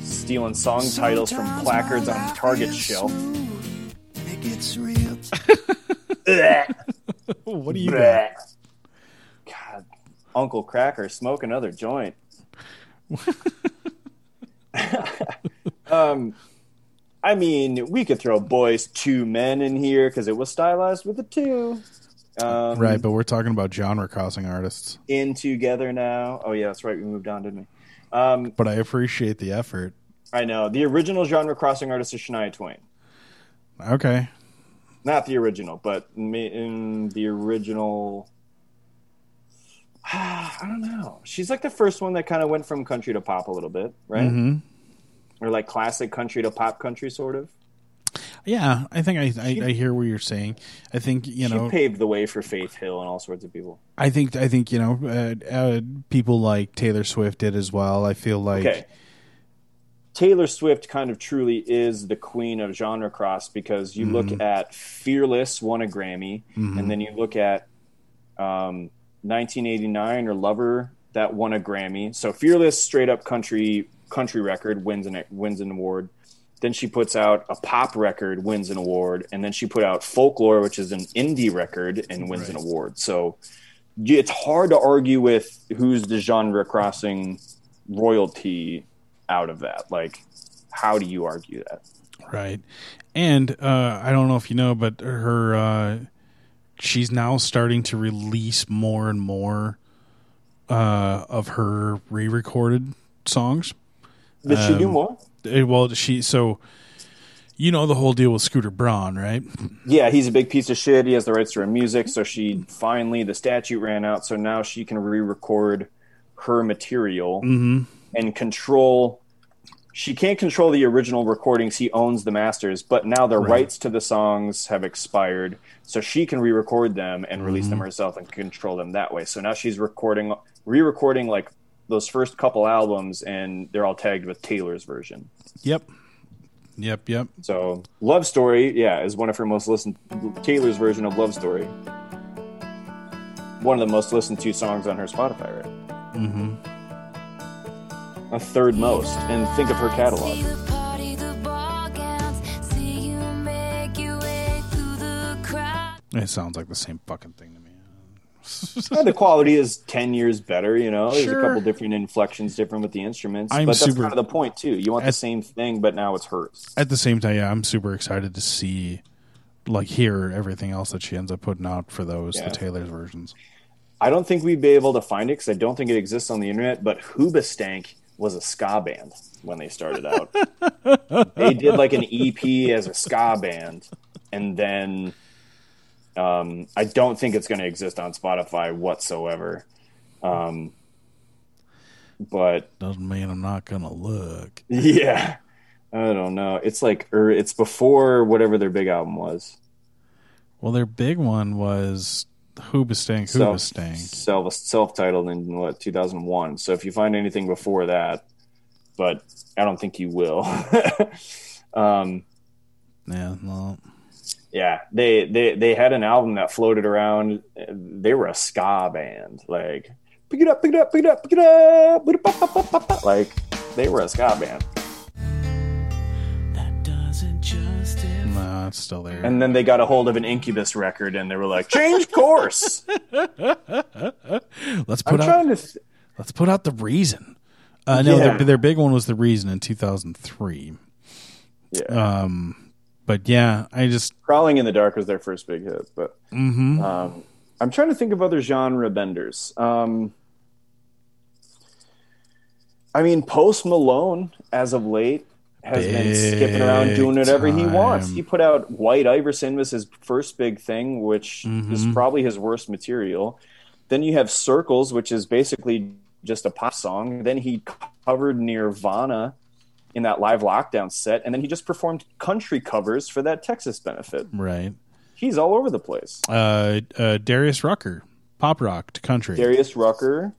Speaker 4: Stealing song titles from placards on Target shelf.
Speaker 5: what
Speaker 4: do
Speaker 5: you got?
Speaker 4: God, Uncle Cracker, smoke another joint. um, I mean, we could throw boys two men in here because it was stylized with a two. Um,
Speaker 5: right, but we're talking about genre crossing artists.
Speaker 4: in together now. Oh yeah, that's right. We moved on, didn't we? Um,
Speaker 5: But I appreciate the effort.
Speaker 4: I know the original genre crossing artist is Shania Twain.
Speaker 5: Okay.
Speaker 4: Not the original, but ma- in the original. I don't know. She's like the first one that kind of went from country to pop a little bit, right?
Speaker 5: Mhm.
Speaker 4: Or like classic country to pop country, sort of.
Speaker 5: Yeah, I think I, I, I hear what you're saying. I think you know.
Speaker 4: she paved the way for Faith Hill and all sorts of people.
Speaker 5: I think I think you know uh, uh, people like Taylor Swift did as well. I feel like
Speaker 4: Okay. Taylor Swift kind of truly is the queen of genre cross because you look
Speaker 5: Mhm.
Speaker 4: at Fearless won a Grammy,
Speaker 5: Mhm.
Speaker 4: and then you look at um, 1989 or Lover that won a Grammy. So Fearless, straight up country country record wins an wins an award. Then she puts out a pop record, wins an award, and then she put out Folklore, which is an indie record, and wins an award. So yeah, it's hard to argue with who's the genre crossing royalty out of that. Like, how do you argue that?
Speaker 5: right. And uh, I don't know if you know, but her uh, she's now starting to release more and more uh, of her re-recorded songs.
Speaker 4: Did she do more?
Speaker 5: eh, well, she so you know the whole deal with Scooter Braun, right?
Speaker 4: Yeah, he's a big piece of shit. He has the rights to her
Speaker 5: Mm-hmm.
Speaker 4: music, so she finally the statute ran out, so now she can re-record her material
Speaker 5: Mm-hmm.
Speaker 4: and control. She can't control the original recordings. He owns the masters, but now the
Speaker 5: Right.
Speaker 4: rights to the songs have expired, so she can re-record them and release them
Speaker 5: Mhm.
Speaker 4: herself and control them that way. So now she's recording, re-recording like those first couple albums, and they're all tagged with Taylor's version.
Speaker 5: Yep. Yep. Yep.
Speaker 4: So Love Story, yeah, is one of her most listened Taylor's version of Love Story. One of the most listened to songs on her Spotify, right?
Speaker 5: Mm-hmm.
Speaker 4: A third most. And think of her catalog.
Speaker 5: It sounds like the same fucking thing to me.
Speaker 4: Yeah, the quality is ten years better, you know. There's
Speaker 5: Sure.
Speaker 4: a couple different inflections different with the instruments.
Speaker 5: I'm
Speaker 4: but that's
Speaker 5: super-
Speaker 4: kind of the point too. You want the same thing, but now it's hers.
Speaker 5: At the same time, yeah, I'm super excited to see, like, hear everything else that she ends up putting out for those
Speaker 4: Yeah.
Speaker 5: the Taylor's versions.
Speaker 4: I don't think we'd be able to find it because I don't think it exists on the internet. But Hoobastank was a ska band when they started out. E they did like an EP as a ska band, and then Um, I don't think it's going to exist on Spotify whatsoever. Um, but
Speaker 5: doesn't mean I'm not gonna look.
Speaker 4: Yeah, I don't know. It's like or it's before whatever their big album was.
Speaker 5: Well, their big one was Hoobastank,
Speaker 4: Self-
Speaker 5: Hoobastank.
Speaker 4: Self self-titled in what 2001. So if you find anything before that, but I don't think you will. um,
Speaker 5: yeah, well,
Speaker 4: yeah, they they they had an album that floated around. They were a ska band, like pick it up, pick it up, pick it up, pick it up, Ba-da-ba-ba-ba-ba-ba. like they were a ska band.
Speaker 5: No, it's still there.
Speaker 4: And then they got a hold of an Incubus record, and they were like, change course.
Speaker 5: let's
Speaker 4: I'm
Speaker 5: put out.
Speaker 4: trying to. th-
Speaker 5: let's put out the reason. Uh, no,
Speaker 4: Yeah.
Speaker 5: their, their big one was the reason in 2003.
Speaker 4: Yeah.
Speaker 5: Um, but yeah, I just
Speaker 4: Crawling in the Dark was their first big hit, but
Speaker 5: Mhm.
Speaker 4: um, I'm trying to think of other genre benders. Um, I mean, Post Malone, as of late, has been skipping around doing whatever he wants. He put out White Iverson was his first big thing, which is
Speaker 5: Mhm.
Speaker 4: probably his worst material. Then you have Circles, which is basically just a pop song. Then he covered Nirvana in that live lockdown set, and then he just performed country covers for that Texas benefit.
Speaker 5: right.
Speaker 4: He's all over the place.
Speaker 5: Uh, uh, Darius Rucker, pop rock to country.
Speaker 4: Darius Rucker.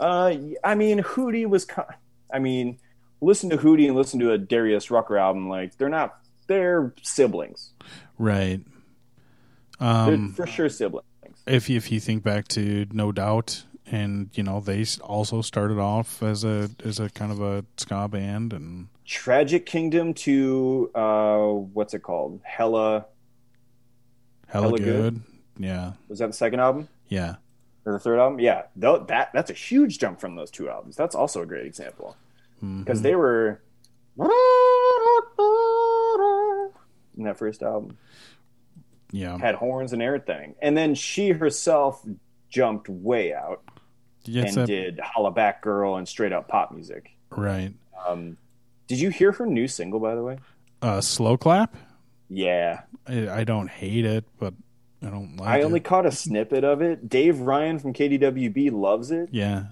Speaker 4: Uh, I mean, Hootie was. Con- I mean, listen to Hootie and listen to a Darius Rucker album. Like they're not. They're siblings.
Speaker 5: right.
Speaker 4: They're
Speaker 5: Um,
Speaker 4: for sure siblings.
Speaker 5: if you, if you think back to No Doubt, and you know they s- also started off as a as a kind of a ska band, and
Speaker 4: Tragic Kingdom to uh, what's it called? Hella.
Speaker 5: hella,
Speaker 4: Hella
Speaker 5: good.
Speaker 4: Good?
Speaker 5: Yeah,
Speaker 4: Was that the second album
Speaker 5: yeah.
Speaker 4: or the third album? Yeah, tho- that that's a huge jump from those two albums. That's also a great example because they were. In that first album.
Speaker 5: yeah
Speaker 4: had horns and everything. And then she herself jumped way out
Speaker 5: Yes,
Speaker 4: and
Speaker 5: I-
Speaker 4: did Holla Back Girl and straight up pop music.
Speaker 5: right.
Speaker 4: Um, did you hear her new single, by the way?
Speaker 5: Uh, slow clap.
Speaker 4: Yeah.
Speaker 5: I, I don't hate it, but I don't like.
Speaker 4: I
Speaker 5: it.
Speaker 4: only caught a snippet of it. Dave Ryan from KDWB loves it.
Speaker 5: Yeah.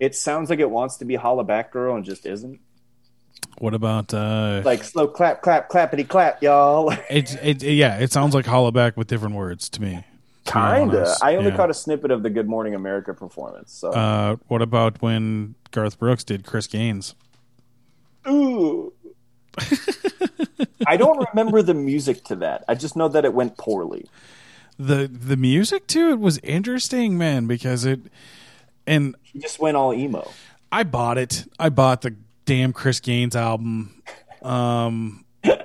Speaker 4: It sounds like it wants to be Holla Back Girl and just isn't.
Speaker 5: What about uh?
Speaker 4: Like slow clap, clap, clappity clap, y'all.
Speaker 5: It's it, yeah. It sounds like hollaback with different words to me. to be
Speaker 4: Kinda.
Speaker 5: honest.
Speaker 4: I only
Speaker 5: Yeah.
Speaker 4: caught a snippet of the Good Morning America performance. So,
Speaker 5: Uh, what about when Garth Brooks did Chris Gaines?
Speaker 4: ooh. I don't remember the music to that. I just know that it went poorly.
Speaker 5: The the music to it was interesting, man, because it and
Speaker 4: He just went all emo.
Speaker 5: I bought it. I bought the damn Chris Gaines album. Um,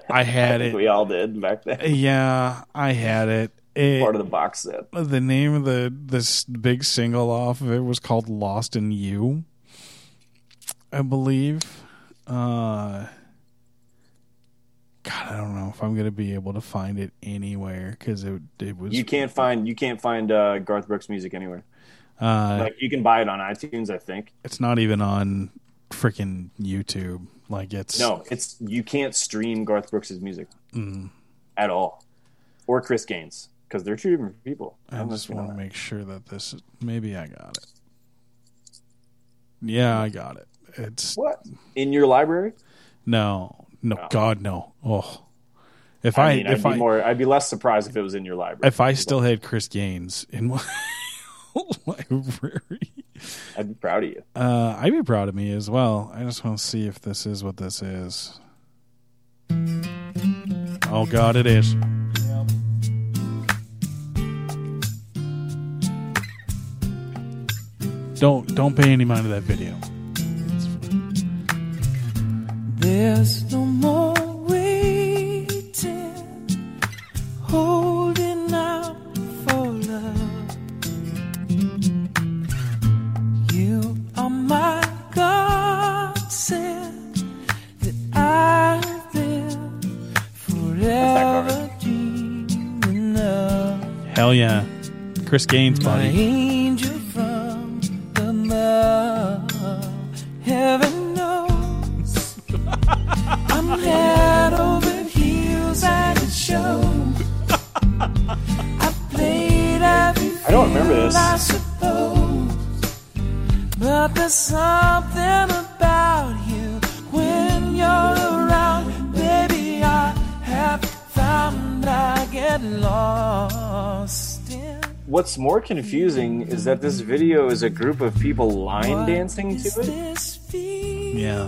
Speaker 5: I had it.
Speaker 4: We all did back then.
Speaker 5: Yeah, I had it. It-
Speaker 4: Part of the box set.
Speaker 5: the name of the this big single off of it was called Lost in You. I believe. Uh God, I don't know if I'm gonna be able to find it anywhere because it it was
Speaker 4: You can't find you can't find uh, Garth Brooks music anywhere.
Speaker 5: uh
Speaker 4: Like you can buy it on iTunes, I think.
Speaker 5: it's not even on freaking YouTube. Like it's
Speaker 4: No, it's you can't stream Garth Brooks' music
Speaker 5: Mm,
Speaker 4: at all, or Chris Gaines, because they're two different people.
Speaker 5: I
Speaker 4: don't know
Speaker 5: just
Speaker 4: if you know
Speaker 5: want to make sure that this is, maybe I got it. Yeah, I got it. It's
Speaker 4: What that. in your library.
Speaker 5: No, no, God, no. Oh, if I,
Speaker 4: I, mean,
Speaker 5: if
Speaker 4: I'd
Speaker 5: I,
Speaker 4: be more, I'd be less surprised if it was in your library.
Speaker 5: if I still had Chris Gaines in my library,
Speaker 4: I'd be proud of you.
Speaker 5: uh, I'd be proud of me as well. I just want to see if this is what this is. Oh God, it is. Don't don't pay any mind to that video.
Speaker 3: There's no more waiting, holding out for love. You are my godsend that I will forever dream of.
Speaker 5: Hell yeah, Chris Gaines,
Speaker 3: My
Speaker 5: buddy.
Speaker 3: angel from above, heaven knows I'm head over heels and it shows. I've
Speaker 7: I
Speaker 4: us.
Speaker 7: suppose. But there's something about you when you're around, baby. I have found I get lost. in
Speaker 4: What's more confusing is that this video is a group of people line
Speaker 7: what
Speaker 4: dancing
Speaker 7: is
Speaker 4: to it.
Speaker 7: this feeling?
Speaker 5: Yeah.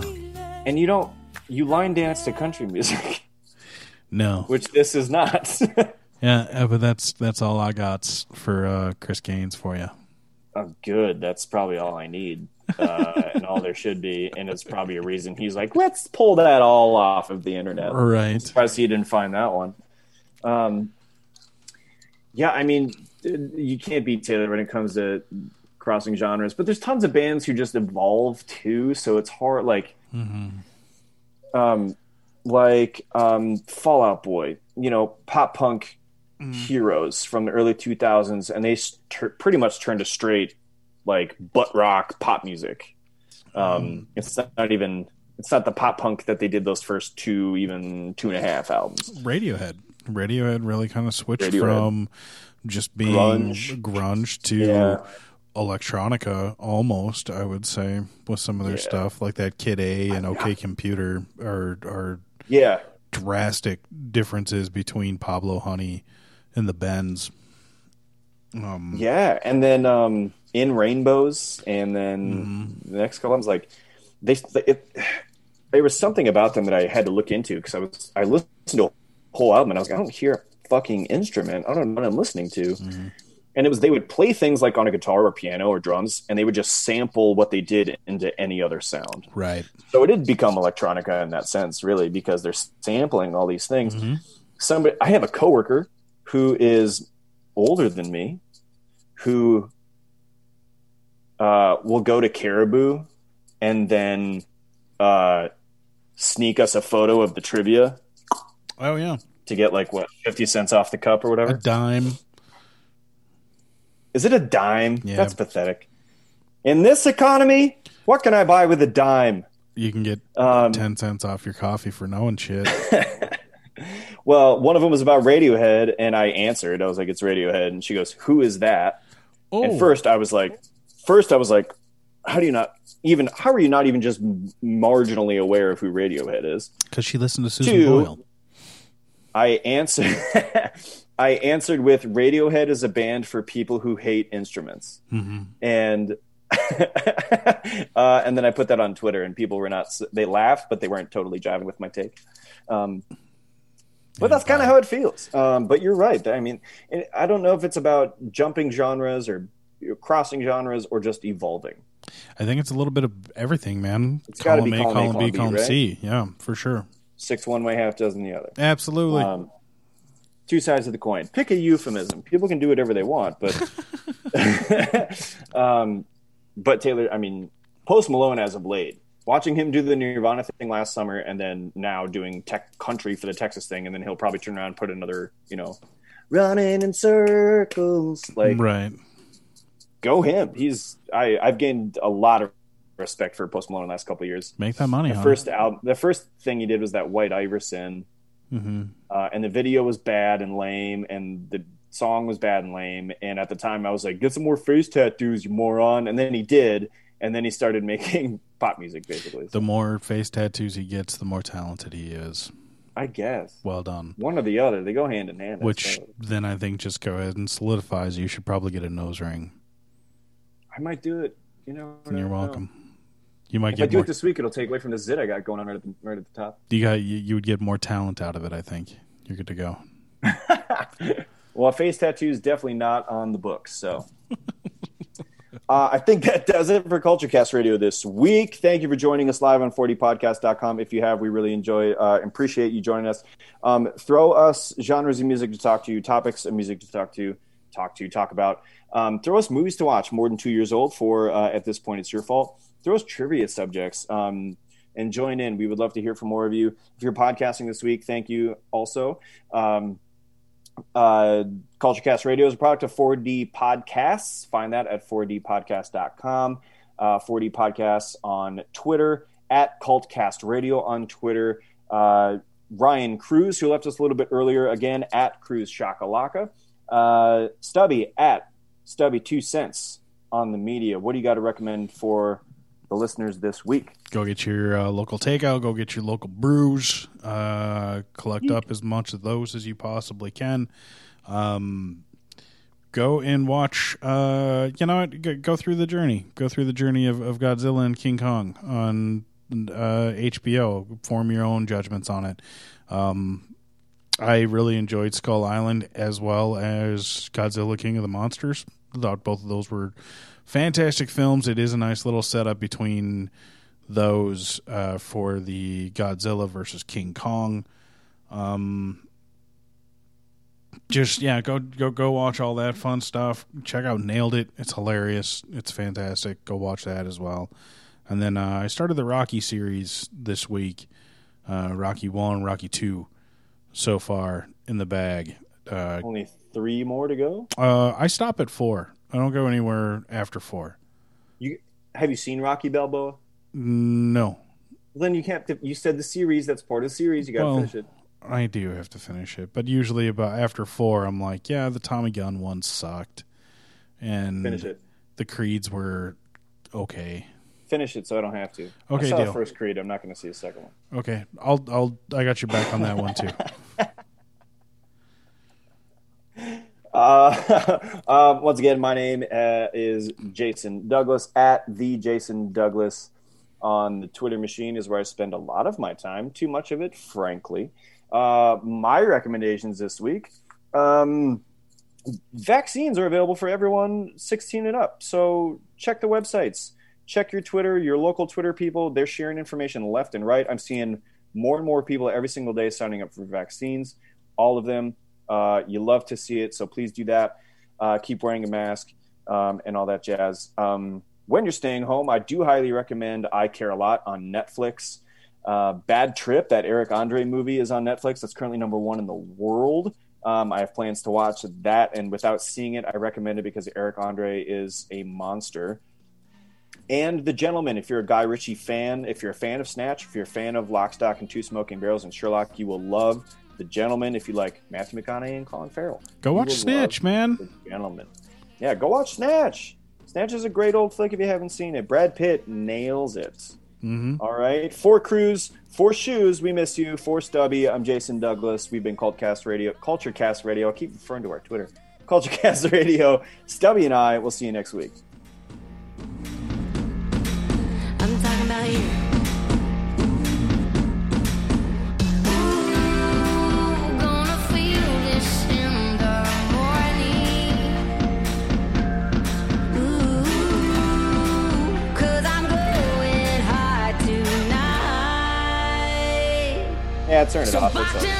Speaker 4: And you don't you line dance to country music,
Speaker 5: No.
Speaker 4: which this is not.
Speaker 5: Yeah, uh, but that's that's all I got for uh, Chris Gaines for you.
Speaker 4: I'm good. That's probably all I need. Uh, and all there should be. And it's probably a reason he's like, let's pull that all off of the internet.
Speaker 5: Right.
Speaker 4: I'm surprised he didn't find that one. Um, yeah, I mean, you can't beat Taylor when it comes to crossing genres, but there's tons of bands who just evolve too. So it's hard. Like, um, like um, Fallout Boy, you know, pop punk heroes from the early 2000s, and they s- tur pretty much turned to straight like butt rock pop music. Um, It's not even it's not the pop punk that they did those first two, even two and a half albums.
Speaker 5: Radiohead. Radiohead really kind of switched
Speaker 4: Radiohead.
Speaker 5: from just being grunge,
Speaker 4: Grunge.
Speaker 5: to
Speaker 4: Yeah.
Speaker 5: electronica almost, I would say, with some of their
Speaker 4: Yeah.
Speaker 5: stuff like that Kid A and OK Computer are are
Speaker 4: Yeah,
Speaker 5: drastic differences between Pablo Honey and the Bends. Um
Speaker 4: yeah, and then um, in Rainbows, and then the next columns like they it, there was something about them that I had to look into because I was I listened to a whole album and I was like I don't hear a fucking instrument I don't know what I'm listening to. and it was they would play things like on a guitar or piano or drums and they would just sample what they did into any other sound
Speaker 5: right
Speaker 4: so it did become electronica in that sense really because they're sampling all these things somebody i have a coworker who is older than me who uh, will go to caribou and then uh, sneak us a photo of the trivia
Speaker 5: Oh yeah.
Speaker 4: to get like what 50 cents off the cup or whatever
Speaker 5: A dime.
Speaker 4: Is it a dime?
Speaker 5: Yeah.
Speaker 4: That's pathetic. In this economy, what can I buy with a dime?
Speaker 5: You can get
Speaker 4: Um,
Speaker 5: ten cents off your coffee for knowing shit.
Speaker 4: Well, one of them was about Radiohead, and I answered. I was like, "It's Radiohead," and she goes, "Who is that?"
Speaker 5: Oh.
Speaker 4: And first, I was like, first I was like, how do you not even? How are you not even just marginally aware of who Radiohead is?
Speaker 5: Because she listened to Susan
Speaker 4: Two.
Speaker 5: Boyle.
Speaker 4: I answered. I answered with Radiohead is a band for people who hate instruments.
Speaker 5: Mm-hmm.
Speaker 4: and uh, and then I put that on Twitter, and people were not they laughed, but they weren't totally jiving with my take. Um, but that's kind of how it feels. Um, but you're right. I mean, and I don't know if it's about jumping genres or you know, crossing genres or just evolving.
Speaker 5: I think it's a little bit of everything, man.
Speaker 4: It's gotta be
Speaker 5: column
Speaker 4: column A,
Speaker 5: column B,
Speaker 4: column B,
Speaker 5: column
Speaker 4: right?
Speaker 5: C. Yeah, for sure.
Speaker 4: Six one way, half dozen the other.
Speaker 5: Absolutely.
Speaker 4: Um, two sides of the coin. Pick a euphemism. People can do whatever they want, but um, but Taylor, I mean, Post Malone as of late, watching him do the Nirvana thing last summer, and then now doing tech country for the Texas thing, and then he'll probably turn around and put another, you know, running in circles. Like,
Speaker 5: right.
Speaker 4: go him. He's I I've gained a lot of respect for Post Malone in the last couple of years.
Speaker 5: Make that money.
Speaker 4: The
Speaker 5: huh?
Speaker 4: first album, the first thing he did was that White Iverson
Speaker 5: hmm
Speaker 4: uh, and the video was bad and lame, and the song was bad and lame. And at the time, I was like, "Get some more face tattoos, you moron!" And then he did, and then he started making pop music, basically.
Speaker 5: The more face tattoos he gets, the more talented he is.
Speaker 4: I guess
Speaker 5: Well done.
Speaker 4: one or the other, they go hand in hand.
Speaker 5: Which
Speaker 4: So
Speaker 5: then I think just go ahead and solidifies you should probably get a nose ring.
Speaker 4: I might do it. You know, I
Speaker 5: And you're
Speaker 4: don't know.
Speaker 5: welcome. You might
Speaker 4: If I
Speaker 5: get
Speaker 4: do
Speaker 5: more.
Speaker 4: it this week, it'll take away from the zit I got going on right at the, right at the top.
Speaker 5: You got you, you would get more talent out of it. I think you're good to go.
Speaker 4: Well, a face tattoo is definitely not on the books. So uh, I think that does it for CultureCast Radio this week. Thank you for joining us live on 40podcast.com. If you have, we really enjoy uh, and appreciate you joining us. Um, throw us genres of music to talk to, topics of music to talk to, talk to, talk about. Um, throw us movies to watch more than two years old for, uh, at this point, it's your fault. Throw us trivia subjects. Um, and join in. We would love to hear from more of you. If you're podcasting this week, thank you also. Um, uh, Culture Cast Radio is a product of 4D Podcasts. Find that at 4dpodcast.com. Uh, 4D Podcasts on Twitter, at Cultcast Radio on Twitter. Uh, Ryan Cruz, who left us a little bit earlier, again, at Cruz Shakalaka. Uh, Stubby, at Stubby, two cents on the media. What do you got to recommend for the listeners this week?
Speaker 5: Go get your uh, local takeout. Go get your local brews. Uh, collect up as much of those as you possibly can. Um, go and watch. Uh, you know what? Go, go through the journey. Go through the journey of, of Godzilla and King Kong on uh, HBO. Form your own judgments on it. Um, I really enjoyed Skull Island as well as Godzilla King of the Monsters. Thought both of those were fantastic films. It is a nice little setup between those uh, for the Godzilla versus King Kong. Um, just yeah, go go go watch all that fun stuff. Check out Nailed It. It's hilarious. It's fantastic. Go watch that as well. And then uh, I started the Rocky series this week. Uh, Rocky one, Rocky two, so far in the bag. Uh,
Speaker 4: Only three more to go.
Speaker 5: uh, I stop at four. I don't go anywhere after four.
Speaker 4: You have you seen Rocky Balboa?
Speaker 5: No,
Speaker 4: Then you can't. You said the series. That's part of the series. You got to
Speaker 5: Well,
Speaker 4: finish it.
Speaker 5: I do have to finish it, but usually about after four, I'm like, yeah, the Tommy Gun one sucked, and
Speaker 4: Finish it.
Speaker 5: the creeds were okay.
Speaker 4: Finish it so I don't have to.
Speaker 5: Okay,
Speaker 4: I saw
Speaker 5: deal.
Speaker 4: the first Creed. I'm not going to see a second one.
Speaker 5: Okay, I'll I'll I got your back on that one too.
Speaker 4: Uh, um, once again, my name uh, is Jason Douglas at the Jason Douglas on the Twitter machine is where I spend a lot of my time, too much of it, frankly. Uh, my recommendations this week: um, vaccines are available for everyone 16 and up, so check the websites, check your Twitter, your local Twitter people. They're sharing information left and right. I'm seeing more and more people every single day signing up for vaccines. All of them. Uh, you love to see it, so please do that. Uh, keep wearing a mask um, and all that jazz. Um, when you're staying home, I do highly recommend I Care a Lot on Netflix. Uh, Bad Trip, that Eric Andre movie, is on Netflix. That's currently number one in the world. Um, I have plans to watch that, and without seeing it, I recommend it because Eric Andre is a monster and The Gentleman. If you're a Guy Ritchie fan, if you're a fan of Snatch, if you're a fan of Lock, Stock, and Two Smoking Barrels and Sherlock, you will love The Gentleman. If you like Matthew McConaughey and Colin Farrell,
Speaker 5: Go
Speaker 4: You
Speaker 5: watch
Speaker 4: will
Speaker 5: Snitch, man.
Speaker 4: love The Gentleman. Yeah, go watch Snatch. Snatch is a great old flick if you haven't seen it. Brad Pitt nails it.
Speaker 5: Mm-hmm.
Speaker 4: All right. For Cruz, for Shoes, we miss you. For Stubby, I'm Jason Douglas. We've been called Cast Radio, Culture Cast Radio. I keep referring to our Twitter. Culture Cast Radio. Stubby and I will see you next week.
Speaker 9: I'm talking about you. Gonna feel this in the morning. Ooh, 'cause I'm going high tonight.
Speaker 4: Yeah, turn it
Speaker 9: So
Speaker 4: off. It's
Speaker 9: bartender,
Speaker 4: up.